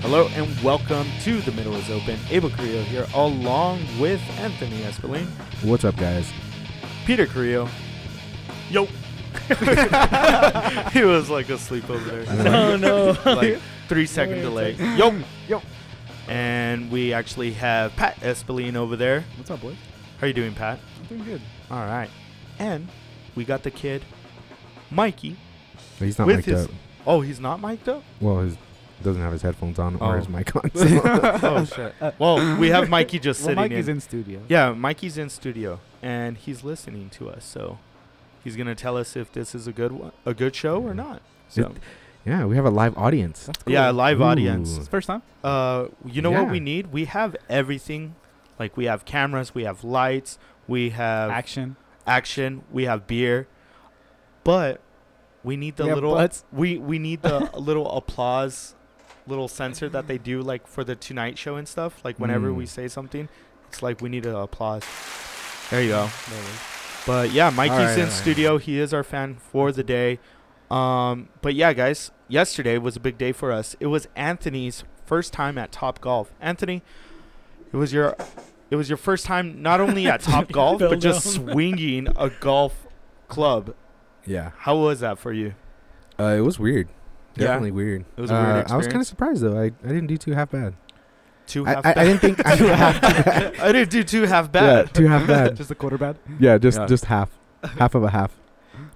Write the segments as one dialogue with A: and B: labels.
A: Hello and welcome to the Middle is Open. Abel Carrillo here, along with Anthony Espeline,
B: What's up, guys?
A: Peter Carrillo.
C: Yo.
A: he was like asleep over there.
C: No, no.
A: like three second delay. Yo,
B: Yo.
A: And we actually have Pat Espeline over there.
B: What's up, boys?
A: How you doing, Pat?
B: I'm doing good.
A: All right. And we got the kid, Mikey.
B: He's not
A: With
B: mic'd
A: his-
B: up.
A: Oh, he's not mic'd up.
B: Well, his doesn't have his headphones on
A: Oh.
B: or his mic on. so-
A: oh shit. Well, we have Mikey just
D: Well,
A: sitting
D: Mikey's
A: in.
D: in studio.
A: Yeah, Mikey's in studio and he's listening to us, so he's gonna tell us if this is a good one, a good show or not. So
B: It- yeah, we have a live audience.
D: That's cool.
A: yeah, live
B: Ooh.
A: audience.
D: It's the first time.
A: Uh, you know what we
B: Yeah.
A: need? We have everything. Like we have cameras, we have lights, we have
D: Action.
A: action, we have beer, but we need the
D: Yeah,
A: little
D: but-
A: we we need the little applause, little sensor that they do like for the Tonight Show and stuff. Like whenever
B: Mm.
A: we say something, it's like we need an applause. There you go. But yeah, Mikey's
B: right, all
A: in
B: right.
A: studio. He is our fan for the day. Um, but yeah, guys, yesterday was a big day for us. It was Anthony's first time at Top Golf. Anthony, it was your it was your first time not only at Top Golf but
D: Fell
A: just
D: down.
A: swinging a golf club.
B: Yeah,
A: How was that for you?
B: uh, it was weird.
A: Yeah.
B: Definitely weird.
A: It was a weird
B: Uh, I was kind of
A: experience.
B: surprised though. I, I didn't do too half bad.
A: Two
B: I,
A: half
B: I, I didn't think I did half
A: bad. I didn't do two half bad.
B: Yeah, too half bad.
D: Just a quarter bad.
B: yeah, just
A: Yeah.
B: just half, half of a half.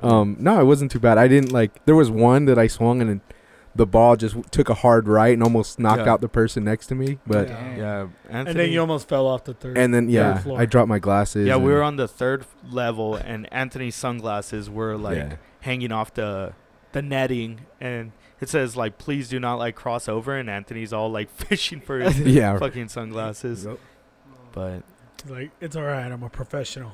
B: Um, no, it wasn't too bad. I didn't like. There was one that I swung and it- the ball just w- took a hard right and almost knocked
A: Yeah.
B: out the person next to me. But
C: Yeah.
A: Anthony.
C: And then you almost fell off the third.
B: and then yeah,
C: Third floor.
B: I dropped my glasses.
A: yeah,
B: and-
A: we were on the third level, and Anthony's sunglasses were like
B: yeah.
A: hanging off the the netting and it says like please do not like cross over and Anthony's all like fishing for his
B: yeah.
A: fucking sunglasses.
B: Yep.
A: But
C: He's like, it's all right. I'm a professional.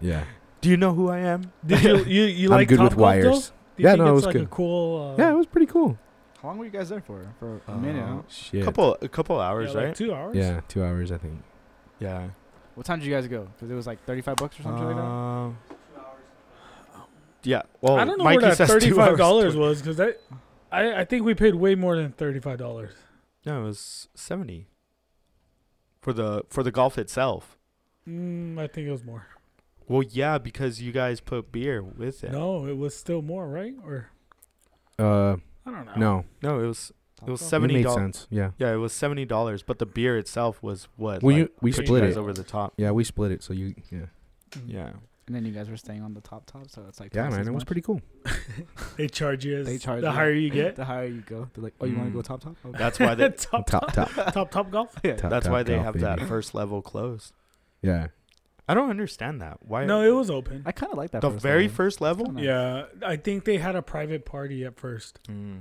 B: Yeah.
A: do you know who I am?
C: Did you you, you
B: I'm
C: like
B: good
C: Top
B: with
C: Golf, though?
B: wires.
C: Do you
B: Yeah,
C: think
B: no, it
C: it's
B: was
C: like a
B: good.
C: cool. Uh,
B: yeah, it was pretty cool.
D: How long were you guys there for? For a
A: Uh,
D: minute. huh?
B: Shit.
A: Couple a couple
C: yeah,
A: hours,
C: like
A: right?
C: two hours.
B: Yeah, two hours I think.
A: Yeah.
D: What time did you guys go? Because it was like 35 bucks or something like that.
A: Um, yeah. Well,
C: I don't know
A: Mikey
C: where that
A: says two
C: thirty-five
A: hours
C: dollars was because that. I, I think we paid way more than thirty-five dollars.
A: No, it was seventy. For the for the golf itself.
C: Mm, I think it was more.
A: Well, yeah, because you guys put beer with it.
C: No, it was still more, right? Or
B: Uh,
C: I don't know.
B: no,
A: No, it was it was
D: Top
B: it
A: seventy
B: made
A: dollars.
B: sense. Yeah.
A: Yeah, it was seventy dollars, but the beer itself was what?
B: We
A: like,
B: u- we
A: fifty
B: split
A: guys
B: it.
A: over the top.
B: Yeah, we split it. So you, yeah,
A: Yeah.
D: And then you guys were staying on the top top, so it's like
B: yeah,
D: twice
B: man,
D: as
B: it was
D: much.
B: pretty cool.
C: They charge you. As
D: They charge
C: the
D: you.
C: higher you get.
D: The higher you go, they're like, oh, you want
A: Mm.
D: to go top top? Okay.
A: That's why they
C: top,
B: top,
C: top,
B: top, top,
C: top, top golf.
D: yeah.
A: that's why they
B: top,
A: have
B: baby.
A: that first level closed.
B: Yeah,
A: I don't understand that. Why
C: No, it was open.
D: I kind of like that.
A: the
D: first
A: very
D: level.
A: first level?
D: Kinda nice.
C: Yeah, I think they had a private party at first.
A: Hmm.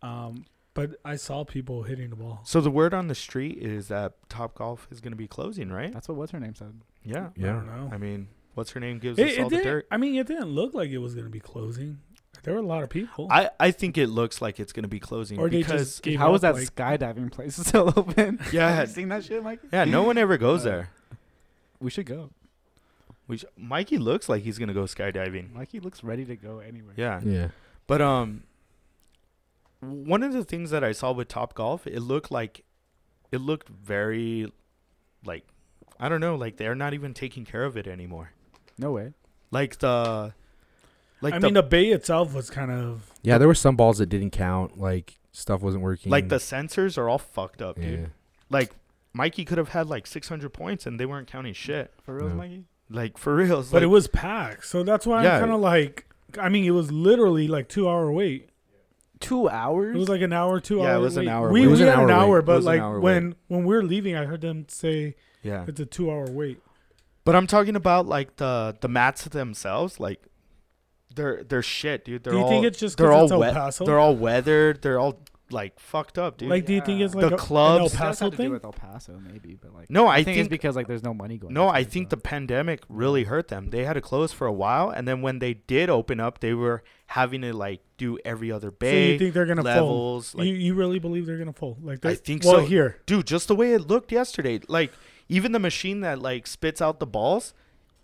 C: Um, but I saw people hitting the ball.
A: So the word on the street is that Top Golf is going to be closing, right?
D: That's what what's her name said.
A: Yeah.
C: I
B: yeah.
C: don't know.
A: I mean, what's her name gives
C: Oh. It,
A: us
C: it
A: all the
C: didn't,
A: dirt.
C: I mean, it didn't look like it was going to be closing. There were a lot of people.
A: I, I think it looks like it's going to be closing
C: Or they
A: because
C: just gave
D: How was
C: up,
D: that
C: like-
D: skydiving place still open?
A: yeah,
D: you seen that shit, Mikey?
A: yeah, no one ever goes
D: Uh,
A: there.
D: We should go.
A: Which Mikey looks like he's going to go skydiving.
D: Mikey looks ready to go anywhere.
A: Yeah.
B: yeah.
A: But um one of the things that I saw with Top Golf, it looked like it looked very like I don't know, like they're not even taking care of it anymore.
D: No way.
A: Like the like
C: I
A: the,
C: mean, the bay itself was kind of.
B: Yeah, there were some balls that didn't count. Like stuff wasn't working.
A: like the sensors are all fucked up,
B: yeah.
A: dude. Like Mikey could have had like 600 points and they weren't counting shit.
D: For real,
B: No.
D: Mikey?
A: Like for real.
C: But it was packed, so that's why
A: Yeah.
C: I'm kind of like. I mean, it was literally like two hour wait.
D: Two
C: It
D: hours?
C: was like an hour, two
A: Yeah, it
C: hour.
A: was an
C: wait.
A: hour
B: wait.
C: We,
B: It
C: we
B: was an
C: had an
B: hour wait.
C: hour,
B: It
C: but
B: was an
C: like
B: hour
C: when when we were leaving, I heard them say
A: yeah.
C: it's a two hour wait.
A: But I'm talking about like the the mats themselves, like they're they're shit, dude. They're
C: do you
A: all
C: think it's just
A: they're all
C: because it's El
A: wet-
C: Paso?
A: they're all weathered, they're all like fucked up, dude.
C: like, do you think it's
D: Yeah.
C: like
A: The
C: a,
A: clubs-
C: an El
D: It has
C: Paso
D: to do
C: thing?
D: with El Paso, maybe, but like.
A: no, I,
D: I,
A: think,
D: think, it's because like there's no money going.
A: no,
D: into
A: I
D: it,
A: think the
D: so.
A: pandemic really hurt them. They had to close for a while, and then when they did open up, they were having to like do every other
C: So you
A: bay
C: think they're gonna fold?
A: levels. Like,
C: you you really believe they're gonna fold? Like
A: I
C: they're-
A: think
C: well,
A: so.
C: Here,
A: dude, just the way it looked yesterday, like even the machine that like spits out the balls,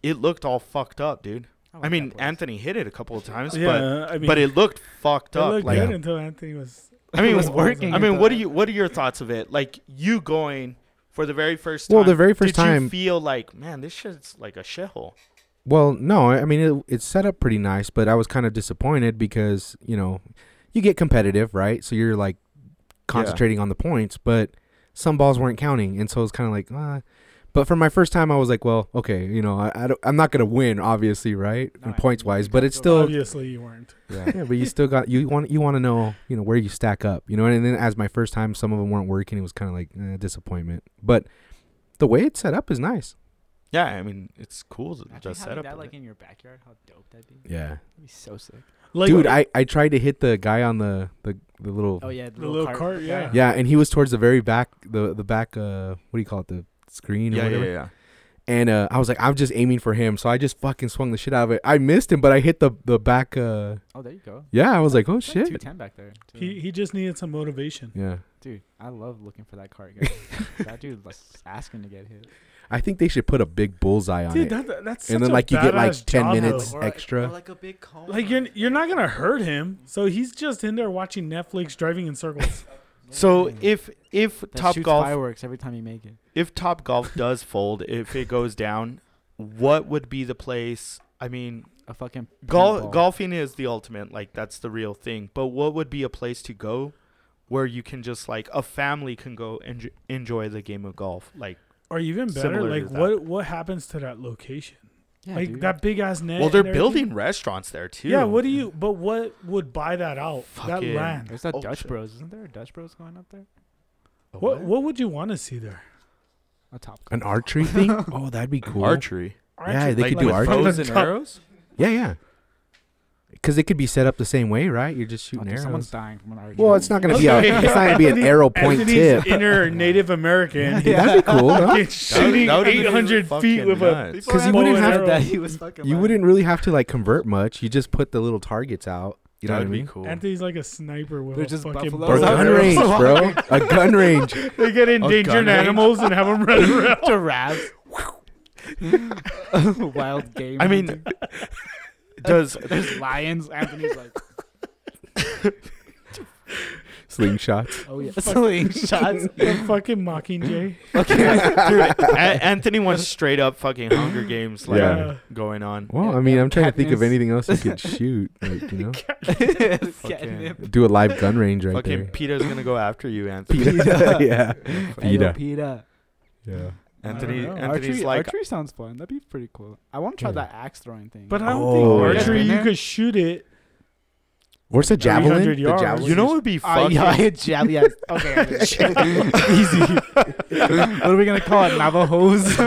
A: it looked all fucked up, dude.
D: like
A: I
D: that
A: mean,
D: place.
A: Anthony hit it a couple of times,
C: yeah. I
A: but
C: mean,
A: but it looked fucked
C: it
A: up.
C: looked
A: like
C: good until Anthony was
A: I mean,
D: It was
A: wh-
D: working
A: I
D: at
A: mean,
D: the-
A: what do you what are your thoughts of it? Like you going for the very first time.
B: Well, the very first
A: did
B: time-
A: you feel like, man, this shit's like a shithole.
B: Well, no, I I mean it, it's set up pretty nice, but I was kind of disappointed because you know you get competitive, right? So you're like concentrating on the points, but some balls weren't counting, and so it's kind of like, ah. But for my first time, I was like, well, okay, you know, I, I don't, I'm not gonna win, obviously, right,
D: No, I-
B: points wise,
D: you
B: but
D: gotta
B: it's
D: go
B: still
C: Obviously, you weren't.
B: yeah. but you still got you want you want to know you know where you stack up you know and then as my first time some of them weren't working it was kind of like eh, disappointment but the way it's set up is nice
A: Yeah, I mean, it's cool. to
D: Imagine
A: Just
D: having
A: set up.
D: that like in your backyard. How dope that'd be.
B: yeah
D: That'd be so sick.
C: Like, uh,
B: dude I, I tried to hit the guy on the the, the little
D: Oh yeah, the,
C: The little cart,
D: guy.
C: yeah.
B: yeah and he was towards the very back the the back uh what do you call it the screen or
A: yeah, yeah,
B: whatever
A: yeah, yeah.
B: and uh i was like i'm just aiming for him so i just fucking swung the shit out of it i missed him but i hit the the back uh
D: Oh, there you go.
B: yeah i was like oh
D: It's like
B: shit
D: 210 back there. too.
C: he he just needed some motivation.
B: yeah
D: Dude, I love looking for that cart guy. that dude was asking to get hit.
B: i think they should put a big bullseye on it
C: Dude, that, that- that's
B: and
C: such
B: then
C: a
B: like you get like
C: badass
B: 10
C: job,
B: minutes
C: though.
D: Or-
B: extra
D: or like a big cone.
C: Like you're you're not gonna hurt him, so he's just in there watching Netflix, driving in circles.
A: So
D: Yeah.
A: if if
D: That
A: Top
D: shoots
A: Golf
D: fireworks every time you make it.
A: if Top Golf does fold, if it goes down, what would be the place? I mean,
D: A fucking
A: gol-
D: paintball.
A: golfing is the ultimate, like that's the real thing. But what would be a place to go where you can just like a family can go and enj- enjoy the game of golf? Like,
C: or even better,
A: Similar to
C: like
A: that.
C: what what happens to that location?
D: Yeah,
C: like
D: dude.
C: that big ass net.
D: Eh,
A: well, they're
C: and everything.
A: building restaurants there too.
C: Yeah, what do you? But what would buy that out? that
A: Fucking-
C: land.
D: There's that
A: Oh,
D: Dutch
A: shit.
D: Bros. Isn't there a Dutch Bros going up there?
A: A
C: What what would you want to see there?
D: A top.
B: an archery thing oh that'd be cool
A: Archery.
B: Yeah, they
C: Archery,
B: could do
A: with
C: from
B: archery.
C: the
A: bows and
C: top.
A: arrows.
B: yeah yeah because it could be set up the same way right you're just shooting
D: Oh, dude, Someone's
B: arrows
D: dying from an archery.
B: well it's not gonna be a,
A: Okay.
B: it's not gonna be an arrow point
C: Anthony's
B: tip
C: inner Native American.
B: Dude, that'd be cool huh?
C: Fucking shooting
A: That would- that would be
C: 800 feet
A: fucking
C: with
A: nuts.
C: a
B: People 'Cause you
C: bow
B: wouldn't
C: and
B: have
C: arrow.
D: that. He was fucking.
B: you wouldn't really have to like convert much you just put the little targets out you know
A: That
B: what i
A: would be
B: mean
A: cool.
C: Anthony's like a sniper with
D: They're
C: a
D: just
C: fucking
D: buffalo.
C: bow
B: or
D: Those
C: and
B: gun
C: arrow.
B: range bro a gun range
C: They get endangered
A: gun range.
C: animals and have them run around.
D: giraffes. Wild game.
A: I mean,
D: hunting.
A: does
D: there's lions. Anthony's like,
B: slingshots
D: oh yeah, slingshots.
C: The fucking Mockingjay.
A: A- Anthony went straight up fucking Hunger Games like
B: Yeah.
C: Uh,
A: going on?
B: well i mean i'm trying to think of
D: Katniss.
B: anything else you could shoot like, you know
D: Catnip.
B: do a live gun range right
A: Fucking
B: there
A: PETA's gonna go after you, Anthony.
B: Peta. yeah
D: Ayo,
B: Peta.
D: Peta.
B: yeah
A: Anthony,
C: I don't know.
A: Anthony's
D: Archery,
A: like,
D: archery sounds fun. That'd be pretty cool. I want to try
B: Yeah.
D: that axe throwing thing.
C: But I don't
B: Oh,
C: think
A: yeah.
C: archery
D: Yeah.
C: you could shoot it.
B: Where's the
C: 300
B: javelin? The
C: yards.
B: javelin.
A: you know, what would be
D: I,
A: fucking.
D: I had jab, yes. Okay, okay. easy. what are we gonna call it? Navajos.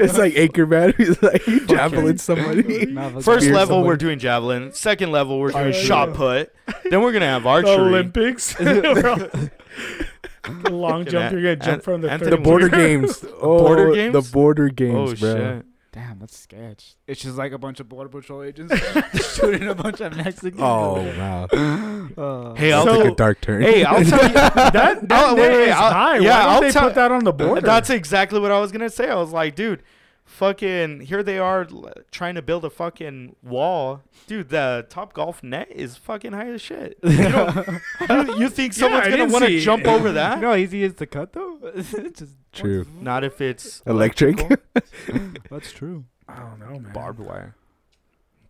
B: it's like Acre Man. He's like you javelin somebody.
D: Navajo.
A: First
B: Spear
A: level,
B: someone.
A: we're doing javelin. Second level, we're doing
C: Oh, yeah.
A: shot put. Then we're gonna have
C: The
A: archery.
C: Olympics. the long
A: Fucking
C: jump,
A: An-
C: you're going to jump
A: An-
C: from the
A: Anthony
B: the
C: third
B: border
C: border.
B: games. Oh,
A: Border
B: The
A: games?
B: border games,
A: Oh
B: bro.
A: shit!
D: Damn, that's sketch. It's just like a bunch of border patrol agents shooting a bunch of Mexicans.
B: Oh wow.
D: Uh,
A: Hey,
B: That
A: I'll
B: took
A: tell,
B: a dark turn.
A: hey, I'll tell you
C: That, that
A: I'll- wait,
C: net
A: wait,
C: is
A: I'll-
C: high.
A: yeah,
C: Why don't
A: I'll
C: they
A: tell-
C: put that on the border?
A: That's exactly what I was gonna say. I was like, dude, fucking here they are l- trying to build a fucking wall, dude. The top golf net is fucking high as shit. You, don't- you- you think
C: Yeah,
A: someone's
C: I
A: gonna
C: didn't
A: want
C: see
A: to
C: it.
A: jump over that?
D: you know how easy it is to cut though? just
B: True.
A: Not if it's
B: Electric.
A: Oh,
D: That's true.
C: I don't know, man.
A: barbed wire.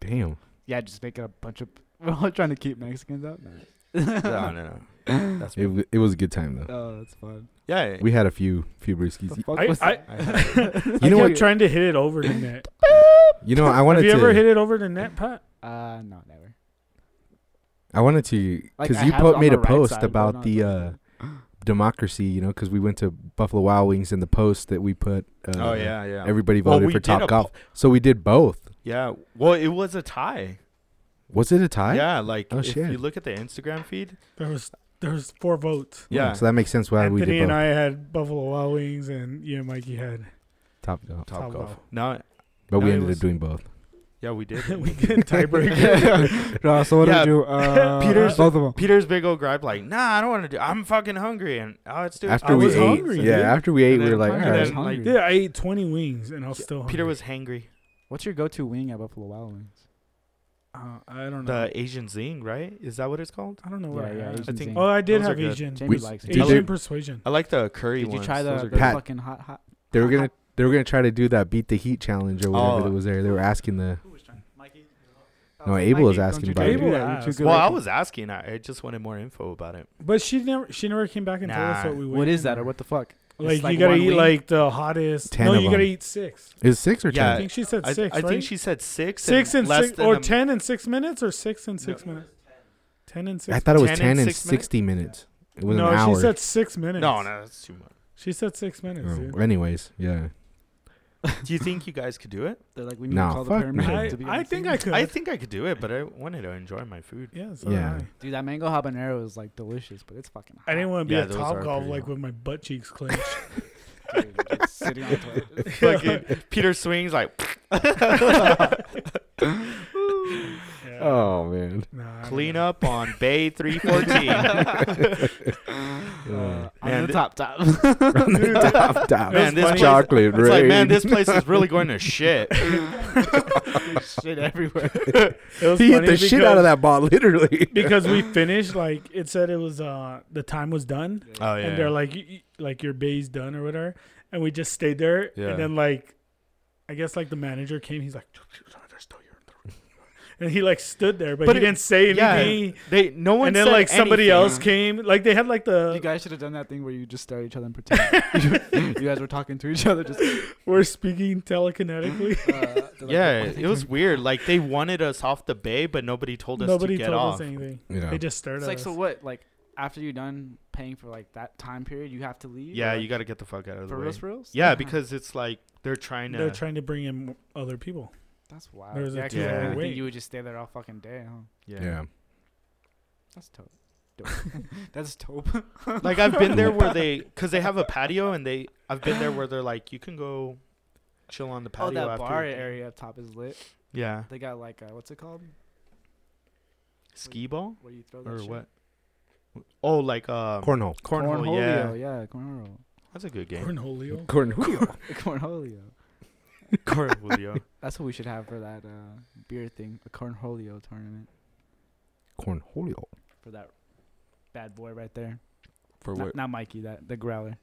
B: Damn.
D: Yeah, just make it a bunch of. We're all trying to keep Mexicans out. No.
A: No, no, no. That's
B: It, w- it was a good time though.
D: Oh, that's fun.
A: yeah.
B: We had a few few brewskis.
D: fuck
C: I- I-
B: You
C: You
B: know
C: know
B: what?
C: Trying to hit it over the net.
B: You know, I wanted
C: Have you
B: to.
C: ever hit it over the net, Pat?
D: uh, no, never.
B: I wanted to
D: Like,
B: because
D: I
B: you
D: have
B: po-
D: on
B: made
D: the
B: a
D: right
B: post
D: side, but
B: about
D: not
B: the
D: the
B: uh,
D: left.
B: democracy. You know, because we went to Buffalo Wild Wings and the post that we put. Uh,
A: oh yeah, yeah.
B: Everybody
A: Well,
B: voted
A: we
B: for
A: did
B: top
A: a
B: golf, so we did both.
A: Yeah. Well, it was a tie.
B: Was it a tie?
A: yeah, like
B: Oh,
A: if
B: shit.
A: you look at the Instagram feed.
C: There was there was four votes.
B: Yeah.
A: Yeah.
B: so that makes sense why we
C: Anthony
B: did
C: and
B: both.
C: I had Buffalo Wild Wings, and you and Mikey had.
B: Top golf.
A: Top golf.
C: Top golf.
A: No. No,
B: But we
A: it
B: ended
A: was-
B: up doing both.
A: Yeah, we did.
C: we did tiebreaker.
D: no, so what
A: Yeah,
D: do we do? Uh,
A: Peter's-
D: both of them.
A: Peter's big old gripe, like, nah, I don't want to do. I'm fucking hungry, and oh, it's doing.
B: After
C: I
B: we
C: was
B: ate,
C: hungry,
B: yeah.
C: dude.
B: After we ate,
A: And
B: we
A: then-
B: were like,
A: and
B: all
A: then,
B: right.
A: like,
C: yeah, I ate 20 wings, and I was still.
A: Peter
C: hungry.
A: was hungry.
D: What's your go-to wing at Buffalo Wild Wings?
C: Uh, I don't know.
A: The Asian Zing, right? Is that what it's called?
C: I don't know what
D: Yeah, yeah,
C: I had.
D: Asian
A: I think-
C: Oh, I did
A: Those
C: have
A: are good.
C: Asian.
D: Jamie
B: We-
D: likes it.
B: Did
C: Asian
B: they-
C: persuasion.
A: I like the curry
D: Did you
A: ones.
D: try
A: Those
D: the,
A: are
D: the
A: good.
B: Pat-
D: fucking hot hot?
B: They were gonna they were gonna try to do that beat the heat challenge or whatever
A: Oh.
B: that was there. They were asking the No,
D: Mikey,
B: Abel was
D: don't
B: asking
D: you
B: about
D: dare
C: it.
D: do
C: Abel
D: that, you're too
C: asked.
D: good
A: Well, I
D: looking.
A: was asking. I, I just wanted more info about it.
C: But she never she never came back and told us
A: Nah.
C: what we weighed.
D: What is that or what the fuck?
C: Like,
D: It's like
C: you gotta
D: one
C: eat
D: wing?
C: like the hottest.
B: Ten
C: no,
B: of
C: you gotta
B: them.
C: eat six.
B: is six or
A: Yeah.
C: I
B: ten?
C: think she said
A: I, I
C: six. right?
A: think she said six.
C: six
A: and
C: and
A: less
C: six
A: than
C: or
A: a m-
C: ten and six minutes or six and six minutes. Ten and six.
B: I thought it was
A: 10
B: ten,
A: and
B: and,
A: six minutes?
B: sixty minutes. It was
C: no,
B: an hour.
C: she said six minutes.
A: No, no, that's too much.
C: She said six minutes.
B: Oh,
C: dude.
B: anyways, yeah.
A: Do you think you guys could do it?
D: They're like, we need
B: Nah,
D: to call the
B: fuck
D: paramedic.
B: no.
C: I,
D: to be
C: I
D: honest
C: think
D: with
C: I
D: you.
C: could.
A: I think I could do it, but I wanted to enjoy my food.
C: yeah. So
B: Yeah.
C: did
D: Dude, that mango habanero is like delicious, but it's fucking hot.
C: I. I didn't want to be
A: Yeah,
C: a
A: those
C: top
A: are
C: golf
A: pretty
C: like
A: hot.
C: with my butt cheeks clenched.
D: Dude, just sitting on the toilet.
A: Fucking Peter swings like
C: yeah.
B: Oh man.
C: Nah, I
A: clean
C: don't
A: up on Bay 314.
D: Uh,
A: Man,
D: on the
A: th-
D: top top.
B: Top, top.
A: Man, this place-
B: chocolate
A: it's like, man,
B: rain.
A: this place is really going to shit.
D: Shit everywhere.
C: know. It was
B: he hit
C: funny
B: the shit out of
C: because-
B: that ball, literally.
C: because we finished like it said it was uh the time was done
A: Oh yeah.
C: and they're like y- y- like your bay's done or whatever and we just stayed there
A: Yeah.
C: and then like i guess like the manager came he's like and he like stood there but,
A: But
C: he
A: it-
C: didn't say
A: yeah,
C: anything
A: they no one
C: and then
A: said
C: like somebody
A: anything.
C: else came like they had like
D: You
C: the
D: guys should have done that thing where you just stare at each other and pretend you, you guys were talking to each other. Just uh,
C: we're speaking telekinetically
D: they're like,
A: Yeah,
D: "What the
A: it was weird. Like they wanted us off the bay, but nobody told us
C: nobody
A: to get
C: told us
A: off.
C: anything
B: Yeah.
C: they just stared
D: It's
C: at
D: like
C: us
D: so what? Like after you're done paying for like that time period, you have to leave.
A: yeah,
D: Or,
A: you
D: like,
A: got to get the fuck out of the
D: for
A: way.
D: reals, for reals.
A: Yeah,
D: Damn,
A: because it's like they're trying to.
C: they're trying to bring in other people
D: that's wild.
C: There's a
D: yeah, 'cause
A: two-hour
D: I would
C: wait.
D: think you would just stay there all fucking day. Huh?
A: yeah.
B: Yeah.
D: That's dope. dope. that's dope.
A: Like I've been there where they, because they have a patio, and they, I've been there where they're like, you can go chill on the patio.
D: oh, that
A: after.
D: bar area up top is lit.
A: Yeah.
D: They got like uh, what's it called?
A: Ski ball
D: Where you throw that
A: or
D: shit?
A: what? Oh, like um,
B: Cornhole.
A: cornhole. Oh, Yeah,
D: yeah, cornhole.
A: that's a good game.
C: cornholio
B: Cornhole.
D: Cornholio.
A: Cornholio.
D: That's what we should have for that uh, beer thing, a cornholio tournament
B: Cornholio.
D: for that bad boy right there.
B: For
D: Not, not Mikey, that the growler.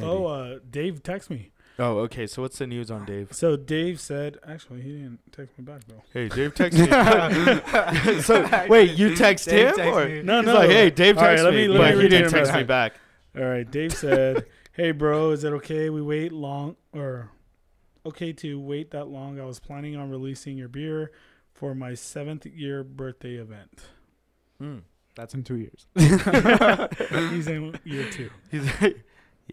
C: oh uh dave text me
A: Oh, okay. So what's the news on Dave?
C: so dave said actually he didn't text me back though
A: Hey, Dave texted me. so wait, you text
D: Dave
A: him
D: texted
A: or
D: me.
C: No,
A: He's
C: no.
A: like, hey, Dave
C: All right,
A: texted
C: let
A: me,
C: me- let
A: but
C: me
A: he didn't
C: read
A: text
C: him
A: me back.
C: All right, Dave said, "Hey, bro, is it okay we wait long or okay to wait that long? I was planning on releasing your beer for my seventh year birthday event.
D: That's in two years.
C: Hmm. He's in year two.
A: He's like,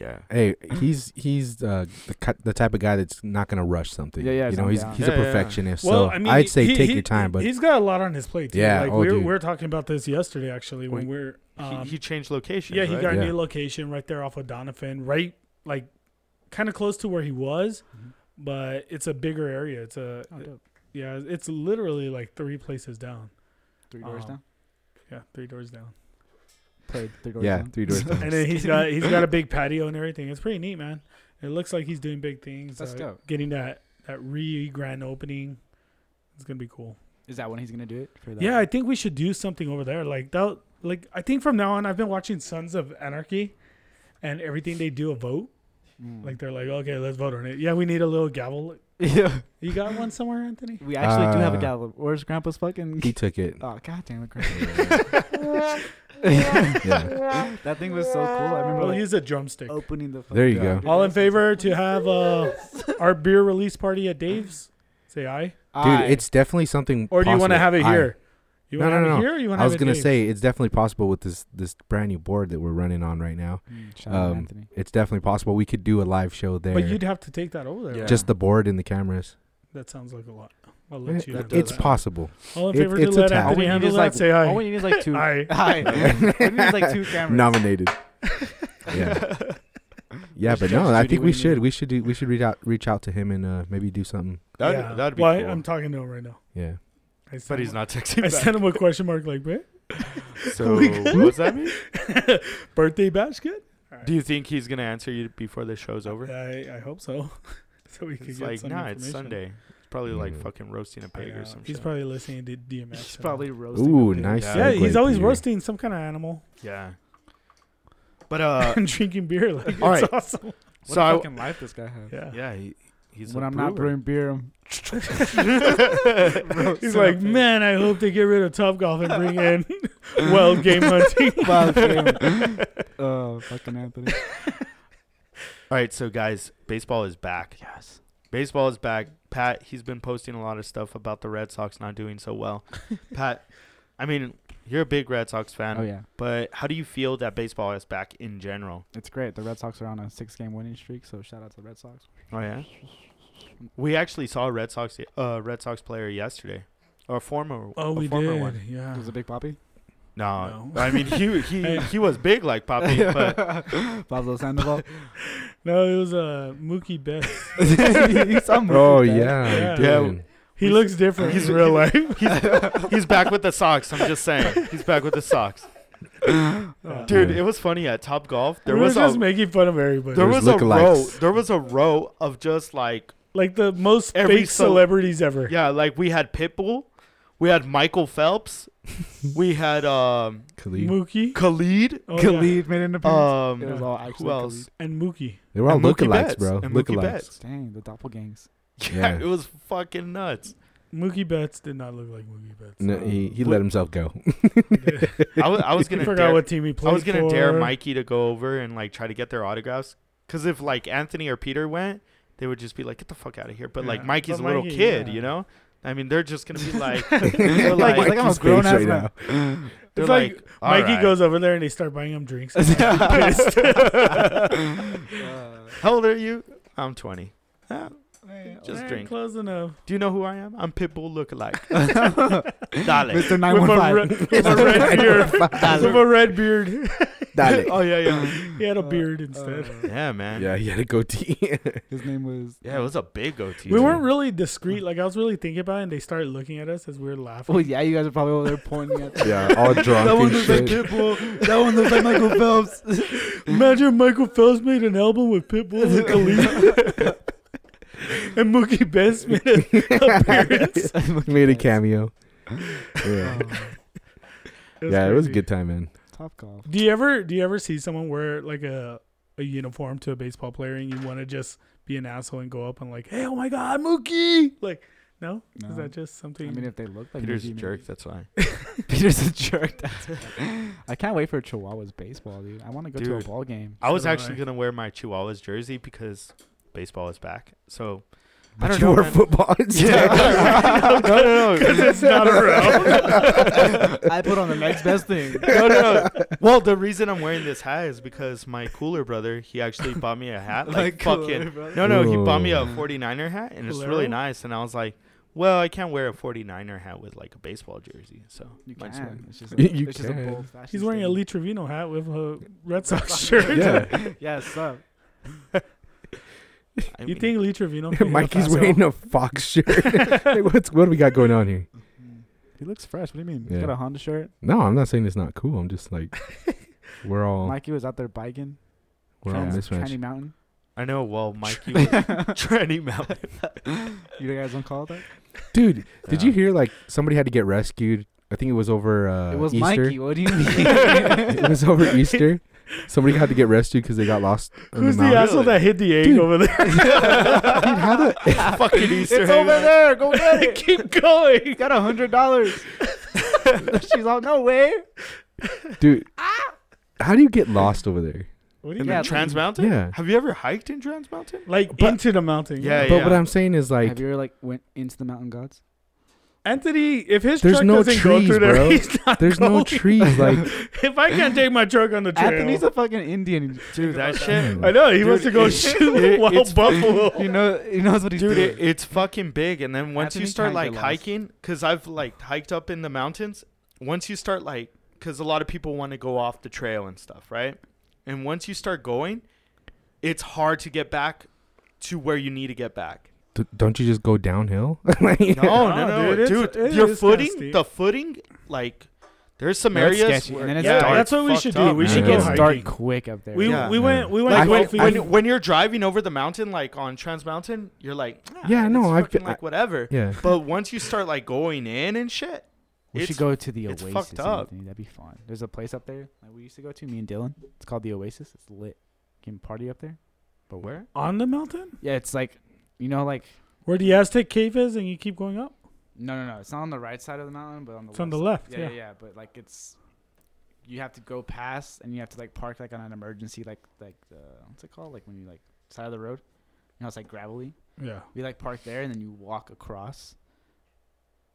A: yeah.
B: Hey, he's he's uh, the ki- the type of guy that's not gonna rush something.
D: Yeah, yeah,
B: You
D: he's
B: know,
D: not
B: he's
D: down.
B: he's
A: Yeah,
B: a
A: yeah.
B: perfectionist.
C: Well,
B: so
C: I mean,
B: I'd say
C: he-
B: take
C: he-
B: your time, but
C: he's got a lot on his plate. Too.
B: Yeah,
C: like
B: oh,
C: we were,
B: dude.
C: we were talking about this yesterday, actually, when
A: Wait,
C: we are um,
A: he, he changed location.
C: yeah, he
A: right?
C: got a
B: Yeah.
C: new location right there off of Donovan, right, like kind of close to where he was,
B: Mm-hmm.
D: Mhm.
C: but it's a bigger area. It's a
D: Oh, dope.
C: yeah, it's literally like three places down.
D: Three doors
C: Um,
D: down.
C: Yeah, three doors down.
D: Played three doors
B: yeah,
D: down.
B: three doors. down.
C: and then he's got he's got a big patio and everything. It's pretty neat, man. It looks like he's doing big things.
D: That's dope.
C: Getting that that re grand opening, it's gonna be cool.
D: Is that when he's gonna do it? For that?
C: Yeah, I think we should do something over there. Like that. Like I think from now on, I've been watching Sons of Anarchy, and everything they do a vote.
D: Mm.
C: Like they're like, okay, let's vote on it. Yeah, we need a little gavel.
D: yeah.
C: You got one somewhere, Anthony?
D: We actually do have a
B: Uh,
D: gavel. Where's Grandpa's fucking?
B: he took it.
D: oh God damn it, Grandpa! that thing was so cool. I remember
C: We'll Oh.
D: like,
C: use a drumstick.
D: opening the.
B: There you
D: fucking-
B: go.
D: dude,
C: All
D: that
C: in
D: was so cool.
C: favor to have uh, our beer release party at Dave's? Say aye.
B: Dude,
D: Aye.
B: it's definitely something.
C: Or do you want to
B: possible.
C: have it
B: I-
C: here? You
B: No,
C: want to
B: no,
C: have
B: no.
C: it here? Or you want to
B: I
C: have
B: was
C: it
B: gonna
C: Dave's?
B: say it's definitely possible with this this brand new board that we're running on right now.
D: Mm, shout out
B: um,
D: Anthony.
B: It's definitely possible we could do a live show there.
C: But you'd have to take that over there.
A: Yeah.
B: just the board and the cameras.
C: That sounds like a lot. I'll
B: It-
C: let you.
A: that
C: handle
B: Eh, it's
C: that.
B: possible.
C: All in
B: it-
C: favor
B: it's a
C: to let
B: task.
D: All we
C: Anthony
D: need
C: handle
D: is
C: that.
D: like-
C: say aye.
B: "Oh,
D: All we need is like two.
C: Aye.
D: Aye. we need is like two cameras.
B: Nominated. yeah. Yeah, but no, I
D: Judy,
B: think
D: what
B: we
D: do you
B: should.
D: need?
B: We should do. We should reach out, reach out to him, and uh, maybe do something.
A: That'd,
C: Yeah.
A: that'd be
C: Well, I-
A: cool.
C: I'm talking to him right now.
B: Yeah.
C: I sent
A: but he's
C: him-
A: not texting
C: I
A: back.
C: sent him a question mark like, "What?
A: so what does that mean?
C: birthday basket?
A: Do you think he's gonna answer you before the show's over?
C: I, I hope so. so we could
A: It's
C: get
A: like,
C: some
A: nah, it's
C: information.
A: Sunday. It's probably like
B: Mm.
A: fucking roasting a
C: I
A: pig
C: know.
A: or some
C: He's
A: shit.
C: probably listening to DMX.
D: She's
C: and
D: probably
C: all.
D: roasting.
B: Ooh,
D: a pig.
B: nice.
C: yeah. He's
B: segue,
C: always
B: Peter.
C: roasting some kind of animal
A: yeah. But uh,
C: and drinking beer. Like it's
A: All right.
C: awesome.
D: What
A: so
D: a
A: I,
D: fucking life this guy has.
C: Yeah.
A: yeah, he, he's
D: when
A: a
D: I'm not
A: brewer.
D: brewing beer, I'm
C: He's like, man, I hope they get rid of Top Golf and bring in well game hunting.
D: Wild game. Oh, fucking Anthony.
A: All right, so guys, baseball is back.
D: Yes.
A: Baseball is back. Pat, he's been posting a lot of stuff about the Red Sox not doing so well. Pat, I mean, you're a big Red Sox fan,
D: Oh yeah,
A: but how do you feel that baseball is back in general?
D: it's great. The Red Sox are on a six-game winning streak, so shout out to the Red Sox.
A: Oh yeah, we actually saw a Red Sox uh, Red Sox player yesterday, or a former.
C: oh,
A: a
C: we
A: former
C: did.
A: One.
C: Yeah.
D: Was it Big Poppy?
A: No,
C: No.
A: I mean he he
C: Hey.
A: he was big like Poppy, but
D: Pablo Sandoval.
C: No, it was uh, Mookie Betts.
D: He's on
B: Oh
D: Mookie Betts.
B: yeah,
C: Yeah.
A: Yeah.
B: dude.
C: He looks different
A: he's-
C: in real life.
A: he's back with the Sox. I'm just saying, he's back with the Sox, dude. It was funny at Top Golf. There
C: we
A: was
C: were just
A: a,
C: making fun of everybody.
A: there
B: There's
A: was a row.
B: lookalikes.
A: There was a row of just like
C: like the most
A: Every
C: fake
A: cel-
C: celebrities ever.
A: yeah, like we had Pitbull, we had Michael Phelps, we had um
B: Khalid.
C: Mookie.
A: Khalid,
C: Oh, yeah.
D: Khalid made an appearance. it
A: um
D: was all actually
A: who else?
C: And Mookie.
B: They were all
A: and Mookie
B: lookalikes,
A: Betts,
B: bro.
A: and Mookie
B: Lookalikes.
A: Betts.
D: Khalid. Dang, the doppelgangs.
A: Yeah,
B: Yeah.
A: it was fucking nuts.
C: Mookie Betts did not look like Mookie Betts.
B: No, he,
C: Uh-huh.
B: he let himself go.
A: I was I was
C: I
A: gonna
C: forgot
A: dare,
C: what team he played
A: I was gonna dare
C: for.
A: Mikey to go over and like try to get their autographs because if like Anthony or Peter went, they would just be like, "Get the fuck out of here!" But like
C: Yeah.
A: Mikey's
C: But
A: a little
C: Mikey,
A: kid,
C: yeah.
A: you know. I mean, they're just gonna be like,
D: He's
A: they're
D: like,
A: like,
D: I'm a
B: Mikey's
D: grown
B: face
D: ass
B: right
D: man.
A: they're
C: It's like
A: like, "All
C: Mikey
A: right."
C: goes over there and they start buying him drinks. Pissed.
A: How old are you? I'm 20. "Ah, Just
C: Man,
A: drink.
C: "Eh, Close enough.
A: do you know who I am? I'm Pitbull lookalike. Dale.
D: Mr.
C: With a,
D: 915.
C: re- with a red beard. with a red beard.
B: Dale.
A: Oh yeah, yeah,
C: He had a
D: Uh,
C: beard instead.
D: uh,
A: yeah, man.
B: Yeah, he had a goatee.
D: his name was.
A: Yeah, it was a big goatee.
C: we
A: dude.
C: weren't really discreet. Like I was really thinking about it, and they started looking at us as we were laughing.
D: Oh yeah, you guys are probably over there pointing at.
B: yeah, all drunk and shit.
D: Pitbull. That one looks like Michael Phelps.
C: Imagine Michael Phelps made an album with Pitbull and Khalid. and Mookie Betts made an appearance.
B: Made a cameo. Yeah,
D: Top
B: yeah, it was a
C: Oh, crazy.
B: good time, man.
D: golf.
C: Do you ever do you ever see someone wear like a a uniform to a baseball player and you want to just be an asshole and go up and like, hey, oh my god, Mookie! Like, no,
D: No.
C: is that just something?
D: I mean, if they look like
A: Peter's a
D: Mookie,
A: jerk. That's why.
D: maybe. Peter's a jerk. That's right. I can't wait for Chihuahua's baseball, dude. I want to go to a
A: Dude.
D: ball game.
A: I was
C: do
A: actually
C: I.
A: gonna wear my Chihuahuas jersey because baseball is back. So
B: But
A: don't
B: you
A: know,
B: were
A: man.
B: football instead.
A: no, no, no.
C: it's not a row.
D: I put on the next best thing.
A: no, no, no. Well, the reason I'm wearing this hat is because my cooler brother, he actually bought me a hat. Like, fucking. No, no, he bought me a
B: Ooh.
A: 49er hat, and it's really
C: Bolero?
A: nice. And I was like, well, I can't wear a 49er hat with like a baseball jersey. So
D: You
A: might as well.
D: can. It's just
B: You- you
D: it's just
B: can.
D: bold fashion
C: He's wearing a
D: statement.
C: Lee Trevino hat with a Red Sox shirt.
D: yeah, sup?
A: I
C: You
A: mean,
C: think Lee Trevino?
B: yeah, Mikey's wearing a fox shirt. Like, what's what do we got going on here?
D: He looks fresh. What do you mean?
B: Yeah.
D: Got a Honda shirt.
B: No, I'm not saying it's not cool. I'm just like, we're all
D: Mikey was out there biking.
B: we're all
D: Trans-
B: mismatched.
D: Tranny Mountain.
A: I know. Well, Mikey was tranny mountain.
D: You guys don't call it that?
B: Dude, did
A: Yeah.
B: you hear like somebody had to get rescued? I think it was over uh,
D: it was
B: Easter.
D: Mikey. What do you mean?
B: it was over Easter. Somebody had to get rescued because they got lost. in
C: Who's the,
B: mountain.
C: asshole that hid the egg
B: Dude.
C: over there?
A: Fucking Easter egg.
D: there. Go get
C: Keep going.
D: got a hundred dollars. She's all no way.
B: Dude, how do you get lost over there?
C: What do you
A: In
D: Yeah,
A: the Trans Mountain?
B: Yeah.
A: Have you ever hiked in Trans Mountain?
C: like
B: But-
C: into the mountain?
A: Yeah,
B: But what I'm saying is like,
D: Have you ever like went into the mountain gods?
C: Anthony, if his
B: There's
C: truck
B: no
C: doesn't go
B: trees,
C: through there,
B: bro.
C: he's not
B: there's no
C: going.
B: trees. Like,
C: If I can't take my truck on the trail,
D: Anthony's a fucking Indian.
A: Dude, that shit.
B: Mm.
C: I know he wants to
A: Dude,
C: go
A: it-
C: shoot
A: it- it's-
C: wild buffalo.
D: He know he knows what he's
A: Dude,
D: doing.
A: it, it's fucking big. And then once you
D: Anthony
A: start
D: can't get
A: like
D: lost.
A: hiking, because I've like hiked up in the mountains, once you start like, because a lot of people want to go off the trail and stuff, right? And once you start going, it's hard to get back to where you need to get back.
B: d- don't you just go downhill? Like,
A: No, no, no,
C: dude,
A: dude.
C: it's- it
A: your
C: is kinda
A: footing,
C: steep.
A: the footing, like There's some
D: No, it's
A: areas.
D: sketchy,
A: where-
D: and then it's
A: yeah,
D: dark.
A: it's
C: That's what we
A: fucked
C: should do.
A: up.
C: We
B: Yeah.
C: should
D: It
B: Yeah.
C: go
D: gets
B: Yeah.
D: dark
C: hiking.
D: quick up there.
C: We,
A: Yeah.
C: we went we went
A: Like when,
C: golfing.
A: when, when you're driving over the mountain, like on Trans Mountain, you're like, "Ah,
B: Yeah, no,
A: it's
B: I've-
A: fucking,
B: I-
A: like whatever.
B: Yeah.
A: But once you start like going in and shit,
D: we
A: it's-
D: should go to the
A: it's
D: Oasis.
A: fucked up.
D: Anthony. That'd be fun. There's a place up there that we used to go to. Me and Dylan. It's called the Oasis. It's lit. You can party up there. But where?
C: on the mountain
D: Yeah, it's like, you know, like
C: where the Aztec cave is, and you keep going up.
D: no, no, no. It's not on the right side of the mountain, but on the
C: It's
D: left
C: on the
D: side.
C: left.
D: yeah, yeah, yeah, But like it's, you have to go past, and you have to like park like on an emergency, like like the what's it called, like when you like side of the road. You know, it's like gravelly.
C: yeah.
D: We like park there, and then you walk across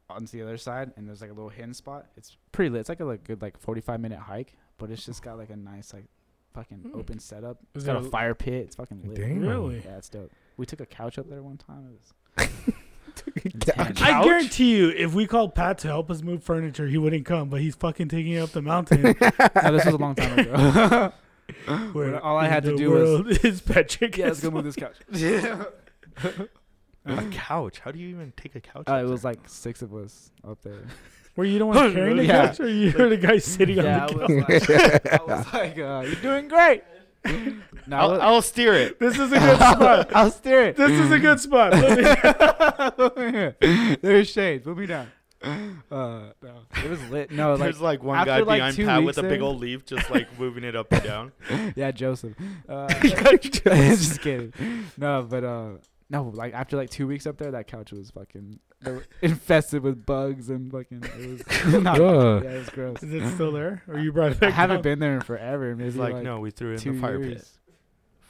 D: onto the other side, and there's like a little hidden spot. It's pretty lit. It's like a like good like 45 minute hike, but it's just got like a nice like fucking
C: Hmm.
D: open setup.
C: Is
D: It's got
C: there
D: a
C: a-
D: fire pit. It's fucking lit.
B: Damn.
C: Really?
D: Yeah, it's dope. We took a couch up there one time. It was intense.
C: I guarantee you, if we called Pat to help us move furniture, he wouldn't come. But he's fucking taking it up the mountain.
D: no, this was a long time ago.
C: where
D: all I had to
C: the
D: do was-
C: world is Patrick.
D: yeah, let's go move this couch.
A: a couch. How do you even take a couch?
D: Uh-huh. Uh,
A: up
D: it was
A: there?
D: like six of us up there.
C: Were you the one carrying the
D: Yeah.
C: couch, or you were the guy sitting on the couch?
D: was like, I was like uh, you're doing great. No, I
A: I'll,
D: was-
A: I'll steer it.
C: This is a good spot.
D: I'll steer it.
C: This is a good spot. Let me-
D: There's shades. Put me down. Uh, no, it was lit. No, like
A: There's like one
D: after,
A: guy
D: like,
A: behind
D: two
A: Pat
D: weeks
A: with a big
D: there-
A: old leaf, just like moving it up and down.
D: yeah, Joseph. Uh, just kidding. No, but uh, no, like after like two weeks up there, that couch was fucking they were infested with bugs and fucking. It was not,
B: Ugh.
D: yeah, it was gross.
C: is it still there, or you brought it
D: I
C: back?
D: haven't
C: down?
D: been there in forever. Maybe
A: He's like, no, we threw it
D: two
A: in the fire
D: years.
A: pit.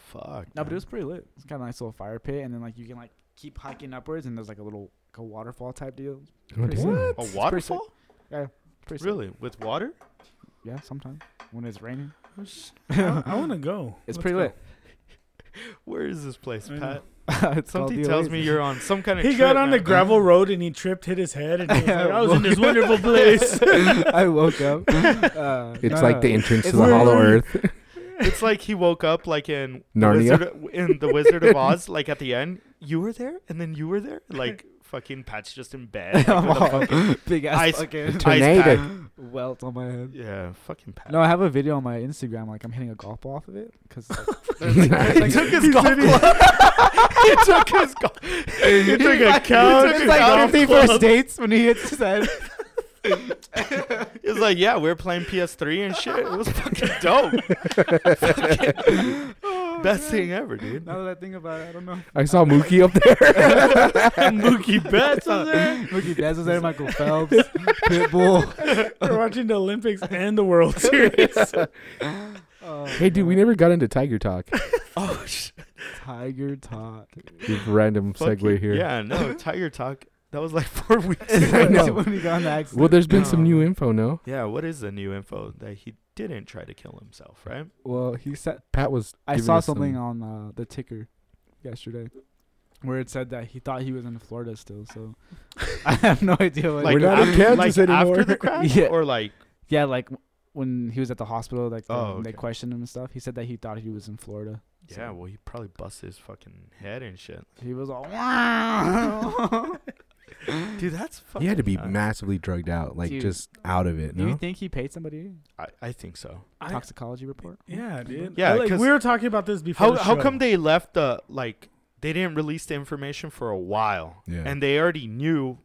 A: Fuck.
D: No, but
A: man.
D: it was pretty lit. It's kind of nice little fire pit, and then like you can like keep hiking upwards, and there's like a little like a waterfall type deal.
B: Oh,
D: Pretty
B: damn.
D: sick.
A: a waterfall.
D: It's Pretty sick.
A: Really, with water?
D: Yeah, sometimes when it's raining,
C: I, want to go.
D: it's
C: Let's
D: pretty
C: go.
D: lit.
A: Where is this place,
C: I know.
A: Pat?
D: It's called
A: Something
D: the
A: tells me
D: Oasis.
A: you're on some kind of.
C: He
A: trip
C: got on
A: now.
C: the gravel road and he tripped, hit his head, and he was like, I was in this wonderful place.
D: I woke up. Uh,
B: It's
D: no,
B: like
D: no.
B: the entrance to
D: It's
B: the Hollow
D: literally-
B: Earth.
A: It's like he woke up like in
B: Narnia.
A: Wizard, in the Wizard of Oz, like at the end, you were there, and then you were there, like fucking Pat's just in bed, like, with a fucking
D: big ass
A: ice-
D: fucking
A: ice pack.
D: welt on my head.
A: Yeah, fucking Pat.
D: No, I have a video on my Instagram. Like I'm hitting a golf ball off of it because
A: he took his golf club. he took his golf. He took a couch.
D: It's
A: He
D: like
A: golf
D: 50 first
A: club.
D: dates when he hits his head.
A: It's like, yeah, we were playing PS3 and shit. It was fucking dope. Fucking Best thing ever, dude.
D: Now that I think about it, I don't know.
B: I saw Mookie up there.
A: Mookie Betts was there.
D: Mookie Betts was there, Michael Phelps, Pitbull.
C: We're watching the Olympics and the World Series.
B: hey, dude, we never got into Tiger Talk.
A: Oh shit.
D: Tiger Talk.
B: Just Random
A: Fucking-
B: segue here.
A: Yeah, no, Tiger Talk. That was like four weeks.
B: I
A: ago.
B: know.
D: when he got in the accident.
B: Well, there's been some
A: No.
B: new info, no?
A: Yeah, what is the new info that he didn't try to kill himself, right?
D: Well, he said
B: Pat was.
D: I
B: giving
D: saw
B: us some-
D: something on uh, the ticker yesterday where it said that he thought he was in Florida still. So I have no idea. What
A: Like,
B: We're not in
A: after,
B: Kansas
A: like
B: anymore.
A: after the crash,
D: Yeah.
A: or like
D: yeah, like w- when he was at the hospital, like the-
A: Oh,
D: they
A: okay.
D: questioned him and stuff. He said that he thought he was in Florida.
A: yeah,
D: So
A: well, he probably busted his fucking head and shit.
D: he was all. "Wow."
A: Dude, that's fucking.
B: He had to be
A: nuts.
B: massively drugged out, like
D: Dude.
B: just out of it.
D: Do you
B: No,
D: think he paid somebody?
A: I, I think so.
C: I,
D: Toxicology report.
C: yeah, dude.
A: Yeah,
C: like,
A: 'cause-
C: we were talking about this before.
A: How
C: the
A: how
C: show.
A: come they left the like they didn't release the information for a while,
B: Yeah.
A: and they already knew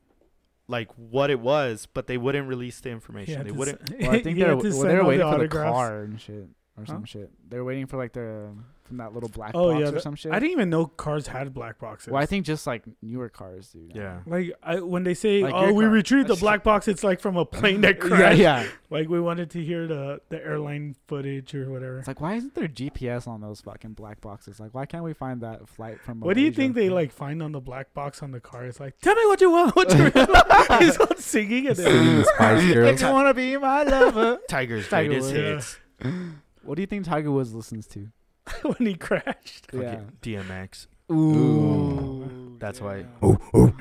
A: like what it was, but they wouldn't release the information. They wouldn't.
D: Well, I think they're, well, they're waiting for the car and shit or
C: Huh?
D: some shit. They're waiting for like the from that little black
C: Oh,
D: box
C: yeah,
D: or
C: the-
D: some shit.
C: I didn't even know cars had black boxes.
D: well, I think just like newer cars, dude.
A: Yeah.
C: like I, when they say,
D: Like
C: "Oh,
D: your
C: we
D: car.
C: retrieved the
D: That's-
C: black box," it's like from a plane that
D: Yeah,
C: crashed.
D: yeah.
C: Like we wanted to hear the the airline footage or whatever.
D: It's like, why isn't there GPS on those fucking black boxes? Like, why can't we find that flight from?
C: What do you
D: Malaysia?
C: think they like find on the black box on the car? It's like, tell me what you want. What you want. He's not singing it.
B: Singing the Spice Girls.
D: If you wanna be my lover.
A: Tiger's
D: Tiger
A: greatest
D: Woods.
A: hits.
D: what do you think Tiger Woods listens to?
C: when he crashed.
D: Yeah.
A: Fucking DMX.
B: Ooh.
A: That's why-
B: Oh, oh.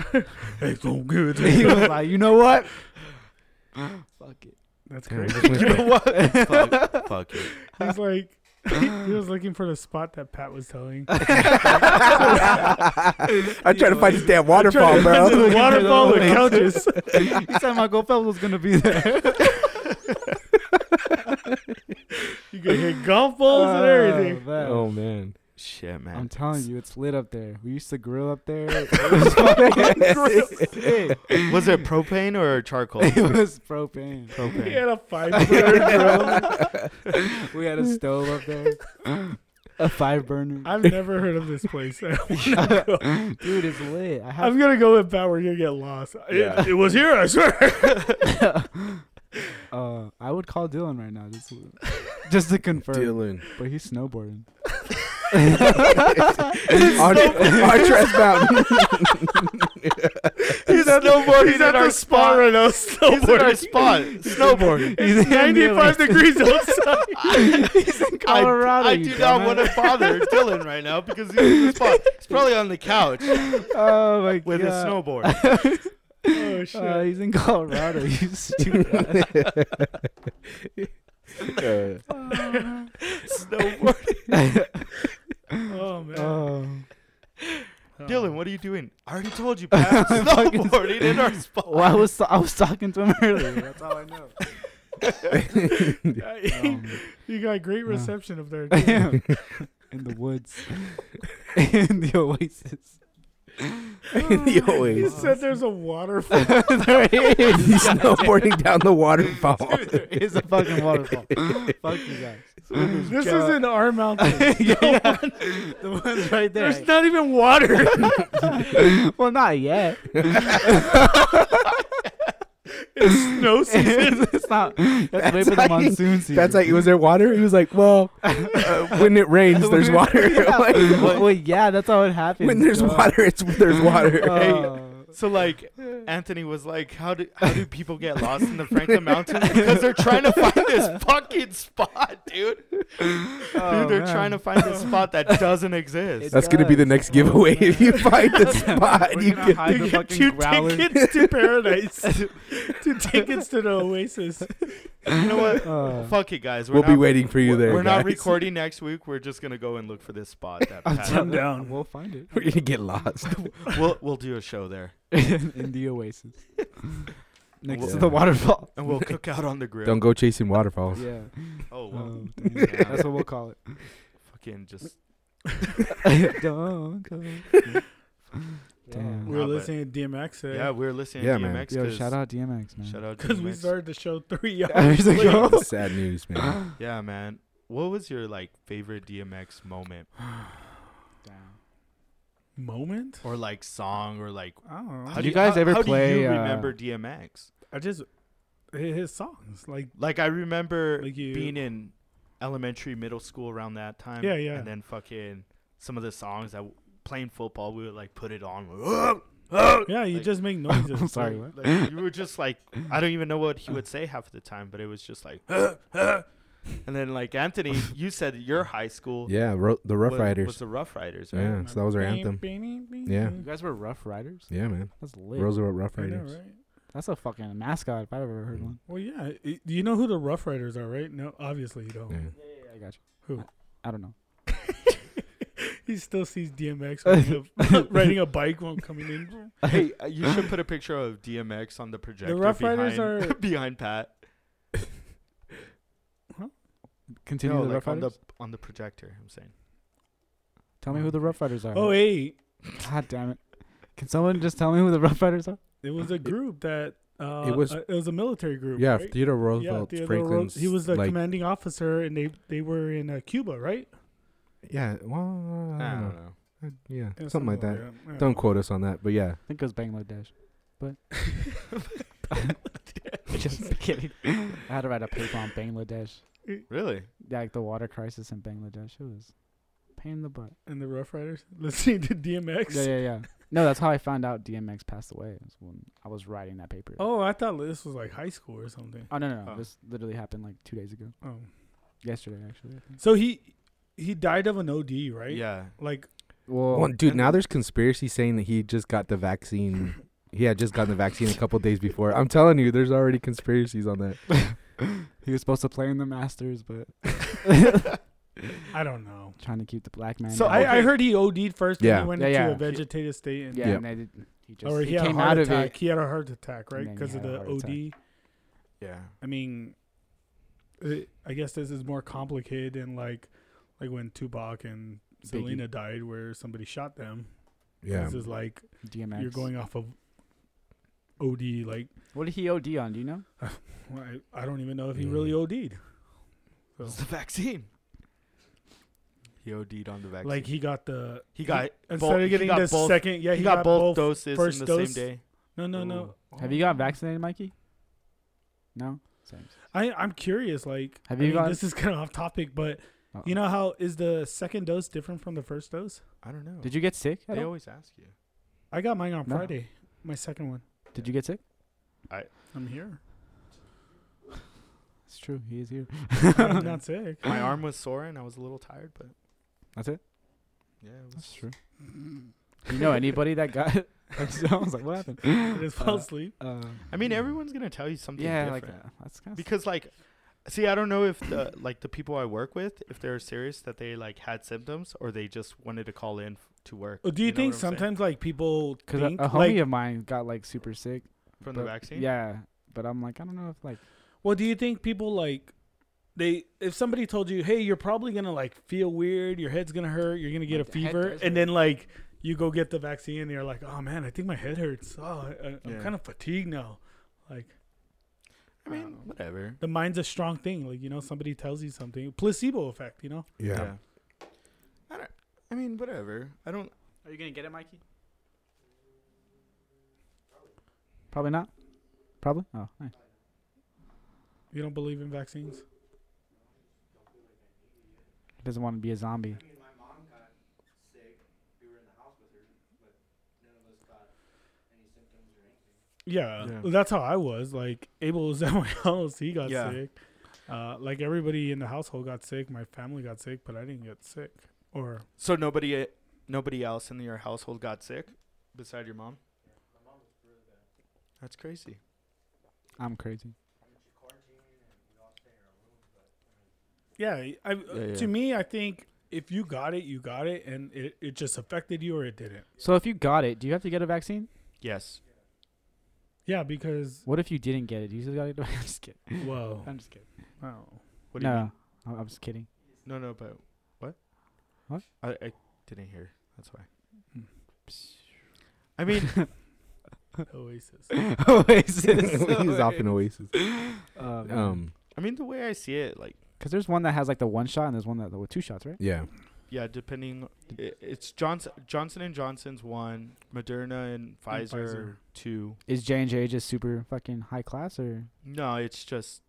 C: It's so good.
D: he was like, you know what? Fuck it.
C: That's
B: Damn, I
C: crazy.
B: just went-
A: what? fuck, fuck it.
C: He's like, he was looking for the spot that Pat was telling.
B: I'm trying to find this damn waterfall,
C: Trying to
B: bro.
C: find the waterfall, the couches.
D: he said Michael Phelps was gonna be there.
C: could hit golf balls and everything.
D: man.
B: Oh man.
A: Shit, man.
D: I'm telling you, it's lit up there. We used to grill up there. It was fucking grill sick.
A: you. Was it propane or charcoal?
D: It was propane.
A: propane.
C: He had a five burner grill.
D: we had a stove up there, a five burner.
C: I've never heard of this place.
D: Dude, it's lit. I have
C: I'm gonna go with Pat. We're gonna get lost. It-
A: Yeah.
C: It, was here, I swear.
D: uh, I would call Dylan right now just to, just to confirm,
B: Dylan.
D: but he's snowboarding.
B: on, on Tress Mountain.
A: He's snowboarding
C: He's at
A: our
C: the spa
A: spot.
C: right now.
A: He's in our
C: Snowboarding.
A: spot. Snowboarding.
C: It's 95 degrees outside.
A: I-
D: Colorado,
A: I,
D: you
A: do not
D: dumbass.
A: want to bother Dylan right now because he's in the spot. He's probably on the couch
D: Oh my
A: with
D: god!
A: his snowboard.
C: oh shit!
D: Uh, he's in Colorado. You stupid.
A: snowboard.
C: oh man.
D: Oh.
C: Oh.
A: Dylan, what are you doing? I already told you, Pat. snowboarding in our spot.
D: Well, I was I was talking to him earlier. That's all I know. Um,
C: you got great
D: No.
C: reception up there.
D: I
C: too.
D: am in the woods, in the oasis.
B: the
C: He
B: always.
C: said there's a waterfall.
D: there is.
B: He's snowboarding down the waterfall.
D: there is a fucking waterfall. Fuck you guys.
C: this
D: Yeah.
C: isn't our mountain.
D: yeah, yeah. The one's right there.
C: There's not even water.
D: well, not yet.
C: it's snow season.
D: it's not. That's, way for the
B: like-
D: monsoon season.
B: That's like, was there water? He was like, well, uh, when it rains, there's water.
D: yeah.
B: Like,
D: well, well, yeah, that's how it happens.
B: when there's
D: duh.
B: water, it's there's water.
D: Uh,
A: So like Anthony was like, how do how do people get lost in the Franklin Mountains? Because they're trying to find this fucking spot, dude.
D: oh,
A: dude, they're
D: man.
A: trying to find this spot that doesn't exist.
B: That's gonna be the next giveaway if you find the spot.
D: We're
B: You
D: gonna
B: can-
D: hide
C: You
D: the
C: get
D: fucking
C: two
D: growler.
C: tickets to paradise. two tickets to the oasis.
A: You know what?
D: Uh,
A: Fuck it, guys. We're
B: we'll
A: not,
B: be waiting for you
A: we're-
B: there.
A: We're not
B: guys.
A: recording next week. We're just gonna go and look for this spot. That Pat-
C: telling- I'm down.
D: We'll find it
B: We're gonna get lost.
A: we'll we'll do a show there,
D: in the oasis, next
A: Well-
D: to the waterfall.
A: and we'll cook out on the grill.
B: Don't go chasing waterfalls.
D: Yeah.
A: Oh, well,
D: Oh,
A: damn.
D: damn. That's what we'll call it.
A: fucking just
D: Don't go. Damn.
C: We were
A: Nah, but-
C: listening to DMX. today.
A: yeah. We're listening
B: Yeah,
A: to
B: man.
A: DMX.
D: Yo,
A: 'cause-
D: shout out DMX,
B: Mm.
D: man.
A: Shout out
C: Because we
A: DMX.
C: started the show three hours
D: Hours
C: ago.
D: ago.
B: Sad news, man.
A: Yeah, man. What was your like favorite DMX moment
C: Moment?
A: or like song or like
C: I don't know.
A: how
D: Did
A: do
D: you guys
A: how-
D: ever
A: how do
D: play,
A: you
D: uh,
A: remember DMX?
C: I just hi- his songs like
A: Like I remember
C: like you.
A: being in elementary, middle school around that time.
C: Yeah, yeah.
A: And then fucking some of the songs that w- playing football, we would like put it on. "Oh, oh,"
C: yeah, you
A: like-
C: just make noises.
D: I'm sorry.
C: Like,
D: What?
A: like, you were just like I don't even know what he would say half of the time, but it was just like. "Huh, huh." And then like Anthony, you said your high school
B: Yeah, ro- the
A: wa-
B: Rough
A: was,
B: Riders.
A: the Rough Riders, right?
B: Yeah, so that was our anthem. Yeah.
D: You guys were Rough Riders?
B: Yeah, man.
D: That's lit.
B: Roosevelt Rough
C: I know,
B: Riders.
C: right?
D: That's a fucking mascot if I've ever heard one.
C: Well, yeah. I- Do you know who the Rough Riders are, right? No, obviously you don't.
B: Yeah.
D: I got you.
C: Who?
D: I don't know.
C: He still sees DMX riding a- riding a bike while coming in.
B: Uh-huh.
A: Hey, uh, you should put a picture of DMX on the projector.
C: Rough
A: behind,
C: Riders are-
A: behind Pat.
D: Continue
A: No,
D: the
A: like
D: Rough
A: on
D: Riders.
A: the on the projector. I'm saying.
D: Tell me who the Rough Riders are.
C: Oh, hey,
D: God damn it. Can someone just tell me who the Rough Riders are?
C: it was a group that uh,
B: It was-
C: uh, it was a military group.
B: Yeah,
C: right?
B: Theodore
C: yeah.
B: Roosevelt
C: Theodore
B: Franklin's.
C: Roosevelt- he was the
B: like,
C: commanding officer, and they they were in uh, Cuba, right?
B: Yeah, well, I don't know.
A: know.
B: Uh, Yeah,
C: Yeah,
B: something like that.
C: yeah.
B: Don't quote us on that, but yeah.
D: I think it was Bangladesh. But.
A: Ah.
D: just kidding. I had to write a paper on Bangladesh.
A: Really?
D: Like the water crisis in Bangladesh. It was a pain in the butt.
C: And the Rough Riders listening to DMX.
D: Yeah, yeah, yeah. No, that's how I found out DMX passed away. was when I was writing that paper.
C: Oh, I thought this was like high school or something.
D: Oh, no, no, no.
A: Oh.
D: This literally happened like two days ago.
C: Oh.
D: Yesterday, actually. I think.
C: So he he died of an OD, right?
A: Yeah.
C: Like
D: Well,
B: Well, dude, now there's conspiracy saying that he just got the vaccine. He had just gotten the vaccine a couple days before. I'm telling you, there's already conspiracies on that.
D: he was supposed to play in the Masters, but
C: I don't know.
D: trying to keep the black man.
A: So
D: down.
A: Okay.
C: I, I heard he OD'd first
B: Yeah.
C: when he went
D: Yeah,
C: into
D: yeah.
C: a vegetative state and
D: yeah,
B: Yeah.
D: and they did, he just
C: or he,
D: he,
C: had
D: came
C: a heart
D: out of
C: attack.
D: it.
C: He had a heart attack, right?
D: then he
C: Because of
D: had a
C: the
D: heart
C: OD.
D: attack.
A: yeah.
C: I mean it- uh, I guess this is more complicated than like like when Tupac and Selena died, where somebody shot them.
B: Yeah.
C: This is like
D: DMX.
C: you're going off of OD. Like
D: What did he OD on? Do you know?
C: I, I don't even know if he
B: Mm.
C: really OD'd. So,
A: It's the vaccine. He OD'd on the vaccine.
C: like he got the
A: He got
C: instead
A: both- he
C: of getting
A: got
C: the
A: both-
C: second. Yeah,
A: he, got, both, doses
C: first
A: in the
C: dose.
A: same day. Oh.
C: No, no, no.
D: Have you gotten vaccinated, Mikey? No. Same.
C: I I'm curious. Like
D: Have
C: I
D: you
C: mean,
D: gotten-
C: this is kind of off topic, but
D: Uh-uh.
C: you know how is the second dose different from the first dose?
A: I don't know.
D: Did you get sick? at
A: They
D: all?
A: always ask you.
C: I got mine on
D: No.
C: Friday. My second one.
D: Did you get sick?
C: I'm here.
D: It's true. He is here.
C: I'm not sick.
A: My arm was sore and I was a little tired, but
D: That's it.
A: yeah, it
D: That's
A: was
D: true. you know anybody that got? it? I was like, what happened?
C: I just fell
D: Uh,
C: asleep.
D: Uh,
A: I mean, everyone's gonna tell you something
D: yeah, like
A: different.
D: uh, that's kind of.
A: because like see i don't know if the like the people i work with if they're serious that they like had symptoms or they just wanted to call in f- to work
D: Uh,
C: Oh, do you,
A: know
C: think
A: what I'm saying?
C: sometimes like people
D: Because a,
C: think
D: a homie
C: like
D: of mine got like super sick
A: from the
D: but-
A: vaccine
D: Yeah, but I'm like, I don't know if like
C: well, do you think people like they if somebody told you, hey, you're probably gonna like feel weird, your head's gonna hurt, you're gonna get
D: My
C: a
D: head
C: fever,
D: does
C: and
D: hurt.
C: then like you go get the vaccine and you're like, oh man, I think my head hurts. Oh, I, I, I'm
A: Yeah.
C: kind of fatigued now. Like
A: i mean whatever
C: the mind's a strong thing. Like you know, somebody tells you something, placebo effect. You know,
B: yeah.
A: i don't i mean whatever i don't
D: Are you gonna get it, Mikey? Probably not. Probably. Oh, nice.
C: you don't believe in vaccines.
D: he doesn't want to be a zombie.
C: Yeah,
A: Yeah.
C: that's how I was. Like Abel was at my house. He got
A: Yeah.
C: sick. Uh, like everybody in the household got sick. My family got sick, but I didn't get sick. Or
A: so nobody uh, nobody else in your household got sick beside your mom that's crazy
D: I'm crazy.
C: yeah, I, I-
A: Yeah, yeah.
C: to me, I think if you got it, you got it, and it, it just affected you or it didn't.
D: So if you got it, do you have to get a vaccine?
A: yes
C: Yeah, because
D: What if you didn't get it? You still got to. I'm just kidding.
C: well,
D: I'm just kidding.
C: wow.
A: what do
D: no,
A: you mean
D: I'm, I'm just kidding.
A: no no but what
D: What? Hmm.
A: i, I didn't hear that's why i mean
C: Oasis.
D: Oasis.
B: He's off in Oasis.
D: Um,
B: Um.
A: i mean the way i see it like
D: because there's one that has like the one shot and there's one that with two shots, right?
B: Yeah.
A: Yeah, depending. i- It's Johnson Johnson and Johnson's one, Moderna and Pfizer,
C: Pfizer.
A: two.
D: Is J and J just super fucking high class or?
A: No, it's just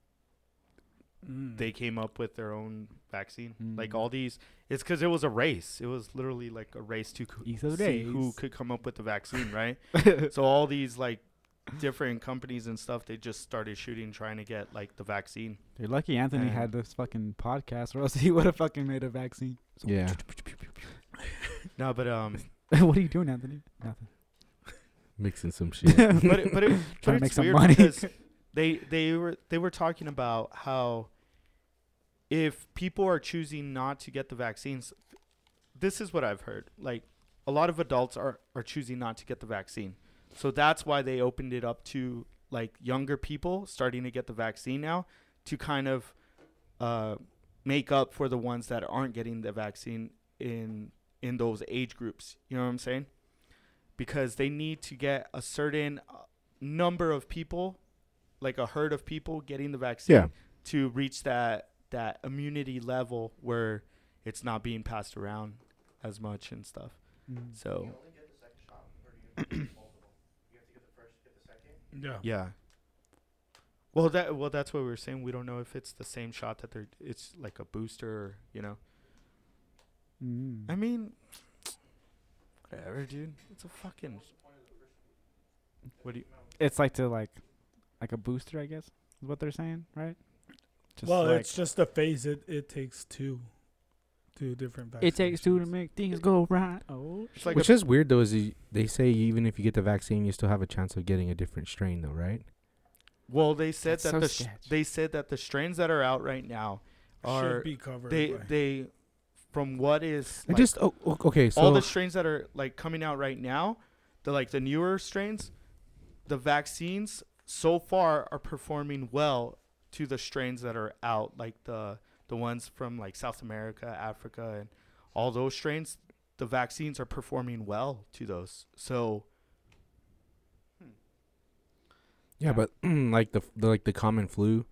C: Mm.
A: they came up with their own vaccine. Like
D: Mm.
A: all these, it's because it was a race. It was literally like a race to co-
D: It's a
A: see who
D: race.
A: could come up with the vaccine, right? so all these like different companies and stuff, they just started shooting, trying to get like the vaccine.
D: You're lucky Anthony
A: Yeah.
D: had this fucking podcast, or else he would have fucking made a vaccine.
B: Yeah.
A: No, but um,
D: what are you doing, Anthony? Nothing.
B: Mixing some shit.
A: but it, but it, but
D: Trying to
A: it's
D: make some
A: weird
D: money.
A: because they they were they were talking about how if people are choosing not to get the vaccines, this is what I've heard. Like a lot of adults are are choosing not to get the vaccine, so that's why they opened it up to like younger people starting to get the vaccine now to kind of uh, make up for the ones that aren't getting the vaccine in in those age groups. You know what I'm saying? Because they need to get a certain uh, number of people, like a herd of people, getting the vaccine
B: Yeah.
A: to reach that that immunity level where it's not being passed around as much and stuff. So
C: yeah.
A: yeah. Well, that well, that's what we were saying. We don't know if it's the same shot that they're. It's like a booster, or, you know.
D: Mm.
A: I mean, whatever, dude. It's a fucking. What do you?
D: It's like to like, like a booster, I guess. Is what they're saying, right? Just
C: well,
D: like-
C: it's just a phase. It it takes two, two different vaccines.
D: it takes two to make things go right. Oh,
A: It's like
B: Which
A: a,
B: is weird though, is you- they say even if you get the vaccine, you still have a chance of getting a different strain though, right?
A: well, they said
D: That's
A: that
D: so
A: the sh-
D: sketch.
A: they said that the strains that are out right now are
C: should be covered.
A: they
C: by-
A: they from what is
B: I
A: like,
B: just oh, o- okay. So
A: all the strains that are like coming out right now, the like the newer strains, the vaccines so far are performing well to the strains that are out, like the the ones from like South America, Africa, and all those strains. The vaccines are performing well to those. So
B: Yeah, but like the, f- the like the common flu,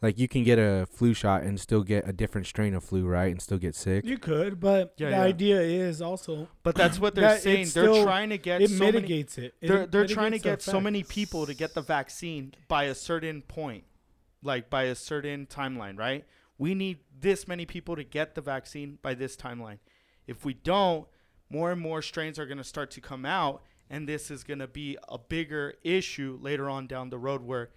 B: like you can get a flu shot and still get a different strain of flu, right? And still get sick.
C: You could, but
A: Yeah,
C: the
A: yeah.
C: idea is also
A: But that's what they're
C: That-
A: saying. They're
C: it's still-
A: trying to get
C: it
A: so many,
C: mitigates it. It
A: they're they're trying to
C: mitigates the
A: get so many
C: effects.
A: people to get the vaccine by a certain point, like by a certain timeline, right? We need this many people to get the vaccine by this timeline. If we don't, more and more strains are going to start to come out, and this is going to be a bigger issue later on down the road. Where,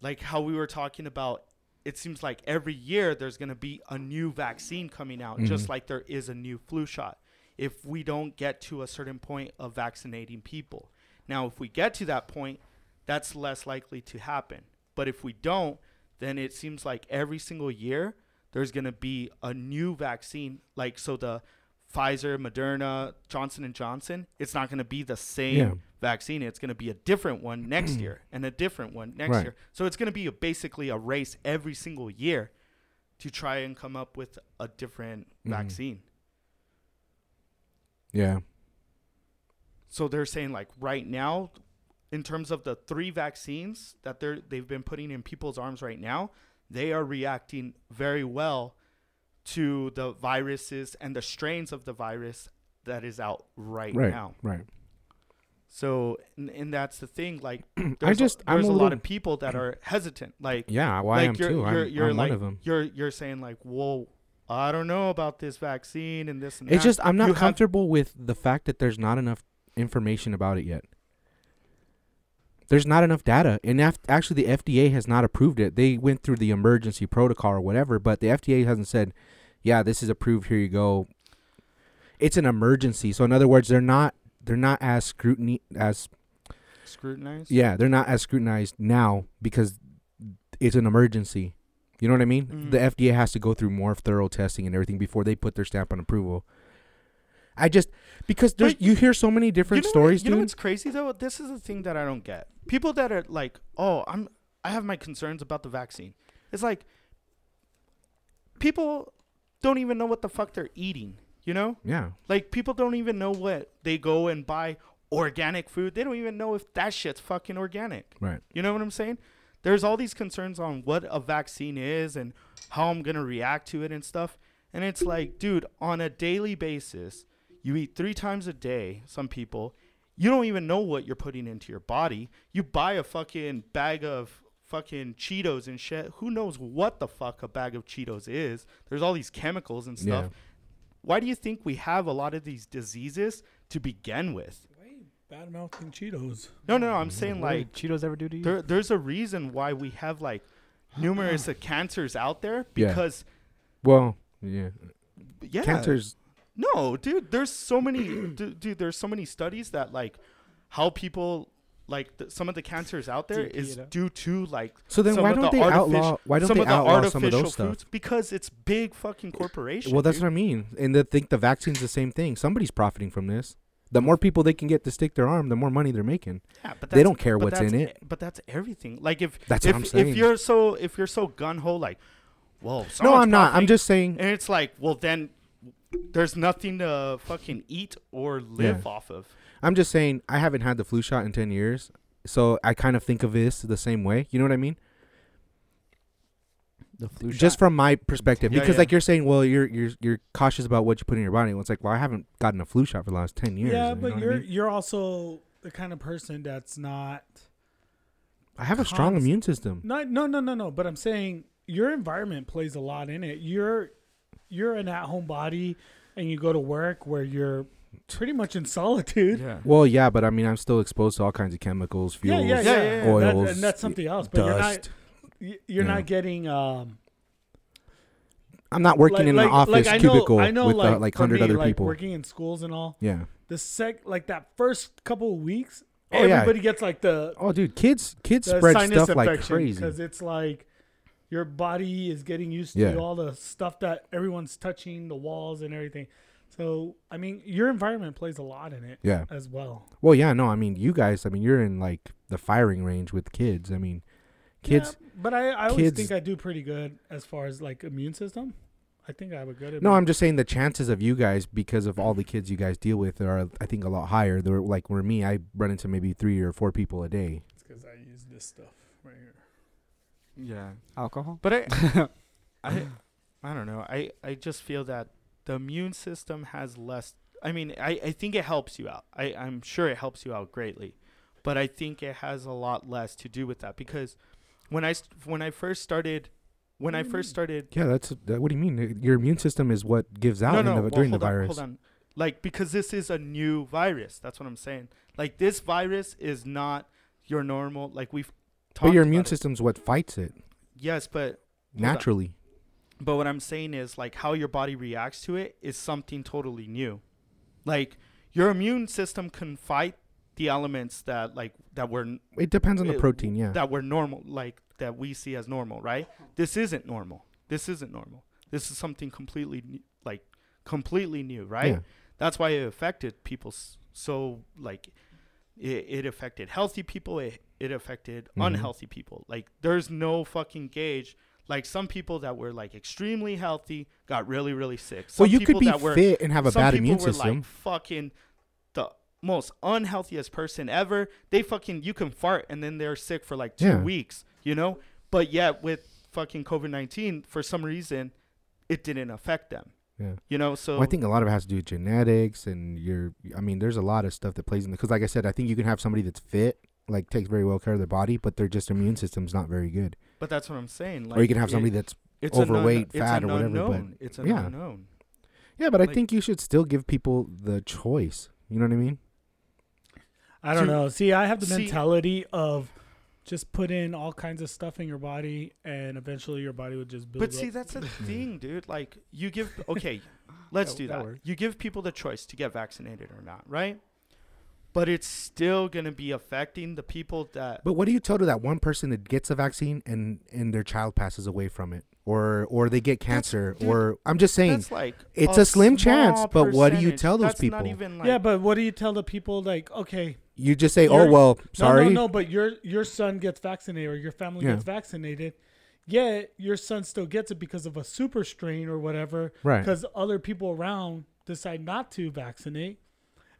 A: like how we were talking about, it seems like every year there's going to be a new vaccine coming out, just
B: Mhm.
A: like there is a new flu shot. If we don't get to a certain point of vaccinating people, now if we get to that point, that's less likely to happen. But if we don't, then it seems like every single year there's going to be a new vaccine. Like so, the Pfizer, Moderna, Johnson and Johnson. It's not going to be the same
B: Yeah.
A: vaccine. It's going to be a different one next year and a different one next
B: Right.
A: year. So it's going to be a, basically a race every single year to try and come up with a different
B: Mhm.
A: vaccine.
B: Yeah,
A: So they're saying like right now, in terms of the three vaccines that they're they've been putting in people's arms right now, they are reacting very well to the viruses and the strains of the virus that is out right,
B: right,
A: now.
B: right.
A: So and, and that's the thing. Like
B: I
A: there's
B: just
A: a,
B: i I'm
A: there's
B: a,
A: a,
B: little,
A: lot of people that are hesitant. Like
B: yeah. Well, I
A: like
B: am
A: you're
B: too.
A: you're,
B: I'm,
A: you're
B: I'm
A: like
B: one of them.
A: you're you're saying like well I don't know about this vaccine and this and
B: It's
A: that.
B: just I'm not
A: you have-
B: comfortable with the fact that there's not enough information about it yet. There's not enough data, and af- actually, the FDA has not approved it. They went through the emergency protocol or whatever, but the FDA hasn't said, "Yeah, this is approved. Here you go." It's an emergency, so in other words, they're not they're not as scrutiny as
A: scrutinized.
B: yeah they're not as scrutinized now because it's an emergency. You know what I mean?
A: Mhm.
B: The FDA has to go through more thorough testing and everything before they put their stamp on approval. I just because there's
A: But-
B: you hear so many different
A: you know what-
B: stories,
A: You know
B: dude.
A: what's crazy though? This is the thing that I don't get. People that are like, "Oh, I'm I have my concerns about the vaccine." It's like people don't even know what the fuck they're eating, you know?
B: Yeah,
A: Like people don't even know what they go and buy organic food. They don't even know if that shit's fucking organic.
B: right.
A: You know what I'm saying? There's all these concerns on what a vaccine is and how I'm going to react to it and stuff. And it's like, dude, on a daily basis, you eat three times a day, some people. You don't even know what you're putting into your body. You buy a fucking bag of fucking Cheetos and shit. Who knows what the fuck a bag of Cheetos is? There's all these chemicals and stuff.
B: Yeah.
A: Why do you think we have a lot of these diseases to begin with?
C: Bad mouthing Cheetos.
A: No, no, no. I'm saying
D: What
A: like
D: did Cheetos ever do to you?
A: there, there's a reason why we have like numerous uh, cancers out there
B: Yeah.
A: because
B: Well, yeah.
A: yeah,
B: Cancer's
A: No, dude, there's so many, dude, dude. There's so many studies that like how people like th- some of the cancers out there
D: DP
A: is
D: it up.
A: due to like
B: so then
A: some
B: why
A: of
B: don't
A: the
B: they
A: artifici-
B: outlaw? Why don't
A: some
B: they
A: of the
B: outlaw some of
A: artificial
B: those stuff?
A: foods because it's big fucking corporation.
B: Well, that's
A: dude.
B: what I mean, and they think the vaccine's the same thing. Somebody's profiting from this. The more people they can get to stick their arm, the more money they're making.
A: Yeah, but
B: They
A: that's-
B: don't care
A: but
B: what's
A: that's
B: in
A: e-
B: it.
A: But that's everything. Like if
B: That's
A: if,
B: what I'm saying.
A: if you're so if you're so gun ho like, whoa.
B: No,
A: someone's
B: I'm not. I'm
A: profiting,"
B: just saying.
A: And it's like, well, then there's nothing to fucking eat or live
B: Yeah.
A: off of.
B: I'm just saying. I haven't had the flu shot in ten years, so I kind of think of this the same way. You know what I mean?
D: the flu
B: just from my perspective,
A: Yeah,
B: because
A: yeah.
B: like you're saying, well, you're you're you're cautious about what you put in your body. Well, it's like, well, I haven't gotten a flu shot for the last ten years.
C: yeah,
B: you know
C: but
B: what
C: you're
B: I, mean?
C: you're also the kind of person that's not
B: I have a strong
C: cons-
B: immune system.
C: not no no no no. But I'm saying your environment plays a lot in it. You're you're an at home body, and you go to work where you're pretty much in solitude.
D: yeah.
B: Well, yeah, but I mean, I'm still exposed to all kinds of chemicals,
C: Yeah,
B: fuels,
C: yeah, yeah.
A: Yeah, yeah, yeah.
C: That-
B: Oils,
C: and that's something else. But
B: dust.
C: you're not
B: Yeah.
C: you're not getting um,
B: I'm not working
C: like-
B: in
C: like-
B: an office
C: like I know-
B: cubicle
C: I know,
B: with
C: like,
B: uh, like
C: for
B: hundred
C: me,
B: other
C: like,
B: people.
C: working in schools and all.
B: yeah.
C: The sec like that first couple of weeks,
B: Oh, yeah.
C: everybody gets like the
B: Oh, dude, kids kids
C: the
B: spread
C: sinus
B: stuff like
C: infection because
B: crazy.
C: it's like your body is getting used to
B: Yeah.
C: all the stuff that everyone's touching, the walls and everything. So I mean, your environment plays a lot in it
B: Yeah.
C: as well.
B: Well, yeah, no, I mean, you guys, I mean, you're in like the firing range with kids. I mean, Kids,
C: Yeah, but I, I always
B: kids-
C: think I do pretty good as far as like immune system. I think I have a good.
B: No,
C: immune-
B: I'm just saying the chances of you guys, because of all the kids you guys deal with, are I think a lot higher. They're like where me, I run into maybe three or four people a day.
C: It's because I use this stuff right here.
D: Yeah. Alcohol.
A: But I, I, I don't know. I, I just feel that the immune system has less. I mean, I, I think it helps you out. I, I'm sure it helps you out greatly, but I think it has a lot less to do with that because when I st- when I first started, when I first started,
B: Yeah, that's that, what do you mean? Uh, Your immune system is what gives out
A: no,
B: in
A: no,
B: the-
A: well,
B: during the
A: hold on,
B: virus.
A: hold on. Like because this is a new virus. That's what I'm saying. Like this virus is not your normal. Like we've talked.
B: But your
A: about
B: immune
A: it.
B: system's what fights it
A: Yes, but on.
B: naturally.
A: But what I'm saying is like how your body reacts to it is something totally new. Like your immune system can fight the elements that like that were
B: It depends on the
A: It-
B: protein. Yeah.
A: that were normal like that we see as normal, right? This isn't normal. This isn't normal. This is something completely new, like completely new, right?
B: Yeah.
A: That's why it affected people s- so like it, it affected healthy people, it, it affected
B: Mhm.
A: unhealthy people. Like there's no fucking gauge. Like some people that were like extremely healthy got really really sick. Some
B: well, you could
A: people
B: be
A: that were
B: fit and have a
A: some
B: bad
A: people
B: immune
A: were
B: system.
A: like fucking the most unhealthiest person ever. They fucking you can fart and then they're sick for like two
B: Yeah.
A: weeks, you know? But yet with fucking COVID nineteen, for some reason, it didn't affect them.
B: yeah.
A: You know, so
B: Well, I think a lot of it has to do with genetics and your. I mean, there's a lot of stuff that plays in because, like I said, I think you can have somebody that's fit, like takes very well care of their body, but their just immune system's not very good.
A: but that's what I'm saying. Like
B: or you can have
A: it-
B: somebody that's
A: it's an un-
B: overweight,
A: it's
B: fat,
A: an
B: or whatever, but-
A: Unknown. it's an
B: yeah.
A: unknown.
B: yeah. But I
A: like-
B: think you should still give people the choice. You know what I mean?
C: I don't
A: So-
C: know. See, I have the
A: See-
C: mentality of just put in all kinds of stuff in your body, and eventually your body would just build.
A: But see,
C: up.
A: that's the thing, dude. Like you give okay, let's
D: That-
A: do
D: that
A: that.
D: works.
A: You give people the choice to get vaccinated or not, right? But it's still gonna be affecting the people that
B: But what do you tell to that one person that gets a vaccine and and their child passes away from it, or or they get cancer,
A: dude,
B: or I'm just saying
A: That's like
B: it's a slim chance,
A: small
B: but what do you
A: percentage.
B: tell those
A: That's Not
B: people?
A: even like,
C: yeah. But what do you tell the people? Like, okay,
B: you just say, "Oh
C: you're-
B: well, sorry."
C: No, no, no. But your your son gets vaccinated, or your family
B: Yeah.
C: gets vaccinated. Yet your son still gets it because of a super strain or whatever.
B: Right.
C: Because other people around decide not to vaccinate,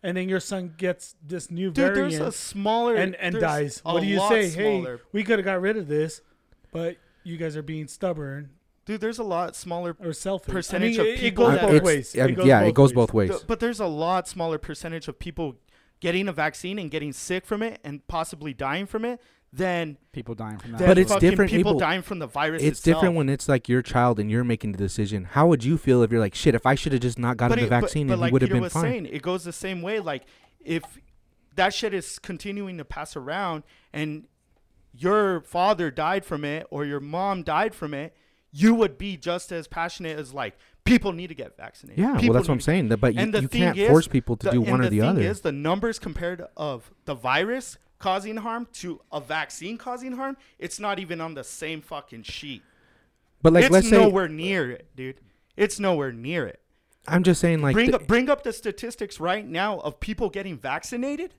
C: and then your son gets this new
A: dude,
C: variant.
A: there's a smaller
C: and and
A: there's
C: dies.
A: a
C: What do you
A: lot
C: say?
A: Smaller,
C: Hey, we could have got rid of this, but you guys are being stubborn
A: dude, there's a lot smaller.
C: or selfish.
A: Percentage
C: I
A: of
C: mean, it-
A: people
C: it goes
A: that-
C: both
B: It's-
C: ways.
B: um, yeah, it goes
C: ways.
B: both ways.
A: th- But there's a lot smaller percentage of people getting a vaccine and getting sick from it and possibly dying from it than
D: People dying from that.
A: than
B: But it's
A: fucking
B: different
A: people
B: able-
A: dying from the virus.
B: it's
A: itself.
B: different when it's like your child and you're making the decision. How would you feel if you're like, shit, if I should have just not gotten
A: but
B: the
A: it- but-
B: vaccine
A: but
B: and
A: like
B: you would have
A: Peter
B: been
A: was
B: fine?
A: saying, it goes the same way. Like if that shit is continuing to pass around and your father died from it or your mom died from it, you would be just as passionate as like people need to get vaccinated.
B: yeah, well,
A: People
B: that's what I'm
A: need-
B: saying. that- But you,
A: And the
B: you
A: thing
B: can't
A: is,
B: force people to
A: the-
B: do
A: and
B: one or the
A: thing
B: other.
A: Is the numbers compared of the virus causing harm to a vaccine causing harm? It's not even on the same fucking sheet.
B: but like,
A: it's
B: let's say
A: nowhere near it, dude. It's nowhere near it
B: I'm just saying, like,
A: bring
B: the-
A: up bring up the statistics right now of people getting vaccinated,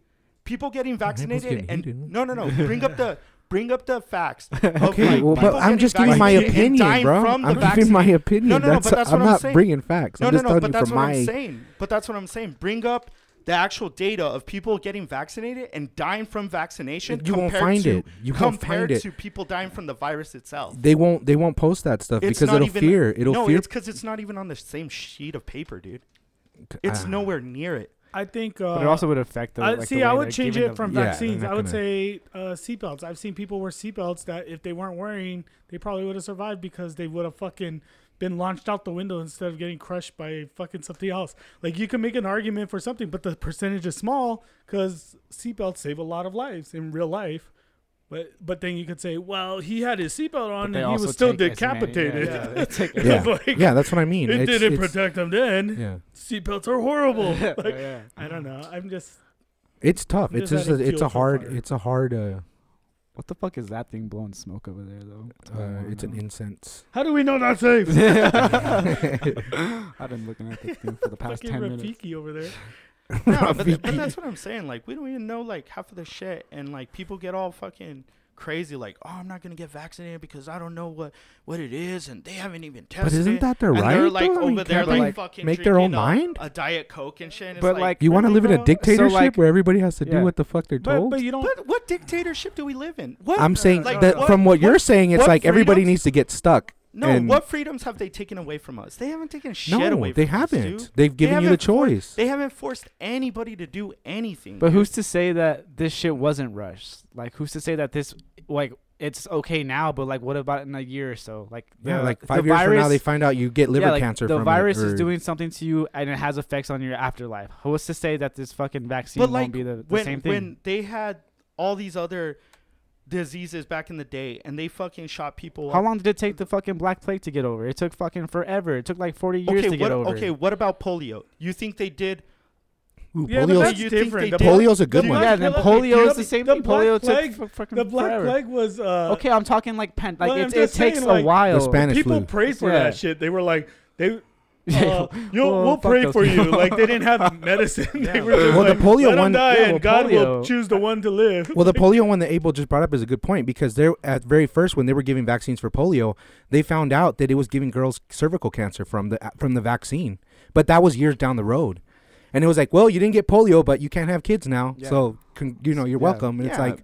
A: people getting vaccinated,
B: getting
A: and
B: heated,
A: no, no, no. bring up the bring up the facts. of,
B: okay,
A: like,
B: well, but
A: people
B: I'm
A: getting
B: just giving my
A: vaccinated and
B: opinion,
A: dying
B: bro.
A: from the
B: I'm giving my
A: vaccine.
B: opinion.
A: No, no, no,
B: that's,
A: but that's
B: I'm
A: what I'm
B: not
A: saying.
B: bringing facts.
A: No,
B: I'm
A: no,
B: just
A: no.
B: telling
A: But
B: you
A: that's
B: from
A: what I'm
B: my.
A: saying. But that's what I'm saying. Bring up the actual data of people getting vaccinated and dying from vaccination.
B: You won't
A: compared
B: find
A: to,
B: it. You won't
A: compared
B: find it.
A: to people dying from the virus itself.
B: They won't. They won't post that stuff
A: It's
B: because
A: not
B: it'll
A: even,
B: fear. It'll
A: no,
B: fear.
A: it's because it's not even on the same sheet of paper, dude. It's
B: Ah.
A: nowhere near it.
C: I think. Uh,
D: But it also would affect the.
C: I,
D: like, the
C: see,
D: way
C: I
D: they're
C: would change
D: giving
C: it
D: the-
C: from
B: Yeah, they're
C: vaccines.
B: not
C: I would
B: gonna-
C: say uh, seatbelts. I've seen people wear seatbelts that if they weren't wearing, they probably would have survived because they would have fucking been launched out the window instead of getting crushed by fucking something else. Like you can make an argument for something, but the percentage is small because seatbelts save a lot of lives in real life. But but then you could say, well, he had his seatbelt on
D: they
C: and he
D: also
C: was still
D: take as many-
C: decapitated.
D: yeah, they take as
B: yeah,
C: Like,
B: yeah, that's what I mean.
C: It
B: It's-
C: didn't
B: it's-
C: protect him then.
B: Yeah,
C: Seatbelts are horrible.
D: Yeah,
B: Oh,
C: Like,
D: yeah.
C: I don't know. I'm just
B: it's tough. It's
C: Just
B: just.
C: adding
B: a- It's
C: fuel
B: a
C: to the
B: hard.
C: fire.
B: It's a hard. Uh,
D: What the fuck is that thing blowing smoke over there though? That's what I
A: Oh,
B: uh,
D: wanna
B: it's an
D: know.
B: incense.
C: how do we know not safe?
D: I've been looking at this thing for the past
C: Fucking
D: ten minutes.
C: Rafiki over there.
A: No, but, th- but that's what I'm saying. Like, we don't even know like half of the shit, and like people get all fucking crazy like, "Oh, I'm not going to get vaccinated because I don't know what what it is and they haven't even tested
B: But isn't
A: it."
B: that their
A: and
B: right?
A: they're like
B: though? I mean,
A: over there
B: can't
A: like,
B: they, like,
A: fucking
B: make their own
A: drinking a-
B: mind.
A: A, diet coke and shit. And it's
D: But,
A: like,
D: like,
B: You want to
C: Really,
B: live in
C: bro?
B: a
C: So,
B: dictatorship
D: like-
B: where everybody has to do
D: Yeah.
B: what the fuck they're
C: But,
B: told?
C: but you don't.
A: but what dictatorship do we live in? What
B: I'm saying
A: like,
B: that
A: what-
B: from what, you're saying, it's
A: what
B: like everybody
A: freedoms-
B: needs to get stuck.
A: no,
B: and-
A: what freedoms have they taken away from us? They haven't taken shit away.
B: No, they
A: from Us,
B: haven't.
A: dude.
B: They've given you the
A: haven't for-
B: choice.
A: They haven't forced anybody to do anything.
D: But who's to say that this shit wasn't rushed? Like, who's to say that this, like, it's okay now, but like, what about in a year or so? Like,
B: yeah,
D: the-
B: like
D: the
B: five years from now,
D: virus-
B: they find out you get liver
D: yeah, like,
B: cancer
D: The
B: from
D: virus
B: is
D: is doing something to you, and it has effects on your afterlife. Who's to say that this fucking vaccine
A: but
D: won't
A: like
D: be the, the
A: when
D: same thing?
A: when they had all these other diseases back in the day, and they fucking shot people.
D: How
A: up.
D: long did it take the fucking Black Plague to get over? It took fucking forever. It took like forty years
A: okay,
D: to
A: what,
D: get over.
A: okay, what about polio? You think they did?
C: Yeah, but
B: polio's-
C: that's
A: You think
C: different.
A: they
C: The
A: did-
C: Black-
B: Polio's a good
C: you
B: one.
C: guys
D: Yeah, and then
C: know-
D: polio
C: you
D: is
C: know,
D: the same
C: the
D: thing.
C: Black
D: Polio
C: plague,
D: took f- fucking
C: The Black
D: forever.
C: Plague was uh,
D: okay, I'm talking like pen. Like
C: Well, I'm
D: it, it
C: just
D: takes
C: saying,
D: a
C: like,
D: while.
B: The Spanish
C: people
B: flu.
C: prayed for
D: Yeah.
C: that shit. They were like they.
D: Yeah.
C: Uh, you'll,
D: Well,
C: we'll
D: fuck
C: pray
D: those
C: for you.
D: people.
C: Like they didn't have medicine. they were just
B: Well, the
C: like,
B: polio
C: let 'em
B: one-
C: die,
D: yeah,
C: and
D: well,
C: God will
D: polio-
C: choose the one to live.
B: Well, the polio one that Abel just brought up is a good point because there at very first when they were giving vaccines for polio, they found out that it was giving girls cervical cancer from the from the vaccine, but that was years down the road, and it was like, well, you didn't get polio, but you can't have kids now,
D: Yeah.
B: so con- you know you're
D: Yeah.
B: welcome. And it's
A: Yeah.
B: like,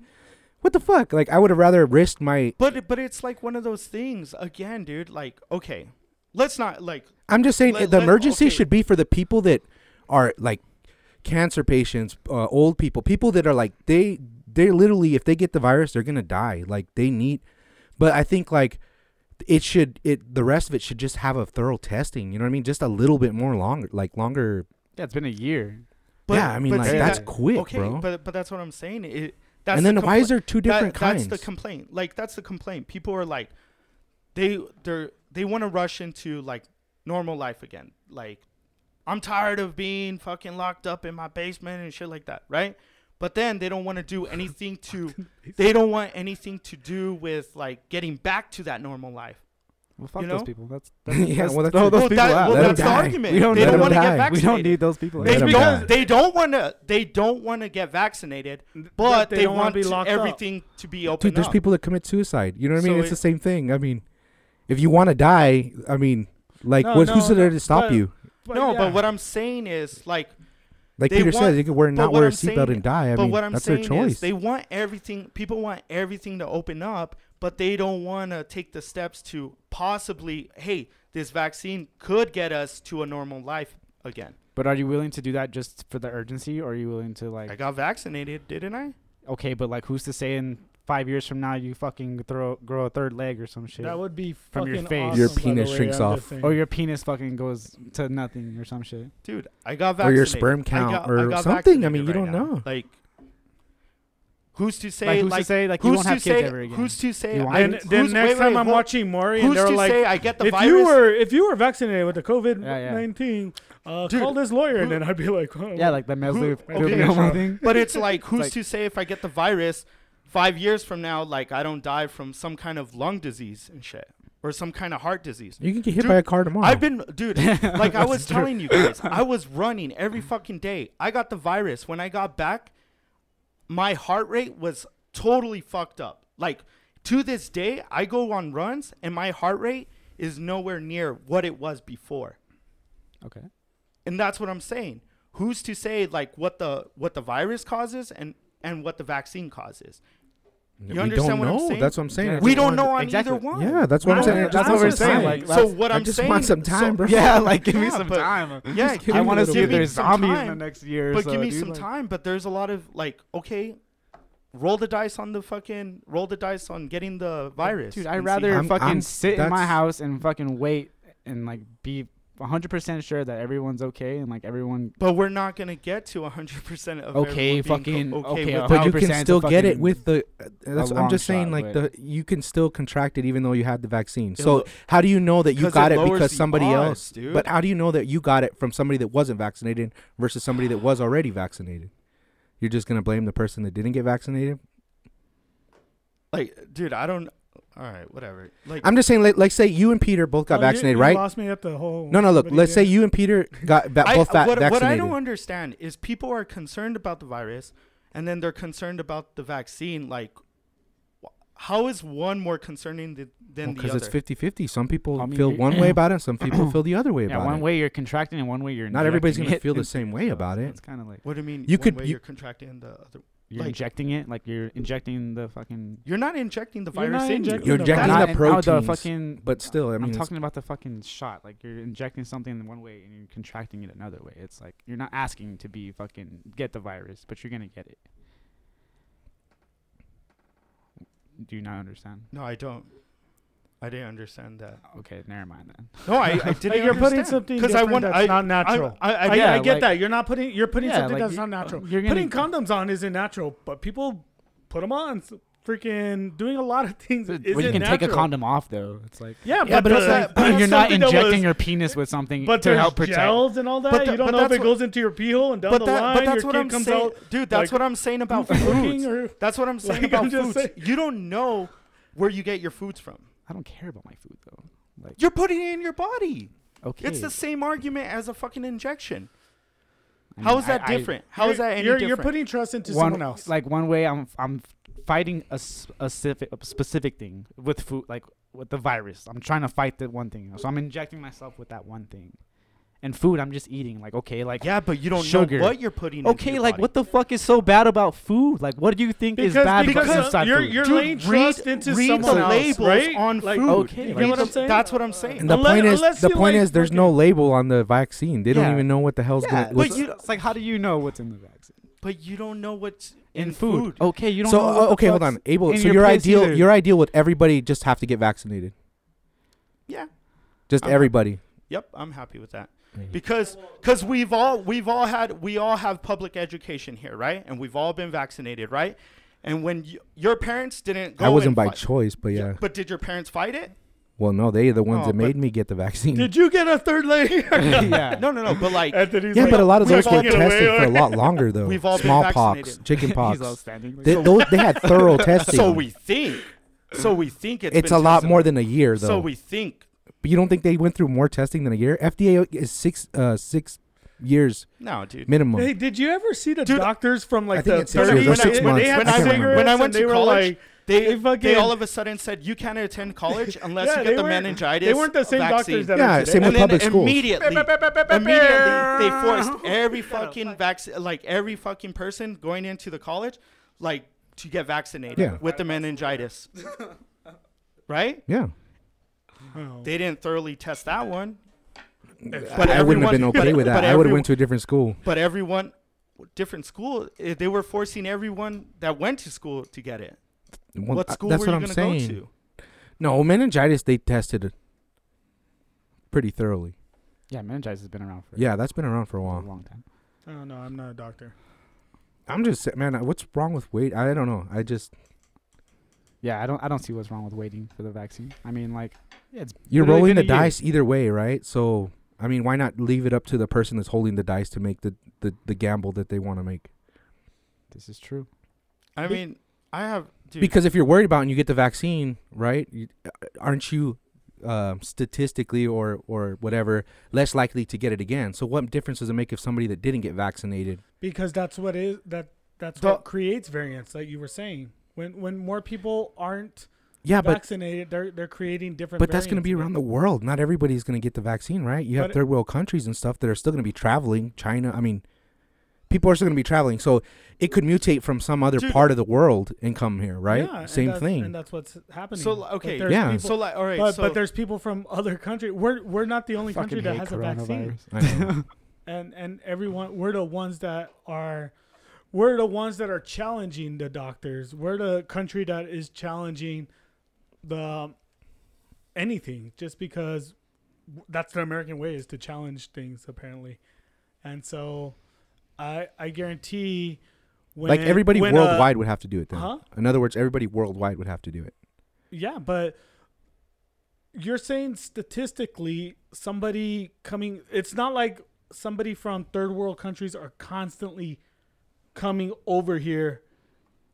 B: what the fuck? Like I would have rather risked my.
A: But but it's like one of those things again, dude. Like okay, let's not like
B: I'm just saying
A: Let-
B: the
A: let-
B: emergency
A: okay.
B: should be for the people that are like cancer patients, uh, old people, people that are like they they literally if they get the virus they're gonna die. Like they need, but I think like it should it the rest of it should just have a thorough testing. You know what I mean? Just a little bit more longer, like longer.
D: Yeah, it's been a year.
A: But-
B: yeah, I mean
A: but
B: like
A: see,
B: that's
A: that-
B: quick,
A: okay,
B: bro.
A: but but that's what I'm saying. It that's
B: and
A: the
B: then why is
A: compla-
B: there two different
A: that-
B: kinds?
A: That's the complaint. Like that's the complaint. People are like, they they're they want to rush into like normal life again. Like I'm tired of being fucking locked up in my basement and shit like that, right? But then they don't want to do anything to they don't want anything to do with like getting back to that normal life.
D: Well, fuck
A: You
D: those
A: know?
D: people. That's, that's
B: yeah,
D: that's-
B: well that's
D: throw
B: a-
D: those
A: Well,
D: people
A: that-
D: out.
A: well,
B: Let 'em
A: that's the
B: die.
A: argument.
D: We don't
A: they
B: let
A: don't
B: 'em
A: want to get
B: die.
D: We
A: vaccinated.
D: don't need those people.
B: Let
A: They
B: 'em die.
A: don't. They don't want to. They don't want to get vaccinated, but they,
C: don't wanna
A: want
C: be
A: to-
C: locked up.
A: everything to be open.
B: Dude, there's
A: up.
B: people that commit suicide. You know what I mean?
A: So
B: it's
A: it-
B: the same thing. I mean, if you want to die, I mean, like,
C: No,
B: what,
C: no,
B: who's
C: no,
B: there to stop
C: but-
B: you?
A: no,
C: yeah.
A: but what I'm saying is like.
B: Like
A: they
B: Peter
A: want-
B: said, you could wear
A: but
B: not
A: what
B: wear
A: I'm
B: a
A: saying-
B: seatbelt and die. I
A: but
B: mean,
A: what I'm
B: that's their
A: saying
B: choice.
A: is they want everything. People want everything to open up, but they don't want to take the steps to possibly. Hey, this vaccine could get us to a normal life again.
D: But are you willing to do that just for the urgency, or are you willing to
A: I
D: like?
A: got vaccinated, didn't I?
D: Okay, but like, who's to say in five years from now you fucking throw grow a third leg or some shit,
C: that would be
D: From
C: fucking
D: your face.
C: awesome,
D: Your
C: by the
B: penis
C: way,
B: shrinks
C: I'm
B: off.
C: just saying.
D: or your penis fucking goes to nothing or some shit.
A: Dude, I got
B: Or
A: vaccinated.
B: your sperm count
A: I got,
B: or
A: I got
B: something. I
A: vaccinated
B: mean, you
A: right
B: don't
A: now.
B: know.
A: Like, who's to say?
D: like,
A: Like,
D: who's to say like you
A: who's
D: won't
A: to
D: have kids
A: say-
D: ever again?
A: Who's to say?
D: You want
A: I-
C: And
D: Who's-
C: then
A: who's-
C: next
A: wait, wait,
C: time I'm
A: hold-
C: watching Maury, and
A: Who's
C: they're
A: to
C: like,
A: say I get the
C: if
A: virus?
C: you were if you were vaccinated with the COVID
D: Yeah, yeah.
C: nineteen, uh,
A: Dude,
C: call this lawyer, and
A: who-
C: then I'd be like, oh,
D: yeah, like the mesothelioma
A: okay,
C: sure.
D: thing.
A: but it's like who's
D: like-
A: to say if I get the virus five years from now, like I don't die from some kind of lung disease and shit or some kind of heart disease.
B: you can get hit
A: Dude,
B: by a car tomorrow.
A: I've been, dude, like I was telling you guys, I was running every fucking day. I got the virus. When I got back, my heart rate was totally fucked up. Like to this day, I go on runs and my heart rate is nowhere near what it was before.
D: Okay.
A: And that's what I'm saying. Who's to say like what the what the virus causes and and what the vaccine causes?
B: We
A: you
B: don't
A: understand what I'm
B: know.
A: saying?
B: That's what I'm saying.
D: Yeah.
B: I
A: We
B: just
A: don't
B: wanted-
A: know on
D: Exactly.
A: either one.
B: Yeah, that's what I'm
C: I-
B: saying.
C: that's
B: That's what
C: what
B: we're
C: I'm saying,
B: saying.
D: like,
A: so
D: that's-
A: what
B: I
A: I'm
B: just
A: saying,
B: want some time,
A: so-
B: bro.
D: Yeah, like give me
A: Yeah,
D: some
A: but-
D: time.
A: Yeah,
B: give
D: I
B: me
D: want
B: a
D: to
B: little
D: see if
B: bit.
D: there's
A: Give me some
D: zombie in
A: time.
D: the next year. or
A: but
D: so,
A: give me
D: dude,
A: some
D: like-
A: time. But there's a lot of like, okay, roll the dice on the fucking roll the dice on getting the virus.
D: Dude,
A: and
D: I'd
A: see
D: rather
A: how-
B: I'm-
D: fucking
B: I'm-
D: sit in my
B: that's-
D: house and fucking wait and like be 100% sure that everyone's okay and like everyone
A: But we're not gonna get to 100 percent of
D: Okay,
A: everyone being
D: fucking-
A: co- okay.
D: okay,
A: with
D: uh,
A: that.
B: But you
D: 100%
B: can
D: is a
B: still get it
D: fucking-
B: with the. uh, That's what I'm
D: long
B: just saying.
D: shot,
B: Like the
D: but-
B: you can still contract it even though you had the vaccine.
A: It
B: So
A: lo-
B: how do you know that you
A: 'cause
B: got
A: it
B: it,
A: lowers
B: because
A: the
B: somebody
A: odds,
B: else?
A: dude.
B: But how do you know that you got it from somebody that wasn't vaccinated versus somebody that was already vaccinated? You're just gonna blame the person that didn't get vaccinated.
A: like, dude, I don't. All right, whatever. Like,
B: I'm just saying. Like, like say you and Peter both got
C: Oh, you-
B: vaccinated,
C: you
B: right?
C: Lost me at the whole.
B: No, no. Look,
C: but he
B: let's say
C: did.
B: you and Peter got va- both va-
A: I, what,
B: vaccinated.
A: what I don't understand is people are concerned about the virus, and then they're concerned about the vaccine. Like, wh- How is one more concerning th- than the
B: Because
A: other?
B: it's 50 50. Some people
D: I mean,
B: feel
D: you-
B: one way about it, and some people feel the other way
D: yeah,
B: about
D: one
B: it.
D: way you're contracting and one way you're
B: Not everybody's
D: injecting
B: gonna
D: it.
B: feel the same way about it.
D: It's kind of like
A: what do you mean?
B: You
A: one
B: could-
A: way
B: you-
A: are contracting the other.
D: you're
A: Like-
D: injecting it, like you're injecting the fucking.
A: You're not injecting the
C: You're
A: virus
C: not
A: in you.
C: injecting
B: You're
C: the
B: injecting
D: Not
B: the
D: in- oh,
B: proteins,
D: the fucking.
B: but still, I mean,
D: I'm
B: it's-
D: talking about the fucking shot. Like you're injecting something in one way and you're contracting it another way. It's like you're not asking to be fucking get the virus, but you're gonna get it. Do you not understand?
A: No, I don't. I didn't understand that.
D: Okay, never mind then.
A: No, I, I didn't.
C: Like, you're putting
A: understand.
C: something
A: 'Cause I
C: different
A: want-
C: that's
A: I-
C: not
A: I-
C: natural.
A: I, I,
C: I,
D: Yeah,
C: I get
D: like-
C: that. You're not putting. You're putting
D: Yeah, like
C: something that's
D: you- uh,
C: not natural.
D: you're gonna-
C: putting condoms on isn't natural, but people put them on. So Freaking doing a lot of things
D: Well,
C: isn't
D: you can
C: natural.
D: take a condom off though. It's like
C: Yeah,
A: Yeah,
C: but,
A: but it's
C: the-
A: like- but
D: you're
A: it's
D: not
A: something that
D: injecting
A: was-
D: your penis with something
C: but
D: to
C: there's
D: help protect.
C: gels and all that.
A: But the-
C: you don't
A: but
C: know if
A: that's
C: it
A: what-
C: goes into your pee hole and down
A: but,
C: the
A: that,
C: line.
A: but that's
C: your
A: what
C: kid
A: I'm
C: comes
A: saying,
C: out
A: dude. That's
C: like,
A: what I'm saying about
C: looking
A: foods.
C: or
A: That's what I'm saying
C: Like,
A: about
C: I'm just
A: foods.
C: saying.
A: You don't know where you get your foods from.
D: I don't care about my food though. Like
A: You're putting it in your body.
D: okay,
A: It's the same argument as a fucking injection.
D: I
A: How
D: mean,
A: is that
D: I- I-
A: different? How is
C: Mm, you're-
A: that any
C: you're,
A: different?
C: You're putting trust into
D: one,
C: someone else.
D: Like one way, I'm I'm fighting a, s- a specific a specific thing with food, like with the virus. I'm trying to fight that one thing, so I'm injecting myself with that one thing. And food, I'm just eating. Like okay, like
A: yeah, but you don't
D: Sugar.
A: know what you're putting. into
D: okay,
A: your
D: like
A: body.
D: what the fuck is so bad about food? Like what do you think
C: because
D: is bad
C: because
D: about inside
C: you're,
D: food?
C: you're
A: Dude,
C: laying trust
A: read-
C: into
A: read
C: someone
A: the
C: else,
A: labels
C: right?
A: on
C: like,
A: food.
D: Okay,
C: you
D: like,
C: get what I'm
D: so
C: saying?
A: That's what I'm saying.
B: And the
C: Unless-
B: point is,
C: unless
B: the
C: you,
B: point
C: like,
B: is, there's no label on the vaccine. They
D: Yeah.
B: don't even know what the hell's
D: yeah,
B: going.
D: but
B: to
D: you, it's like how do you know what's in the vaccine?
A: But you don't know what's in,
D: In food. Okay, you don't.
B: So
D: know what
B: uh,
D: the
B: okay, hold
D: fuck's
B: on, Abel.
D: in
B: So
D: your
B: your
D: place
B: ideal,
D: either.
B: your ideal would everybody just have to get vaccinated.
A: Yeah.
B: Just
A: I'm-
B: everybody.
A: Yep, I'm happy with that.
B: Mhm.
A: Because cuz we've all we've all had we all have public education here, right? And we've all been vaccinated, right? And when you, your parents didn't go
B: I wasn't
A: and
B: by
A: fight-
B: choice, but yeah.
A: But did your parents fight it?
B: Well, no, they are the ones
A: Oh,
B: that
A: but-
B: made me get the vaccine.
C: Did you get a third leg?
D: yeah.
A: No, no, no, but like
C: Anthony's
B: yeah,
C: like,
B: but a lot of
A: we've
B: those
A: all
B: were
A: been
B: tested for a
A: away.
B: lot longer though.
A: We've all been
B: Smallpox,
A: vaccinated.
B: chicken
D: He's all
B: pox.
D: standing. Like,
B: They, those, they had thorough testing.
A: so we think. So we think it's
B: it's
A: been
B: a lot
A: tested.
B: more than a year though.
A: So we think.
B: but you don't think they went through more testing than a year? FDA is six uh six years
A: No, dude.
B: minimum.
C: Hey, did you ever see the
A: Dude,
C: doctors from
B: I
C: like
B: think
C: the
B: it's six
C: 30s?
B: years or
C: when
B: six
C: they-
B: months.
C: They
B: I
C: had
A: when I,
B: can't remember.
A: when I went
C: they
A: to
C: were
A: college,
C: like,
A: they,
C: they
A: they,
C: fucking-
A: all of a sudden said you can't attend college unless
C: Yeah,
A: you
C: they
A: get the
C: weren't-
A: meningitis.
C: they weren't the same
A: vaccine.
C: doctors that
B: Yeah,
C: are today.
B: same with
A: and then
B: public schools.
A: immediately, immediately they forced every fucking vaccine, like every fucking person going into the college, like to get vaccinated
B: Yeah.
A: with the meningitis. right?
B: yeah.
A: They didn't thoroughly test that one,
B: But I wouldn't have
A: everyone-
B: been okay with that.
A: but
B: I would have
A: everyone-
B: went to a different school.
A: but everyone, different school, eh, they were forcing everyone that went to school to get it.
B: Well,
A: What
B: I-
A: school
B: that's
A: were
B: what
A: you
B: I'm
A: gonna
B: saying.
A: go to?
B: No, meningitis they tested it pretty thoroughly.
D: yeah, meningitis has been around for
B: Yeah, that's been around for a
D: a
B: while.
D: long time.
C: Oh no, I'm not a doctor.
B: I'm just sa- man, I- what's wrong with weight? I don't know. I just
D: Yeah, I don't I don't see what's wrong with waiting for the vaccine. I mean, like, yeah, it's
B: you're
D: literally
B: rolling the
D: been a year.
B: dice either way, right? So I mean, why not leave it up to the person that's holding the dice to make the the, the gamble that they want to make?
D: This is true.
A: I mean, I have dude,
B: Because if you're worried about it and you get the vaccine, right? You, uh, aren't you um, statistically or or whatever less likely to get it again? So what difference does it make if somebody that didn't get vaccinated?
C: Because that's what is that that's
A: The-
C: what creates variants like you were saying. When when more people aren't
B: Yeah, but
C: vaccinated, they're they're creating different
B: But that's going to be around
C: variants.
B: the world. Not everybody's going to get the vaccine, right? You have
C: But it-
B: third world countries and stuff that are still going to be traveling. China, I mean, people are still going to be traveling. So it could mutate from some other
A: Dude.
B: part of the world and come here, right?
C: Yeah, and
B: Same
C: that's-
B: thing.
C: And that's what's happening.
A: So,
C: Like,
A: okay.
C: there's
B: Yeah.
C: people-
A: so like all right,
C: but,
A: so
C: but there's people from other countries. We're we're not the only country
D: Fucking hate
C: that has a vaccine,
D: coronavirus.
B: I know.
C: and and everyone we're the ones that are, we're the ones that are challenging the doctors. We're the country that is challenging the um, anything just because w- that's the American way is to challenge things apparently, and so I I guarantee when
B: like everybody
C: when, uh,
B: worldwide would have to do it then.
C: huh?
B: In other words, everybody worldwide would have to do it.
C: Yeah, but you're saying statistically somebody coming it's not like somebody from third world countries are constantly coming over here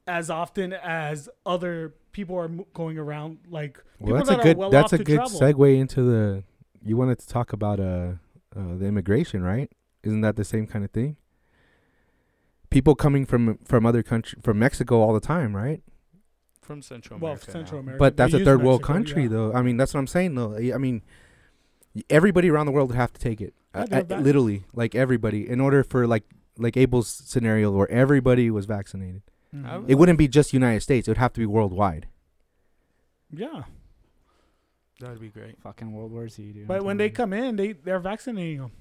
C: as often as other people are mo- going around like
B: Well,
C: people
B: that's
C: that
B: a
C: are
B: good
C: well
B: that's
C: off
B: a
C: to
B: good
C: travel.
B: segue into the you wanted to talk about uh, uh the immigration, right? Isn't that the same kind of thing? People coming from from other country from Mexico all the time, right?
A: from Central
C: well,
A: America.
C: Central
A: now.
C: America.
B: But that's
C: They
B: a
C: use
B: third world
C: Mexico,
B: country,
C: yeah.
B: though. I mean, that's what I'm saying, though. I I mean, everybody around the world would have to take it.
C: Yeah,
B: Uh,
C: they're
B: uh,
C: vac-
B: literally, like everybody, in order for like like Abel's scenario where everybody was vaccinated,
C: Mm-hmm.
A: Mhm.
B: it wouldn't be just United States. It would have to be worldwide.
C: Yeah,
A: That'd be great.
D: Fucking World War Z, dude. I'm
C: but
D: telling
C: when they
D: you.
C: come in, they they're vaccinating them.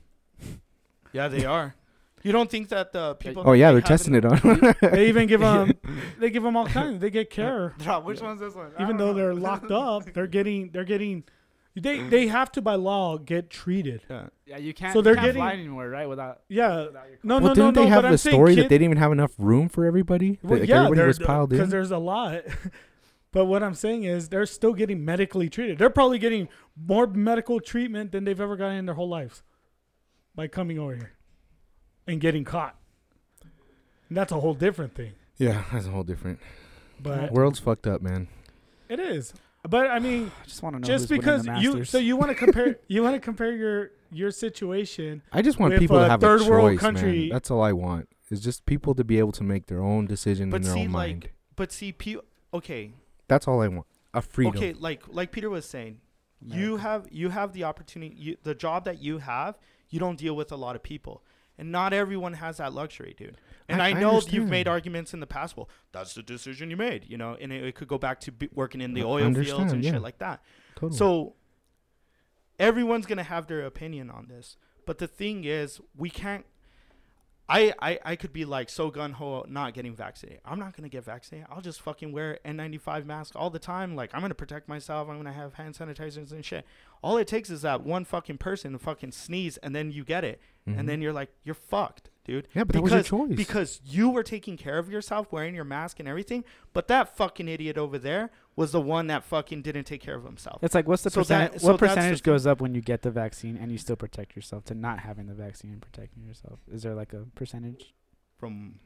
A: Yeah, they are. You don't think that the people?
B: Oh
A: that
B: yeah,
A: they
B: they're
A: have
B: testing
A: in-
B: it on.
C: They even give them they give them all kinds. They get care,
D: Drop, which one's this one? I
C: even
D: don't
C: though
D: know.
C: they're locked up. They're getting they're getting they they have to by law get treated.
A: Yeah.
D: Yeah, you can't.
C: So
D: So
C: they're
D: they're you can't fly
C: getting-
D: anymore, right? Without.
C: Yeah,
D: without your
C: no,
B: well,
C: no,
B: didn't
C: no, no.
B: they have the
C: but I'm saying
B: story
C: kid,
B: that they didn't even have enough room for everybody? That,
C: Well,
B: like,
C: yeah,
B: everybody
C: they're-
B: was piled
C: because
B: in.
C: there's a lot. but what I'm saying is they're still getting medically treated. They're probably getting more medical treatment than they've ever gotten in their whole lives by coming over here and getting caught. And that's a whole different thing.
B: Yeah, that's a whole different.
C: But
B: World's fucked up, man.
C: it is. But I mean,
D: I just want to know.
C: just
D: who's winning
C: because
D: the
C: you
D: Masters.
C: so you want to compare you want to compare your your situation.
B: I just want
C: With
B: people
C: a
B: to have
C: third
B: a choice,
C: world
B: man.
C: country-
B: That's all I want. Is just people to be able to make their own decision
A: But
B: in their
A: see, like,
B: own mind.
A: But see, pe- okay,
B: That's all I want. A freedom.
A: okay, like like Peter was saying, you
D: America.
A: have you have the opportunity. You, the job that you have, you don't deal with a lot of people, and not everyone has that luxury, dude. And
B: I-
A: I,
B: I
A: know
B: understand.
A: you've made arguments in the past. Well, that's the decision you made, you know, and it, it could go back to be working in the
B: I
A: oil fields
B: understand,
A: and
B: yeah.
A: shit like that.
B: Totally.
A: So everyone's gonna have their opinion on this, but the thing is, we can't. I I, I could be like so gun ho not getting vaccinated. I'm not gonna get vaccinated. I'll just fucking wear N95 mask all the time. Like I'm gonna protect myself. I'm gonna have hand sanitizers and shit. All it takes is that one fucking person to fucking sneeze, and then you get it,
B: Mhm.
A: and then you're like, you're fucked, dude.
B: yeah, but that was your choice.
A: Because you were taking care of yourself, wearing your mask and everything, but that fucking idiot over there was the one that fucking didn't take care of himself.
D: It's like what's the
A: So
D: percentage?
A: that- so
D: what
A: that's the
D: percentage
A: thing.
D: goes up when you get the vaccine and you still protect yourself to not having the vaccine and protecting yourself? Is there like a percentage?
A: From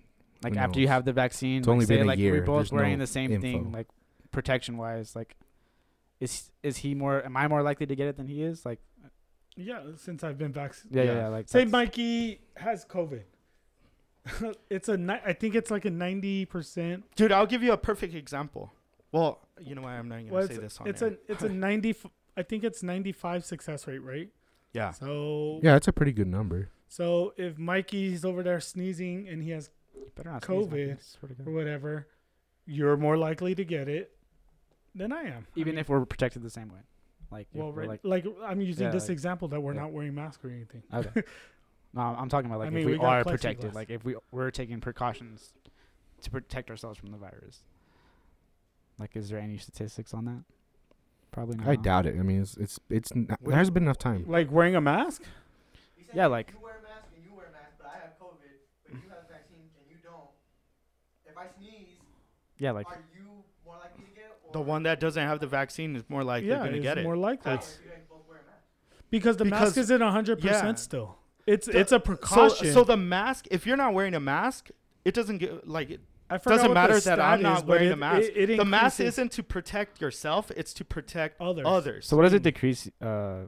D: Like
B: Who
D: after you
B: knows?
D: have the vaccine,
B: It's
D: like,
B: only
D: say,
B: been a
D: like
B: year.
D: we're both
B: There's
D: wearing
B: no
D: the same
B: info.
D: thing, like protection wise. Like, is is he more? Am I more likely to get it than he is? Like,
C: Yeah, since I've been vaccinated.
D: yeah, yeah,
A: Yeah.
D: yeah, like
C: Say
D: that's-
C: Mikey has COVID. it's a ni- I think it's like a ninety percent.
A: Dude, I'll give you a perfect example. Well, you know what? I'm not even gonna
C: Well,
A: say this
C: it's
A: on
C: it's
A: air.
C: a it's a ninety. f- I think it's ninety five success rate, right?
A: yeah.
C: So
B: yeah, it's a pretty good number.
C: So if Mikey's over there sneezing and he has
D: you better not sneeze, Mikey,
C: COVID.
D: I swear to
C: or
D: God.
C: whatever, you're more likely to get it than I am. I
D: Even
C: mean,
D: if we're protected the same way, like if
C: well,
D: we're,
C: right,
D: like
C: like, I'm using
D: yeah,
C: this
D: like-
C: example that we're
D: yeah.
C: not wearing masks or anything.
D: okay. no, I'm talking about like
C: mean,
D: if we,
C: we got
D: are
C: plexiglass.
D: protected, like if we we're taking precautions to protect ourselves from the virus. Like, is there any statistics on that? Probably not.
B: I doubt it. I mean, it's it's, it's n
A: What-
B: there hasn't been enough time.
C: Like wearing a mask?
D: Yeah, like
E: You wear a mask and you wear a mask, but I have COVID, but you have the vaccine and you don't. If I sneeze,
D: yeah, like
E: are you more likely to get it? Or
A: The one that doesn't have the vaccine is more likely
C: yeah,
A: gonna
C: it's
A: get it.
C: more likely
E: Or
A: That's-
E: you guys both wear a mask?
C: because the mask
A: because-
C: isn't hundred
A: yeah.
C: percent still. It's
A: The-
C: it's a
A: so,
C: precaution.
A: so the mask. If you're not wearing a mask, it doesn't get like it
C: I forgot
A: doesn't
C: what the
A: matter that I'm
C: stat
A: not
C: is, but
A: wearing
C: it-
A: a mask.
C: It, it
A: the mask
C: increases
A: isn't to protect yourself; it's to protect
C: others.
A: others.
D: so. What does it decrease? Uh,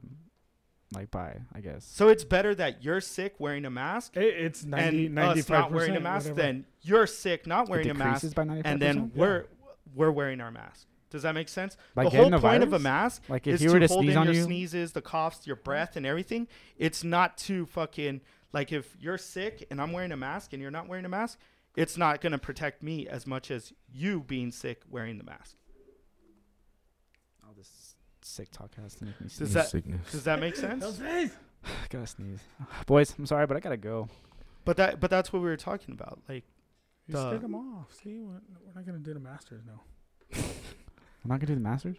D: like by I guess.
A: So it's better that you're sick wearing a mask
C: It, it's 90,
A: and us
C: 95
A: not wearing a mask than you're sick not wearing
D: it
A: a mask
D: decreases by ninety five
A: and then we're we're wearing our mask. Does that make sense?
D: By
A: the whole
D: getting
A: point
D: the
A: of a
D: virus?
A: mask
D: Like if
A: is
D: you were
A: to
D: to
A: hold
D: sneeze
A: in
D: on
A: your
D: you,
A: sneezes, the coughs, your breath, and everything. It's not to fucking like if you're sick and I'm wearing a mask and you're not wearing a mask, it's not gonna protect me as much as you being sick wearing the mask.
D: all this sick talk has to make me
A: Does
D: sneeze.
A: that-
B: sickness.
A: Does that make sense?
D: I gotta sneeze, boys. I'm sorry, but I gotta go.
A: but that but that's what we were talking about. Like
C: You stick
A: the-
C: them off. See, we're, we're not gonna do the masters now.
D: I'm not gonna do the Masters.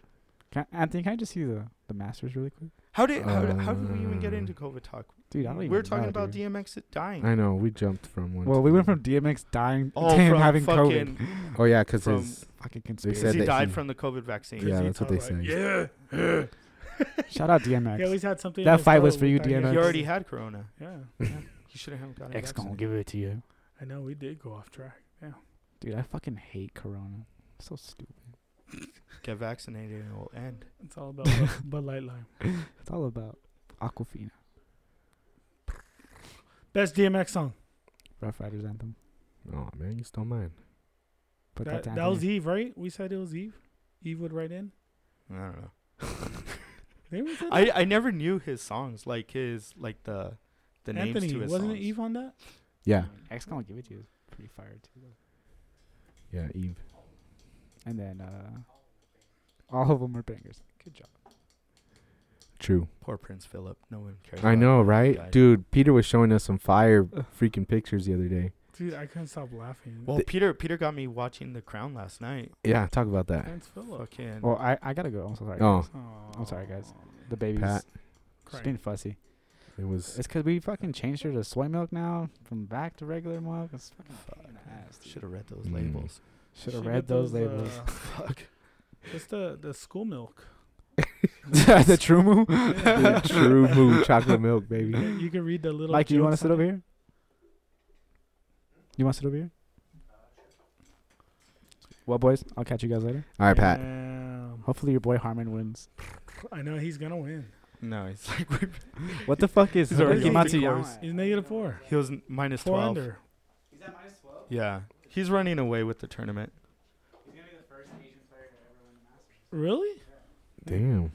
D: Can I, Anthony, can I just see the the Masters really quick,
A: how did how, did how did we even get
B: Uh,
A: into COVID talk?
D: dude? I don't even
A: we're talking
D: know,
A: about
D: dude.
A: DMX dying.
B: I know we jumped from one.
D: Well,
B: to
D: we went
B: the
D: from DMX dying
A: All
D: to him
A: Oh, from
D: having
A: fucking
D: COVID.
B: other. Oh yeah, because
A: from-
B: it's
D: Fucking
B: They
D: conspiracy.
B: said
A: he
B: that
A: died
B: he-
A: from the COVID vaccine.
B: Yeah,
C: Because he
B: that's what they
C: talked like,
B: say.
C: Yeah.
D: Shout out DMX.
C: He always had something. in
D: That
C: his
D: fight was
C: throat
D: for you,
C: with that-
D: DMX.
A: He already had corona.
C: Yeah,
A: He shouldn't have gotten
D: X gonna
A: vaccinated.
D: give it to you,
C: I know we did go off track. Yeah,
D: dude. I fucking hate Corona. So stupid.
A: Get vaccinated and it will end.
C: it's all about Bud- Bud Light Lime.
D: It's all about Aquafina,
C: Best DMX song.
D: Rough Riders anthem.
B: Oh man, you stole mine.
D: Put
C: that,
D: that,
C: that,
D: down.
C: was Eve, right? We said it was Eve. Eve would write in.
A: I don't know.
C: They were said
A: I, I never knew his songs like his like the the names
C: Anthony
A: to his
C: wasn't
A: songs.
C: it Eve on that?
B: Yeah.
D: XCOM will give it to you. It's pretty fire too. though.
B: Yeah, Eve.
D: And then uh, all of them are bangers. Good job.
B: True.
A: Poor Prince Philip. No one cares.
B: I
A: about
B: know,
A: him.
B: right?
A: Guy.
B: Dude, Peter was showing us some fire freaking pictures the other day.
C: Dude, I couldn't stop laughing.
A: Well, Peter Peter got me watching The Crown last night.
B: Yeah, talk about that.
C: Prince Philip.
A: Fucking.
D: Well, I, I gotta go. I'm so sorry.
B: Oh,
D: guys. I'm sorry, guys. The baby's
B: Pat,
D: just being fussy.
B: it was
D: It's because we fucking changed her to soy milk now from back to regular milk. It's fucking
A: Should have read those
B: Mm.
A: labels.
D: Should have
C: Should
D: read
C: get
D: those, labels.
C: uh,
A: Fuck.
C: What's the the school milk?
D: the true move.
B: the true mood chocolate milk, baby.
C: You you can read the little.
D: Mike, do you want to
C: jokes
D: sit
C: on
D: over
C: it.
D: here? You want to sit over here? Well, boys, I'll catch you guys later.
B: All right, Pat.
C: Damn.
D: Hopefully, your boy Harmon wins.
C: I know he's gonna win.
A: No, he's like we
D: What the fuck is
A: He's already
D: Hikimatsu
A: three
D: Yours?
A: points.
C: He's
D: Uh,
C: negative four.
A: he was n- minus
C: Four
A: twelve.
C: under.
A: Yeah, he's running away with the tournament.
C: Really?
B: Damn.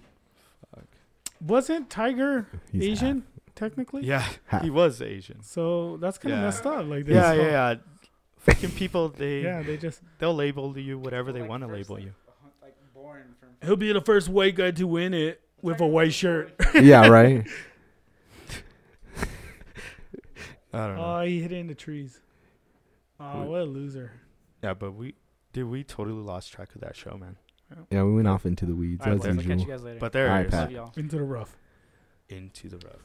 C: Wasn't Tiger
B: He's
C: Asian technically?
A: Yeah,
B: Ha.
A: he was Asian.
C: So that's kind of
A: Yeah.
C: messed up. Like they
A: Yeah,
C: just-
A: yeah, yeah. Fucking people, they
C: Yeah, they just
A: they'll label you whatever they want to label you.
C: he'll be the first white guy to win it with a white shirt.
B: half. yeah, right?
A: I don't know.
C: Oh, he hit it in the trees. Oh, what a loser.
A: yeah, but we dude, we totally lost track of that show, man.
B: Yeah, we went off into the weeds.
D: All right,
B: That's
D: boys, I'll catch you
B: usual.
D: guys later.
A: But there
B: All
A: it
B: right,
A: is.
B: Pat.
D: Love y'all.
C: Into the rough.
A: Into the rough.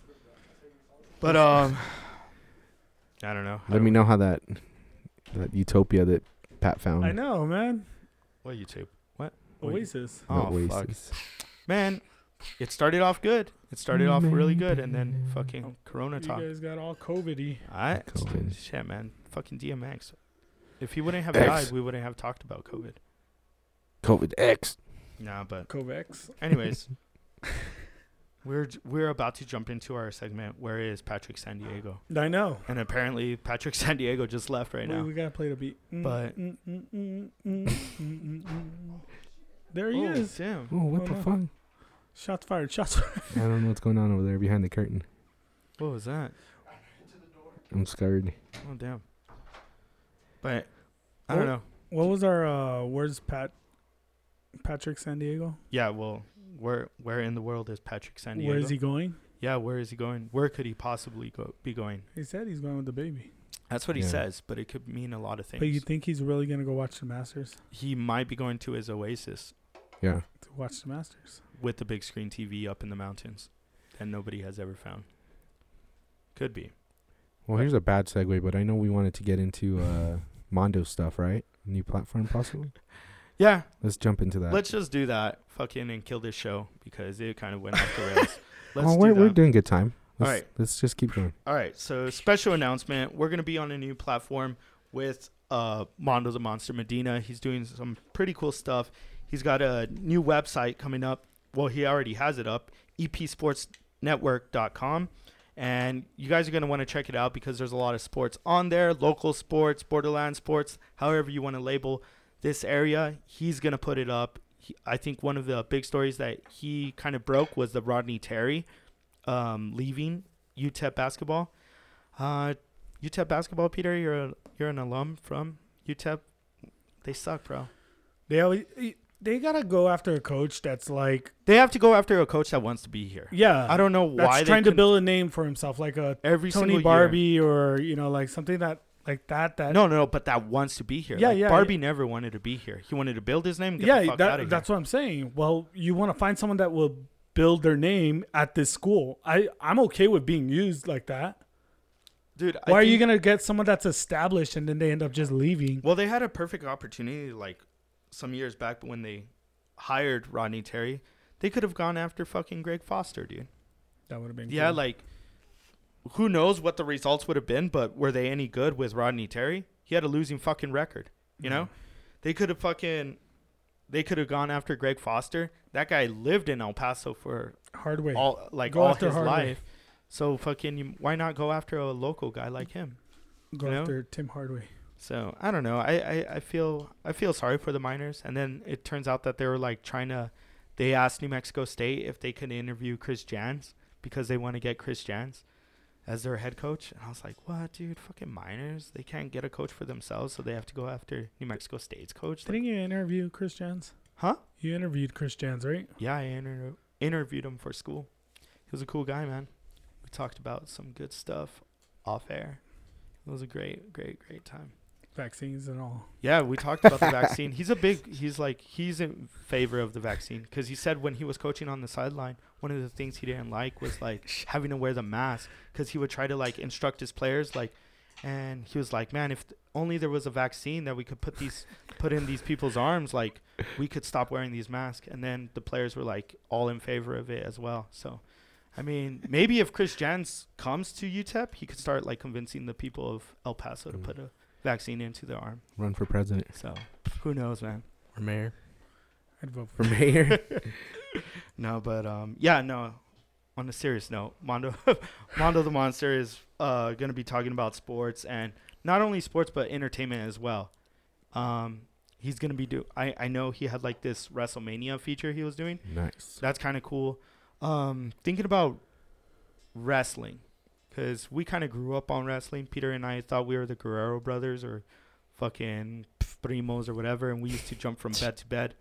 A: But um, I don't know. I
B: Let me
A: don't-
B: know how that that utopia that Pat found.
C: I know, man.
A: What YouTube? Wait.
C: Oasis.
B: No
A: Oh fuck,
B: Oasis.
A: man! It started off good. It started off really good, and then fucking Corona
C: You
A: talk.
C: guys got all COVIDy.
A: I
B: COVID.
A: shit, man. Fucking DMX. If he wouldn't have
B: X.
A: died, we wouldn't have talked about COVID.
B: COVID X.
A: Nah, but
C: Covex.
A: anyways, we're j- we're about to jump into our segment. Where is Patrick San Diego?
C: I know.
A: And apparently, Patrick San Diego just left right
C: we,
A: now.
C: we gotta play the beat. Mm,
A: But-
C: mm, mm, mm, mm, mm, mm, mm. there he
A: Oh,
C: is.
A: damn.
B: Oh, what
C: Oh,
B: the
C: no.
B: fuck?
C: Shots fired. Shots fired.
B: I don't know what's going on over there behind the curtain.
A: What was that?
B: I'm scared.
A: Oh damn. But I don't
C: Oh.
A: know.
C: What was our uh, where's Pat? Patrick San Diego.
A: Yeah, well, where where in the world is Patrick San Diego?
C: Where is he going?
A: Yeah, where is he going? Where could he possibly go be going?
C: He said he's going with the baby.
A: That's what he
B: Yeah.
A: says, but it could mean a lot of things.
C: But you think he's really gonna go watch the Masters?
A: he might be going to his oasis
B: Yeah.
C: To watch the Masters.
A: with the big screen TV up in the mountains that nobody has ever found. Could be.
B: Well, here's a bad segue, but I know we wanted to get into uh, Mondo stuff, right? New platform, possibly.
A: Yeah,
B: Let's jump into that.
A: let's just do that fucking and kill this show because it kind of went off the rails. Let's
B: oh,
A: do
B: we're,
A: that.
B: we're doing good time.
A: All
B: Let's,
A: right.
B: Let's just keep going.
A: All right, so special announcement. We're going to be on a new platform with uh, Mondo the Monster Medina. He's doing some pretty cool stuff. He's got a new website coming up. Well, he already has it up, E epsportsnetwork.com. And you guys are going to want to check it out because there's a lot of sports on there local sports, borderland sports, however you want to label this area. He's going to put it up. He, I think one of the big stories that he kind of broke was the Rodney Terry um, leaving UTEP E basketball. Uh, UTEP basketball, Peter, you're a, you're an alum from UTEP. They suck, bro.
C: They always they gotta go after a coach that's like
A: They have to go after a coach that wants to be here.
C: yeah.
A: I don't know
C: that's
A: why
C: trying
A: they
C: to build a name for himself, like a
A: every
C: Tony
A: single
C: Barbie or you know like something that like that that
A: Year. No, no, no, but that wants to be here.
C: Yeah,
A: like,
C: yeah,
A: Barbie never wanted to be here. He wanted to build his name. And get the fuck
C: yeah
A: out of
C: that,
A: here.
C: that's what i'm saying well you want to find someone that will build their name at this school i i'm okay with being used like that
A: dude. I
C: why are you
A: think-
C: gonna get someone that's established and then they end up just leaving
A: Well, they had a perfect opportunity like some years back when they hired Rodney Terry. They could have gone after fucking Greg Foster, dude.
C: that would have been
A: Yeah,
C: cool.
A: like who knows what the results would have been, but were they any good with Rodney Terry? He had a losing fucking record, you know?
C: Mm-hmm.
A: They could have fucking they could have gone after Greg Foster. That guy lived in El Paso for
C: hard way
A: all like
C: go
A: all
C: after
A: his
C: Hardaway.
A: life. So fucking you- why not go after a local guy like him?
C: go
A: you know?
C: after tim hardway
A: So I don't know. I, I, I feel I feel sorry for the miners. And then it turns out that they were like trying to. They asked New Mexico State if they could interview Chris Jans because they want to get Chris Jans as their head coach. And I was like, what, dude? Fucking miners. They can't get a coach for themselves, so they have to go after New Mexico State's coach. Like,
C: Didn't you interview Chris Jans?
A: huh?
C: You interviewed Chris Jans, right?
A: Yeah, I inter- interviewed him for school. He was a cool guy, man. We talked about some good stuff off air. It was a great, great, great time.
C: Vaccines and all.
A: Yeah, we talked about the vaccine. He's a big. He's like he's in favor of the vaccine because he said when he was coaching on the sideline, one of the things he didn't like was like having to wear the mask because he would try to like instruct his players like, and he was like, man, if only there was a vaccine that we could put these put in these people's arms, like we could stop wearing these masks. And then the players were like all in favor of it as well. So, I mean, maybe if Chris Jans comes to UTEP, he could start like convincing the people of El Paso to
B: Mm.
A: put a vaccine into their arm.
B: Run for president
A: So who knows, man?
B: or mayor.
C: I'd vote for
B: For mayor.
A: No, but um, yeah, no. On a serious note, Mondo, Mondo the Monster is uh gonna be talking about sports and not only sports but entertainment as well. Um, he's gonna be do. I I know he had like this WrestleMania feature he was doing.
B: nice.
A: That's kind of cool. Um, thinking about wrestling, because we kind of grew up on wrestling. Peter and I thought we were the Guerrero brothers or fucking primos or whatever, and we used to jump from bed to bed.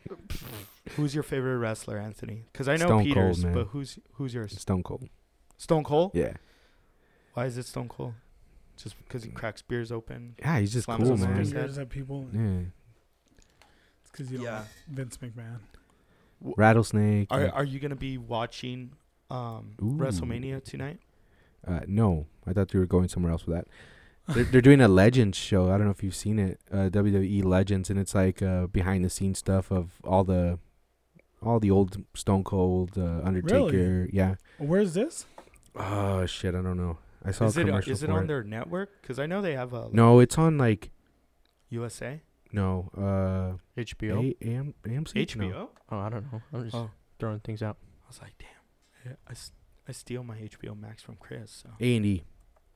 A: who's your favorite wrestler, Anthony? Because I know
B: Stone Cold,
A: Peter's,
B: man.
A: but who's who's yours?
B: Stone Cold.
A: Stone Cold.
B: Yeah.
A: Why is it Stone Cold? Just because
B: Mm.
A: he cracks beers open.
B: Yeah, he's just
A: Slams
B: cool,
A: his
B: man.
A: fingers.
C: fingers at people.
B: Yeah.
C: It's because you don't
A: Yeah.
C: like Vince McMahon.
B: Rattlesnake.
A: Are
B: like-
A: Are you gonna be watching um,
B: Ooh.
A: WrestleMania tonight?
B: uh, no, I thought you were going somewhere else with that. They're, they're doing a Legends show. I don't know if you've seen it, uh, WWE Legends, and it's like uh, behind the scenes stuff of all the, all the old Stone Cold, uh, Undertaker. Yeah.
C: Where's this?
B: Oh shit, I don't know. I saw
A: Is
B: a
A: it uh,
B: commercial
A: is it
B: for
A: on their network? Because I know they have uh, a like,
B: No, it's on like
A: USA
B: no uh
F: HBO.
B: A- AM, AMC.
A: HBO.
B: No.
F: Oh, I don't know. I'm just
A: Oh.
F: throwing things out.
A: I was like, damn, I, I s- I steal my HBO Max from Chris. So
B: A and E.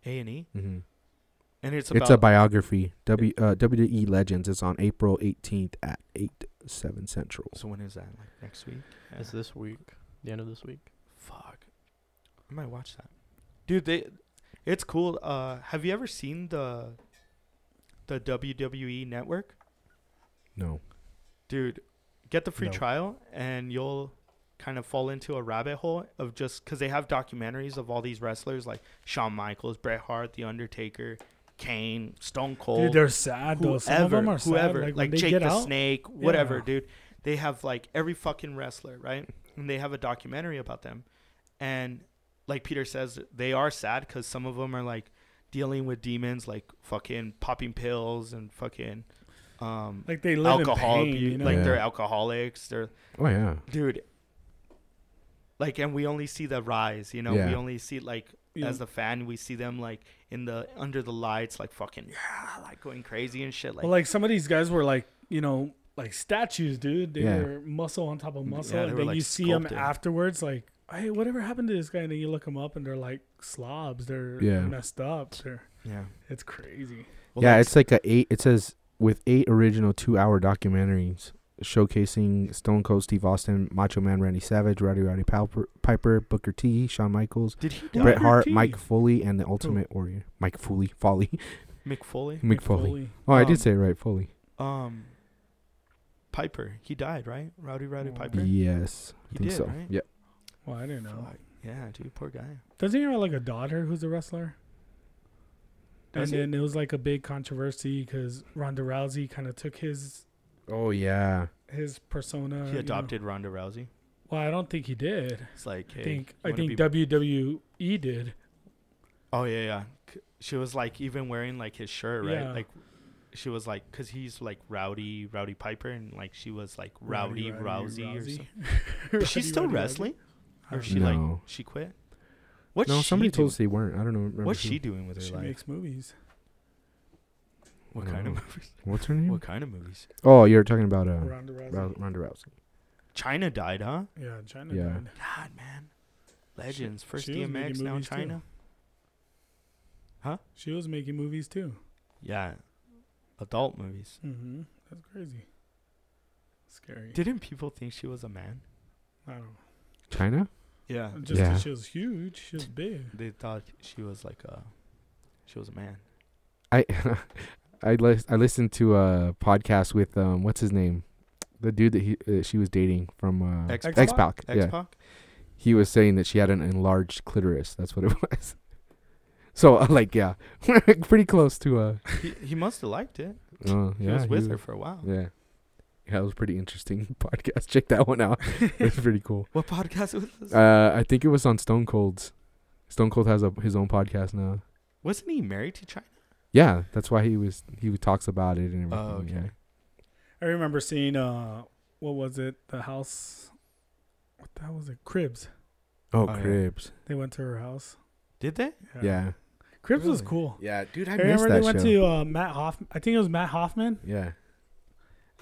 A: A and E,
B: Mm-hmm.
A: and it's about
B: It's a biography. W uh, WWE Legends. It's on April 18th at eight seven central.
A: so when is that? Like next week? Yeah.
F: It's this week. The end of this week.
A: Fuck, I might watch that, dude. They, it's cool. Uh, have you ever seen the, the WWE Network,
B: No.
A: dude? Get the free
F: No.
A: trial, and you'll kind of fall into a rabbit hole of just because they have documentaries of all these wrestlers like Shawn Michaels, Bret Hart, The Undertaker, Kane, Stone Cold.
C: Dude, they're sad though. Some of
A: whoever,
C: them are
A: whoever,
C: sad.
A: like,
C: when they
A: Jake
C: get
A: the
C: out,
A: Snake, whatever,
C: Yeah.
A: dude. They have like every fucking wrestler, right? And they have a documentary about them, and like Peter says, they are sad because some of them are like dealing with demons, like fucking popping pills and fucking um,
C: like they live
A: alcohol
C: in pain,
A: abuse,
C: you know?
A: like
B: Yeah.
A: they're alcoholics, they're
B: Oh yeah.
A: dude. Like, and we only see the rise, you know.
B: Yeah.
A: We only see like
C: Yeah.
A: as the fan, we see them like in the under the lights, like fucking yeah, like going crazy and shit. Like,
C: Well, like some of these guys were like, you know, like statues, dude. They
B: Yeah.
C: were muscle on top of muscle,
A: they
C: and
A: were,
C: then
A: like,
C: you see them
A: sculpted.
C: afterwards, like, hey, whatever happened to this guy? And then you look them up, and they're like slobs. They're
B: Yeah.
C: messed up. They're,
A: yeah.
C: it's crazy.
A: Well,
B: yeah,
A: like,
B: it's like a eight. It says with eight original two-hour documentaries showcasing Stone Cold Steve Austin, Macho Man Randy Savage, Rowdy Rowdy Piper, Piper Booker T, Shawn Michaels,
A: Did he
B: Bret
C: Booker
B: Hart,
C: T.
B: Mike Foley, and the
A: Oh.
B: Ultimate Warrior. Mike Foley, Foley,
A: Mick Foley?
B: Mick Foley.
C: Foley.
B: Oh, I
A: Um,
B: did say it right, Foley.
A: Um, Piper. He died, right? Rowdy Rowdy
C: Oh.
A: Piper.
B: Yes, I
A: You
B: think
A: did,
B: so.
A: right?
B: Yeah,
C: Well, I don't know.
A: Fuck. Yeah, dude, poor guy.
C: Doesn't he have like a daughter who's a wrestler?
A: Does
C: and
A: he?
C: then it was like a big controversy because Ronda Rousey kind of took his
B: Oh yeah.
C: his persona. you
A: he
C: know.
A: adopted Ronda Rousey.
C: Well, I don't think he did.
A: It's like, hey,
C: I think
A: you
C: I
A: wanna
C: think
A: be-
C: WWE did.
A: oh yeah, yeah. C- She was like even wearing like his shirt, right?
C: Yeah.
A: Like, she was like, cause he's like Rowdy Rowdy Piper, and like she was like Rowdy, Rousey, or something. Is she
C: Rowdy,
A: still
C: Rowdy Rousey.
A: wrestling, or is she like
B: No.
A: she quit? What's
B: no,
A: she
B: somebody told
A: doing?
B: us they weren't. I don't know. remember
A: What's
B: who.
A: she doing with her
C: She
A: life?
C: makes movies.
A: what
B: I don't
A: kind of
B: know.
A: movies?
B: What's her name?
A: What kind of movies?
B: Oh, you're talking about uh,
C: Ronda Rousey.
B: Rou- Ronda Rousey.
A: China died, huh?
C: Yeah, China
B: Yeah.
C: died.
A: God, man. Legends. First
C: she was
A: DMX,
C: making
A: now
C: movies too.
A: China.
C: She was making movies too.
A: Yeah. adult movies.
C: Mm-hmm. That's crazy. Scary.
A: Didn't people think she was a man?
C: I don't know.
B: China?
A: Yeah.
C: Just
B: Yeah.
C: that she was huge. She was big.
A: They thought she was like a she was a man.
B: I I lis- I listened to a podcast with um what's his name? The dude that he uh, she was dating from uh
A: X-Pac?
B: X-Pac.
A: X
B: Yeah.
A: Pac?
B: He was saying that she had an enlarged clitoris. That's what it was. So uh, like yeah, pretty close to uh,
A: he, he must have liked it.
B: uh,
A: He
B: yeah,
A: was with
B: wa-
A: her for a while.
B: Yeah. Yeah, it was pretty interesting podcast. Check that one out. it's pretty cool.
A: What podcast was this?
B: Uh, I think it was on Stone Cold's. Stone Cold has a, his own podcast now.
A: Wasn't he married to China?
B: Yeah, that's why he was he was- talks about it and everything.
A: Oh, okay.
C: I remember seeing uh, what was it? The house. What the hell was it? Cribs.
B: Yeah. Oh,
A: yeah.
B: Cribs.
C: They went to her house.
A: Did they?
B: Yeah.
C: Cribs was
A: Really?
C: cool.
B: Yeah, dude,
C: I remember they went to uh, Matt Hoffman. I think it was Matt Hoffman,
B: yeah.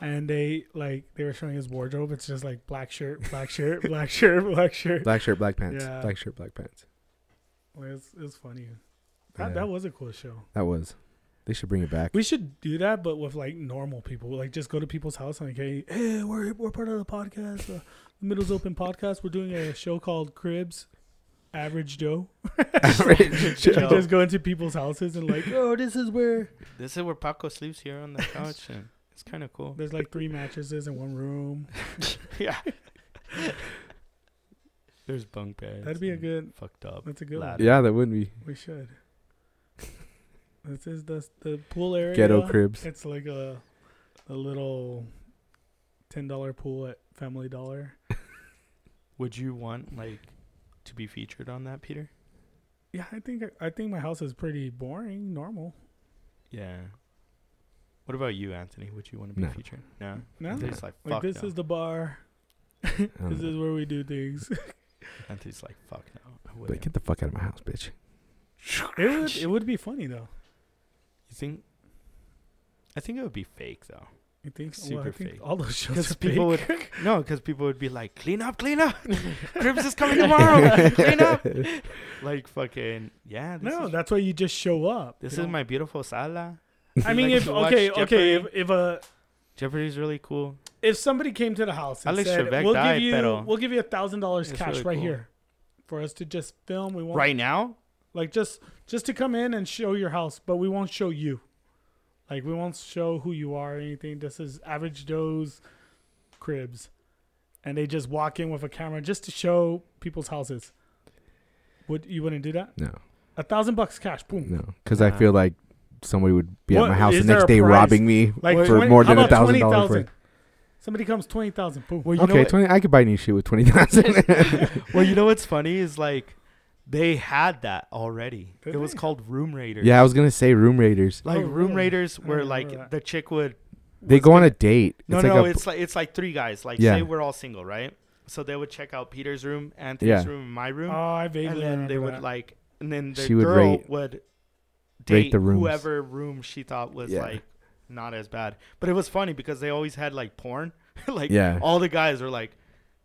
C: and they like they were showing his wardrobe. It's just like black shirt, black shirt, black shirt, black shirt.
B: Black shirt, black pants.
C: Yeah.
B: Black shirt, black pants.
C: Like, it's it's funny. That
B: Yeah.
C: that was a cool show.
B: That was. They should bring it back.
C: We should do that, but with like normal people. Like just go to people's house and like, hey, hey we're we're part of the podcast, uh, Middles Open Podcast. We're doing a show called Cribs. Average Joe.
B: Average
C: You
B: Joe.
C: just go into people's houses and like, oh, this is where
A: This is where Paco sleeps here on the couch, and it's kind of cool.
C: there's like three mattresses in one room.
A: yeah. There's bunk beds.
C: That'd be a
A: and
C: good.
A: fucked up.
C: That's a good
A: ladder.
C: one.
B: yeah, that wouldn't be
C: We should. this is the the pool area.
B: ghetto cribs.
C: It's like a a little ten dollar pool at Family Dollar.
A: Would you want like to be featured on that, Peter?
C: Yeah, I think I think my house is pretty boring, normal.
A: Yeah. What about you, Anthony? Would you want to be
B: No.
A: featured? No.
C: No,
A: Anthony's like fuck
C: like this
A: no. Mm.
C: is the bar.
B: Um,
C: This is where we do things.
A: Anthony's like fuck no. I
B: but
A: wouldn't.
B: get the fuck out of my house, bitch.
C: it would it would be funny though.
A: You think? I think it would be fake though.
C: You think well, I
A: Super
C: think
A: fake.
C: all those shows
A: Because
C: are
A: people
C: people
A: would no, because people would be like, "Clean up, clean up, Cribs is coming tomorrow, clean up." Like fucking yeah. This
C: No,
A: is,
C: that's why you just show up.
A: this
C: you
A: is
C: know?
A: my beautiful sala.
C: I mean,
A: like
C: if
A: to watch
C: okay, okay, if
A: Jeopardy.
C: if a
A: Jeopardy's really cool.
C: if somebody came to the house and
A: Alex
C: said,
A: Trebek
C: "We'll
A: died,
C: give you,
A: pero-
C: we'll give you a thousand dollars
A: It's
C: cash
A: really
C: right
A: cool.
C: here, for us to just film. We won't
A: Right now,
C: like just just to come in and show your house, but we won't show you. Like we won't show who you are or anything. This is average Joe's cribs, and they just walk in with a camera just to show people's houses. Would you wouldn't do that?
B: No,
C: A thousand bucks cash, boom.
B: no, because I
F: Nah.
B: feel like somebody would be
C: What-
B: at my house
C: is
B: the
C: there
B: next
C: a
B: day
C: price?
B: robbing me
C: Like
B: for
C: twenty-
B: more
C: how
B: than a
C: about
B: thousand dollars.
C: 20,000?
B: worth.
C: Somebody comes twenty thousand, boom.
A: well, you know
B: Okay,
A: what-
B: twenty. I could buy new shit with twenty thousand.
A: well, you know what's funny is like they had that already.
C: Did
A: it was
C: they?
A: called Room Raiders.
B: yeah, I was gonna say Room Raiders.
A: like
C: Oh,
A: Room
C: really?
A: Raiders,
C: I don't
A: where
C: remember
A: like
C: that.
A: the chick would.
B: They
A: was
B: go on
A: gonna-
B: a date.
A: No,
B: it's like
A: no,
B: a,
A: it's like it's like three guys. Like
B: Yeah.
A: say we're all single, right? So they would check out Peter's room, Anthony's
B: Yeah.
A: room, and my
C: Oh,
A: room,
C: I
A: and
C: vaguely
A: then they
C: remember
A: would
C: that.
A: like, and then the
B: She would
A: girl
B: rate-
A: would
B: rate
A: date
B: the rooms.
A: whoever room she thought was
B: Yeah.
A: like not as bad. But it was funny because they always had like porn. like
B: Yeah.
A: all the guys were like,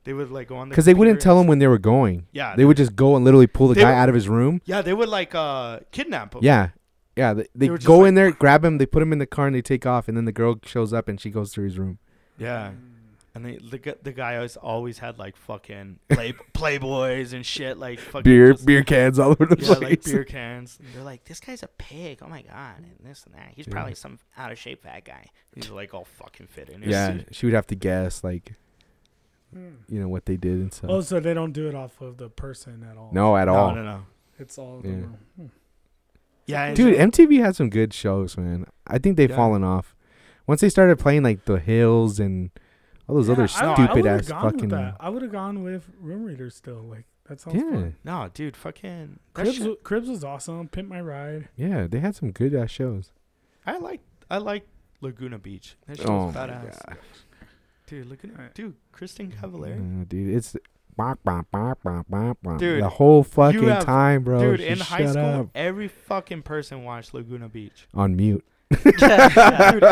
A: they would like go on
B: because they wouldn't tell
A: them.
B: them when they were going.
A: Yeah,
B: They would just go and literally pull the
A: They
B: guy
A: would-
B: out of his room.
A: Yeah, they would like uh kidnap him.
B: Yeah, yeah. They, they
A: They were just
B: go
A: like-
B: in there, grab him, they put him in the car, and they take off. And then the girl shows up, and she goes through his room.
A: yeah. And they, the gu- the guy always always had like fucking play, playboys and shit like fucking
B: Beer,
A: just-
B: beer cans all over the
A: yeah,
B: place.
A: like beer cans. And they're like, this guy's a pig. Oh my god, and this and that. He's
B: Yeah.
A: probably some out of shape fat guy. He's like all fucking fit in his
B: yeah,
A: suit.
B: she would have to guess like
C: Hmm.
B: you know what they did and stuff.
C: Oh, so they don't do it off of the person at all.
B: no, at
A: No,
B: all,
A: no, no.
C: it's all.
B: Yeah.
C: the Hmm.
A: Yeah, and
B: dude.
A: so-
B: MTV had some good shows, man. I think they've
A: Yeah.
B: fallen off once they started playing like The Hills and all those
C: Yeah,
B: other
C: I- I
B: stupid
C: would've
B: ass
C: gone with
B: fucking.
C: that. I would have gone with room readers still. Like that sounds
B: Yeah,
C: fun.
A: no, dude, fucking. that
C: Cribs,
A: shit-
C: wa- Cribs was awesome. Pimp my ride.
B: yeah, they had some good ass shows.
A: I like I like Laguna Beach. That shit
B: Oh
A: was
B: my
A: badass.
B: god, Mm,
A: Dude, look at
C: Alright.
A: dude, Kristen Cavallari.
B: Yeah, dude, it's bop, bop, bop, bop, bop, bop,
A: Dude,
B: the whole fucking
A: have-
B: time, bro.
A: Dude,
B: Just
A: in high
B: shut
A: school,
B: up.
A: every fucking person watched Laguna Beach.
B: on mute.
A: Dude,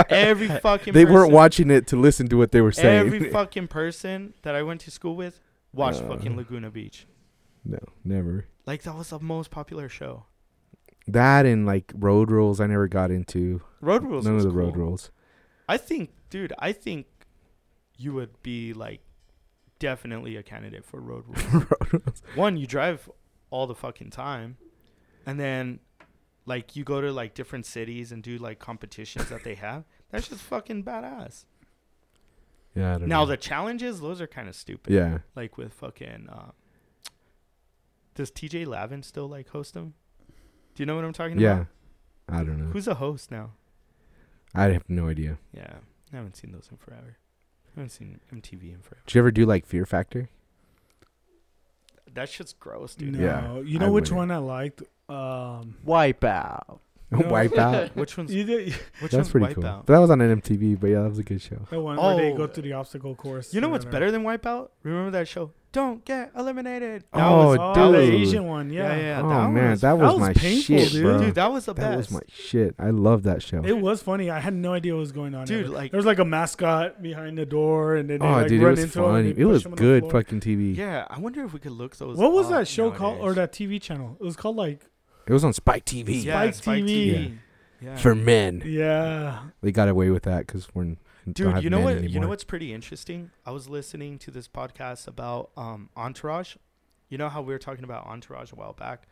A: every fucking
B: They
A: person,
B: weren't watching it to listen to what they were saying.
A: Every fucking person that I went to school with watched
B: Uh.
A: fucking Laguna Beach.
B: no, never.
A: Like that was the most popular show.
B: That and like road rules, I never got into
A: Road rules.
B: none of
A: was
B: the
A: cool.
B: road rules.
A: I think, dude, I think you would be like definitely a candidate for road rules.
B: road rules.
A: One, you drive all the fucking time, and then like you go to like different cities and do like competitions that they have. That's just fucking badass.
B: Yeah, I don't
A: Now
B: know.
A: the challenges, those are kind of stupid.
B: yeah,
A: Like with fucking. Uh, does TJ Lavin still like host them? Do you know what I'm talking
B: yeah,
A: about?
B: I don't know.
A: Who's a host now?
B: I have no idea.
A: Yeah, I haven't seen those in forever. I haven't seen MTV in forever.
B: Did you ever do like Fear Factor?
A: That shit's gross, dude.
C: No,
B: Yeah,
C: you know
B: I
C: which
B: wouldn't.
C: one I liked. Um,
F: Wipe out.
C: No.
B: Wipe out.
A: Which one's
C: either
A: which
B: That's
A: one's
B: pretty cool.
A: Wipeout?
B: But that was on NMTV. But yeah, that was a good show.
C: the one where they
A: Oh.
C: go through the obstacle course.
A: You know
C: and
A: what's
C: then-
A: better than Wipeout? Remember that show? Don't get eliminated. That
B: Oh,
A: was-
C: Oh,
A: that
C: the
A: was-
B: dude.
C: Asian one. Yeah,
A: yeah, yeah.
B: oh
A: that
B: man,
A: was,
B: that was,
C: was
B: my
C: painful,
B: shit,
C: dude.
B: bro.
A: dude, that was the
B: that was
A: best.
B: my shit. I love that show.
C: It was funny. I had no idea what was going on.
A: Dude,
C: Dude,
A: like-
C: there was like a mascot behind the door, and then they
B: oh,
C: like
B: dude, it
C: run
B: was
C: into him and
B: funny.
C: they
B: It
C: push
B: was
C: him on the
B: good
C: floor.
B: fucking TV.
A: yeah, I wonder if we could look those.
C: What was
A: up
C: that show called,
A: nowadays.
C: or that TV channel? It was called like
B: It was on Spike TV
A: yeah,
C: Spike TV?
A: Yeah. Yeah.
B: for men.
C: yeah.
B: They got away with that because we're n- don't
A: Dude,
B: have
A: you know
B: men
A: what? You know
B: anymore.
A: what's pretty interesting? I was listening to this podcast about um, Entourage. You know how we were talking about Entourage a while back.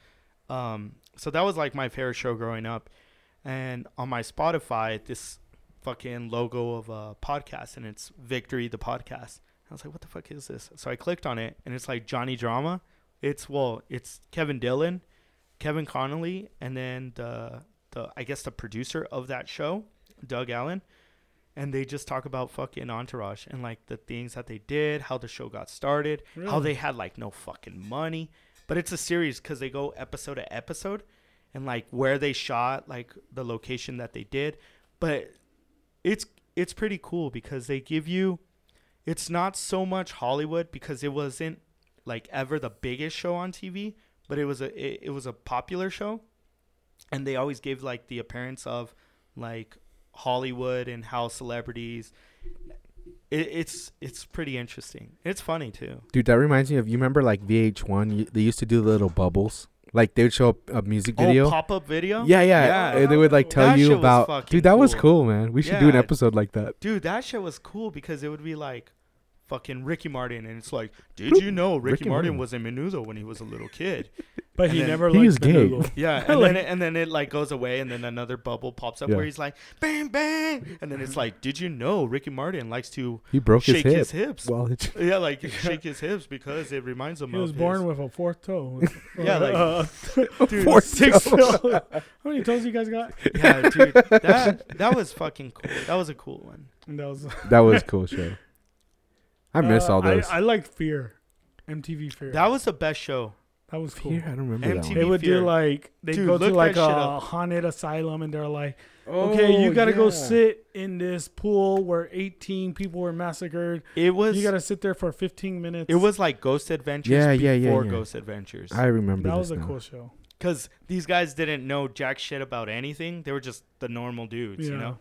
A: Um, so that was like my favorite show growing up. And on my Spotify, this fucking logo of a podcast, and it's Victory the podcast. I was like, what the fuck is this? So I clicked on it, and it's like Johnny Drama. It's well, it's Kevin Dillon, Kevin Connolly, and then the the I guess the producer of that show, Doug Allen and they just talk about fucking entourage and like the things that they did, how the show got started, how
C: Really?
A: they had like no fucking money. But it's a series because they go episode to episode and like where they shot, like the location that they did. But it's it's pretty cool because they give you it's not so much Hollywood because it wasn't like ever the biggest show on TV, but it was a it, it was a popular show, and they always gave like the appearance of like Hollywood and how celebrities. It, it's it's pretty interesting. It's funny too.
B: Dude, that reminds me of you remember like VH1. You, they used to do the little bubbles. Like they would show up a music video.
A: Oh, pop up video.
B: yeah, yeah,
A: Yeah.
B: And they would like tell
A: That shit
B: you
A: was
B: about.
A: fucking
B: Dude, that was
A: cool.
B: cool, man. We should do an
A: Yeah.
B: episode like that.
A: dude, that shit was cool because it would be like. Fucking Ricky Martin, and it's like, did you know Ricky,
B: Ricky
A: Martin
B: Martin.
A: was in Menudo when he was a little kid?
C: But
A: And
C: he
A: then-
C: never
B: He
C: liked
B: is gay.
C: Menudo.
A: Yeah, and
C: Like-
A: then it, and then it like goes away, and then another bubble pops up
B: Yeah.
A: where he's like, bang bang, and then it's like, did you know Ricky Martin likes to
B: He broke
A: shake
B: his hip.
A: his, hips?
B: Well, it-
A: Yeah, like shake his hips because it reminds him
C: He
A: of
C: was
A: his-
C: born with a fourth toe.
A: Yeah, like-
C: Uh,
A: Dude,
B: Fourth
C: six toe. How many toes you guys got?
A: Yeah, dude, that that was fucking cool. That was a cool one.
C: And that was.
B: that was a cool show. I miss
C: Uh,
B: all those.
C: I, I liked Fear, MTV Fear.
A: That was the best show.
C: that was cool.
B: Here, I don't remember that
A: MTV.
C: They
B: one.
C: would
A: Fear.
C: do like they
A: Dude,
C: go
A: look
C: to
A: that
C: like
A: shit
C: a
A: up. Oh,
C: haunted asylum, and they're like, okay, you gotta go sit in this pool where 18 people were massacred.
A: It was
C: you gotta sit there for 15 minutes.
A: it was like Ghost Adventures
B: Yeah, yeah,
A: before
B: yeah, yeah.
A: Ghost Adventures
B: I remember
C: that
B: this
C: was a
B: now.
C: cool show.
A: because these guys didn't know jack shit about anything. They were just the normal dudes,
C: Yeah.
A: you know.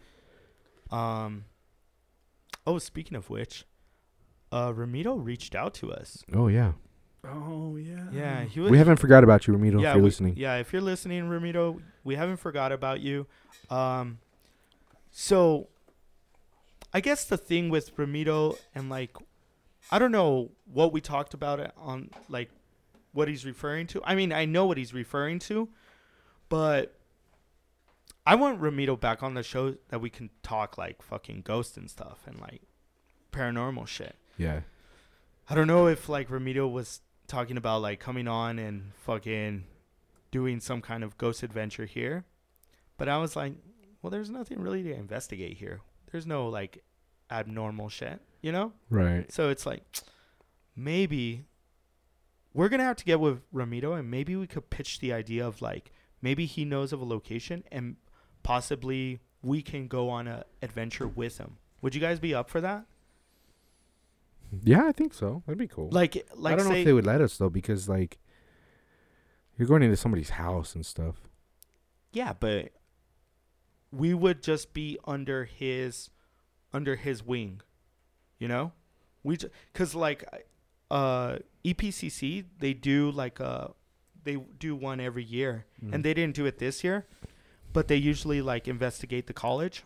A: Um. Oh, speaking of which, uh, Ramito reached out to us.
B: Oh yeah,
C: Oh yeah.
A: Yeah, he was.
B: we haven't forgot about you, Ramiro, if you're
A: we-
B: listening.
A: Yeah, if you're listening, Ramito, we haven't forgot about you. Um, so, I guess the thing with Ramito and like, I don't know what we talked about it on like what he's referring to. I mean, I know what he's referring to, but I want Ramito back on the show that we can talk like fucking ghosts and stuff and like paranormal shit.
B: yeah.
A: I don't know if like Ramito was talking about like coming on and fucking doing some kind of ghost adventure here, but I was like, well, there's nothing really to investigate here. There's no like abnormal shit, you know.
B: Right.
A: So it's like maybe we're gonna have to get with Ramito and maybe we could pitch the idea of like maybe he knows of a location and possibly we can go on a adventure with him. Would you guys be up for that?
B: Yeah, I think so. That'd be cool.
A: Like, like
B: I don't know
A: say-
B: if they would let us though, because like you're going into somebody's house and stuff.
A: Yeah, but we would just be under his under his wing, you know. E We because like uh, EPCC they do like uh they they do one every year,
B: Mm.
A: and they didn't do it this year, but they usually like investigate the college,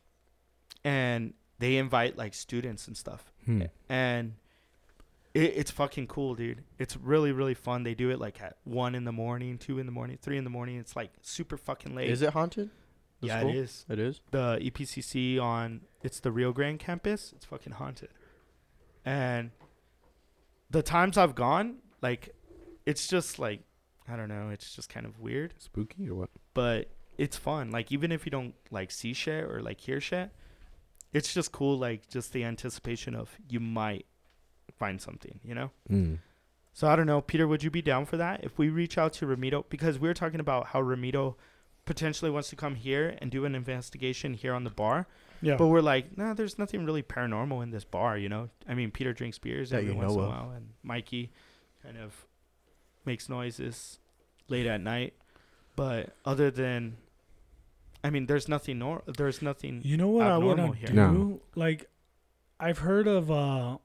A: and they invite like students and stuff,
B: Hmm.
A: and it, it's fucking cool, dude. It's really really fun. They do it like at one in the morning, two in the morning, three in the morning. It's like super fucking late.
F: Is it haunted? The
A: yeah,
F: school?
A: it is.
F: It is.
A: The E EPCC on it's the Rio Grande campus. It's fucking haunted, and the times I've gone, like, it's just like I don't know. It's just kind of weird
B: Spooky or what?
A: but it's fun. Like even if you don't like see shit or like hear shit, it's just cool. Like just the anticipation of you might find something, you know.
B: Mm.
A: So I don't know, Peter. Would you be down for that if we reach out to Ramito because we were talking about how Ramito potentially wants to come here and do an investigation here on the bar,
C: Yeah.
A: but we're like, nah, there's nothing really paranormal in this bar, you know. I mean, Peter drinks beers
F: That
A: every
F: you
A: once
F: know
A: in a
F: of.
A: while, and Mikey kind of makes noises late at night. But other than, I mean, there's nothing. Nor- there's nothing.
C: You know what I
A: abnormal
C: want
A: here.
C: to do?
B: No.
C: Like, I've heard of uh,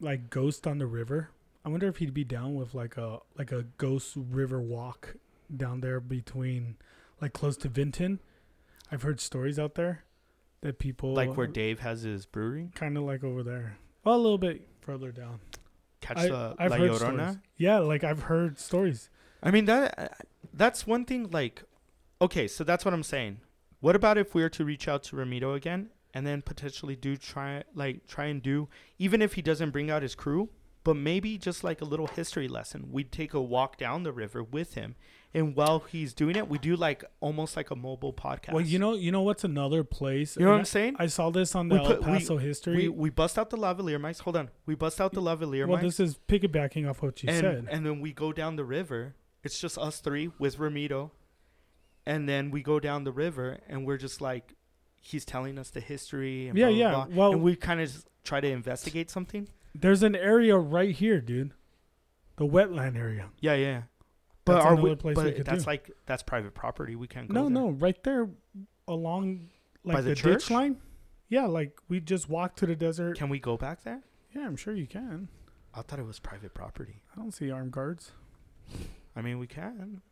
C: like Ghost on the River. I wonder if he'd be down with like a like a ghost river walk down there between, like close to Vinton. I've heard stories out there that people
A: Like where Dave has his brewery,
C: kind of like over there. Well, a little bit further down.
A: catch
C: I,
A: the
C: I've
A: uh, La
C: heard
A: Llorona.
C: stories. Yeah, like I've heard stories.
A: I mean that uh, that's one thing like okay, so that's what I'm saying. What about if we were to reach out to Ramiro again and then potentially do try like try and do even if he doesn't bring out his crew, but maybe just like a little history lesson. We'd take a walk down the river with him and while he's doing it, we do like almost like a mobile podcast.
C: Well, you know, you know what's another place?
A: You know what
C: And
A: I'm saying?
C: I, I saw this on the
A: We put-
C: El
A: we-
C: Paso history.
A: we we bust out the lavalier mics. Hold on. We bust out the lavalier
C: well,
A: mics.
C: this is piggybacking off what you
A: and,
C: said.
A: And then we go down the river. It's just us three with Ramito. And then we go down the river and we're just like, he's telling us the history. And
C: Yeah,
A: blah, blah,
C: yeah.
A: blah.
C: Well-
A: and we kind of try to investigate something.
C: There's an area right here, dude. The wetland area.
A: Yeah, yeah. But
C: That's
A: are
C: another
A: we,
C: place
A: but
C: we could
A: that's
C: do.
A: like that's private property. We can't go.
C: No,
A: there.
C: no, right there along like
A: By the
C: the,
A: church?
C: ditch line. Yeah, like we just walked to the desert.
A: Can we go back there?
C: yeah, I'm sure you can.
A: I thought it was private property.
C: I don't see armed guards.
A: I mean, we can.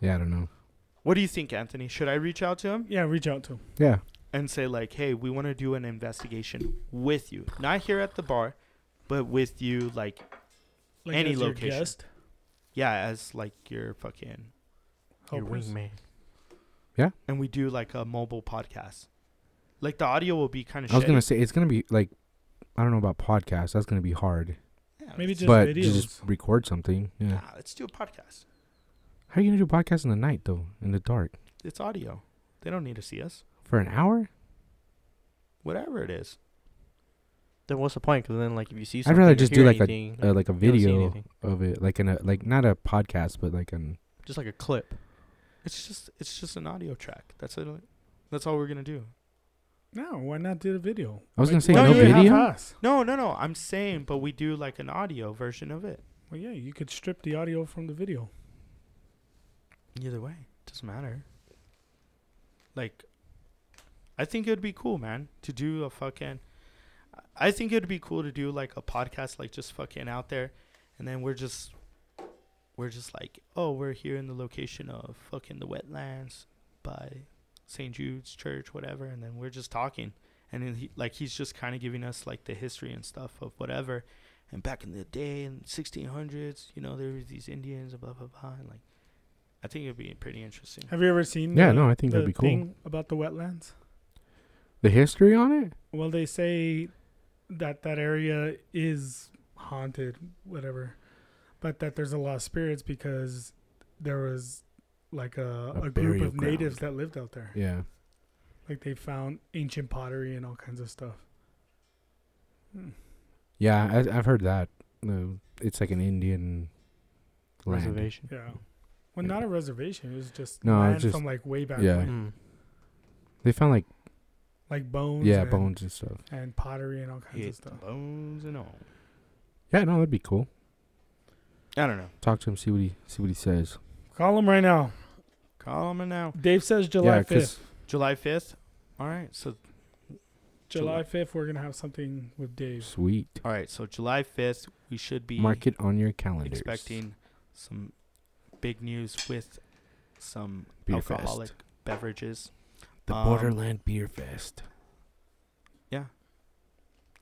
B: Yeah, I don't know.
A: What do you think, Anthony? Should I reach out to him
C: Yeah, reach out to him.
B: Yeah.
A: and say like, "Hey, we want to do an investigation with you, not here at the bar, but with you, like
C: Like
A: Any
C: as your
A: location.
C: guest,
A: Yeah, as like your fucking,
F: Your
C: helpers.
F: wingman.
A: and we do like a mobile podcast. Like the audio will be kind of.
B: I was gonna say it's gonna be like, I don't know about podcasts. That's gonna be hard.
C: Maybe just
B: but
C: videos.
B: you just record something. Yeah.
A: Nah, let's do a podcast.
B: How are you gonna do a podcast in the night though, in the dark,
A: It's audio. They don't need to see us.
B: for an hour?
A: Whatever it is.
F: Then what's the point? Because then, like, if you see
B: I'd
F: something,
B: rather
F: or
B: just
F: hear
B: do like
F: anything,
B: a uh, like a
F: you don't see
B: video
F: anything.
B: of it, like in a like not a podcast, but like an
F: just like a clip.
A: It's just it's just an audio track. That's it. That's all we're gonna do.
C: No, why not do the video?
B: I was gonna say
C: why
A: no
C: do it
B: video?
C: half-ass?
A: No, no, no. I'm saying, but we do like an audio version of it.
C: Well, yeah, you could strip the audio from the video.
A: Either way, doesn't matter. Like, I think it'd be cool, man, to do a fucking. I think it'd be cool to do like a podcast, like just fucking out there, and then we're just, we're just like, oh, we're here in the location of fucking the wetlands by St. Jude's Church, whatever, and then we're just talking, and then he, like he's just kind of giving us like the history and stuff of whatever, and back in the day in 1600s, you know, there was these Indians, blah blah blah, and like, I think it'd be pretty interesting.
C: Have you ever seen?
B: Yeah,
C: the-
B: no, I think
C: Mm, the
B: that'd be cool.
C: thing about the wetlands.
B: the history on it.
C: Well, they say that that area is haunted, whatever, but that there's a lot of spirits because there was like a,
B: A
C: a, group
B: burial
C: of natives that lived out there.
B: Yeah.
C: Like they found ancient pottery and all kinds of stuff.
B: Yeah, I, I've heard that. No, it's like an Indian land.
F: Reservation.
C: Yeah. Well, not a reservation. It was just
B: No, it's
C: land
B: just-
C: from like way back
B: yeah.
C: when,
F: Mm.
B: They found like
C: like bones.
B: yeah
C: and,
B: bones and stuff.
C: and pottery and all kinds of
A: Hit the
C: stuff.
A: bones and all.
B: Yeah, no, that'd be cool.
A: I don't know.
B: Talk to him, see what he see what he says.
C: Call him right now.
A: Call him now.
C: Dave says July
B: Yeah, 'cause
C: 5th.
A: July 5th. All right. So
C: July 5th, we're gonna have something with Dave.
B: sweet.
A: all right. So July 5th, we should be
B: Mark it on your calendar.
A: expecting some big news with some
B: Beer fest.
A: alcoholic beverages.
B: The
A: Um,
B: Borderland Beer Fest.
A: Yeah,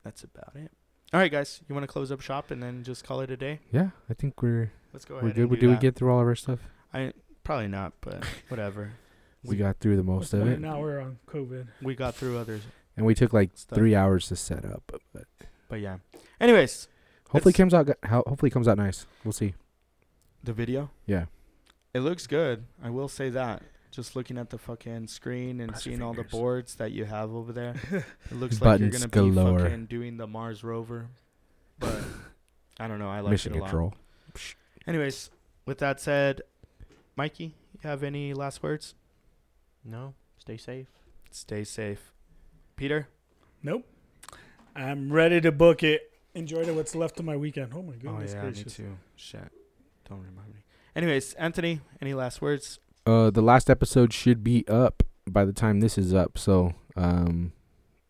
A: that's about it. All right, guys, you want to close up shop and then just call it a day?
B: Yeah, I think we're
A: Let's go
B: we're
A: ahead.
B: good.
A: and
B: We-
A: do
B: Did we
A: that.
B: get through all of our stuff?
A: I probably not, but whatever.
B: We got through the most of Oh, it,
C: Now we're on COVID.
A: We got through others,
B: and we took like
A: Stuff.
B: three hours to set up. But, but
A: but yeah. Anyways,
B: hopefully
A: It's-
B: comes out. go- How hopefully comes out nice. We'll see.
A: the video.
B: Yeah.
A: It looks good. I will say that. Just looking at the fucking screen and
B: Cross your
A: seeing all the
B: fingers.
A: boards that you have over there, it looks like you're
B: Buttons
A: gonna
B: galore.
A: be fucking doing the Mars rover. But I don't know. I like
B: Mission
A: it a lot.
B: control.
A: Anyways, with that said, Mikey, you have any last words?
F: No, stay safe.
A: Stay safe. Peter,
C: Nope. I'm ready to book it. Enjoyed what's left of my weekend. Oh my goodness gracious.
A: too. Shit, don't remind me. Anyways, Anthony, any last words?
B: Uh, the last episode should be up by the time this is up. So, um,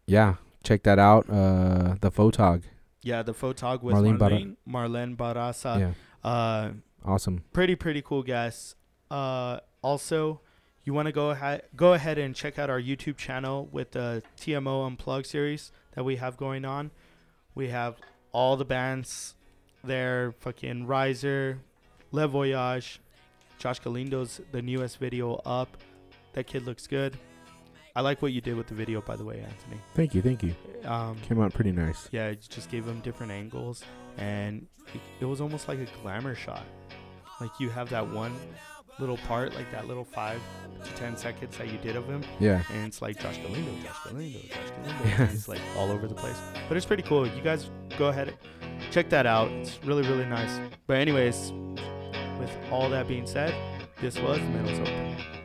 B: yeah, check that out. Uh, the photog.
A: Yeah, the photog with
B: Marlene
A: Marlene,
B: Barra-
A: Marlene Barasa.
B: yeah,
A: Uh,
B: awesome.
A: pretty pretty cool guests. Uh, also, you want to go ahead go ahead and check out our YouTube channel with the TMO Unplugged series that we have going on. We have all the bands there, fucking Riser, Le Voyage, Josh Galindo's the newest video up. That kid looks good. I like what you did with the video, by the way, Anthony.
B: Thank you, thank you.
A: Um,
B: Came out pretty nice.
A: yeah, it just gave him different angles, and it, it was almost like a glamour shot. Like you have that one little part, like that little five to ten seconds that you did of him,
B: Yeah,
A: and it's like Josh Galindo, Josh Galindo, Josh Galindo.
B: Yeah.
A: and He's like all over the place, but it's pretty cool. You guys go ahead, check that out. It's really really nice. But anyways, with all that being said, this was Middles Open.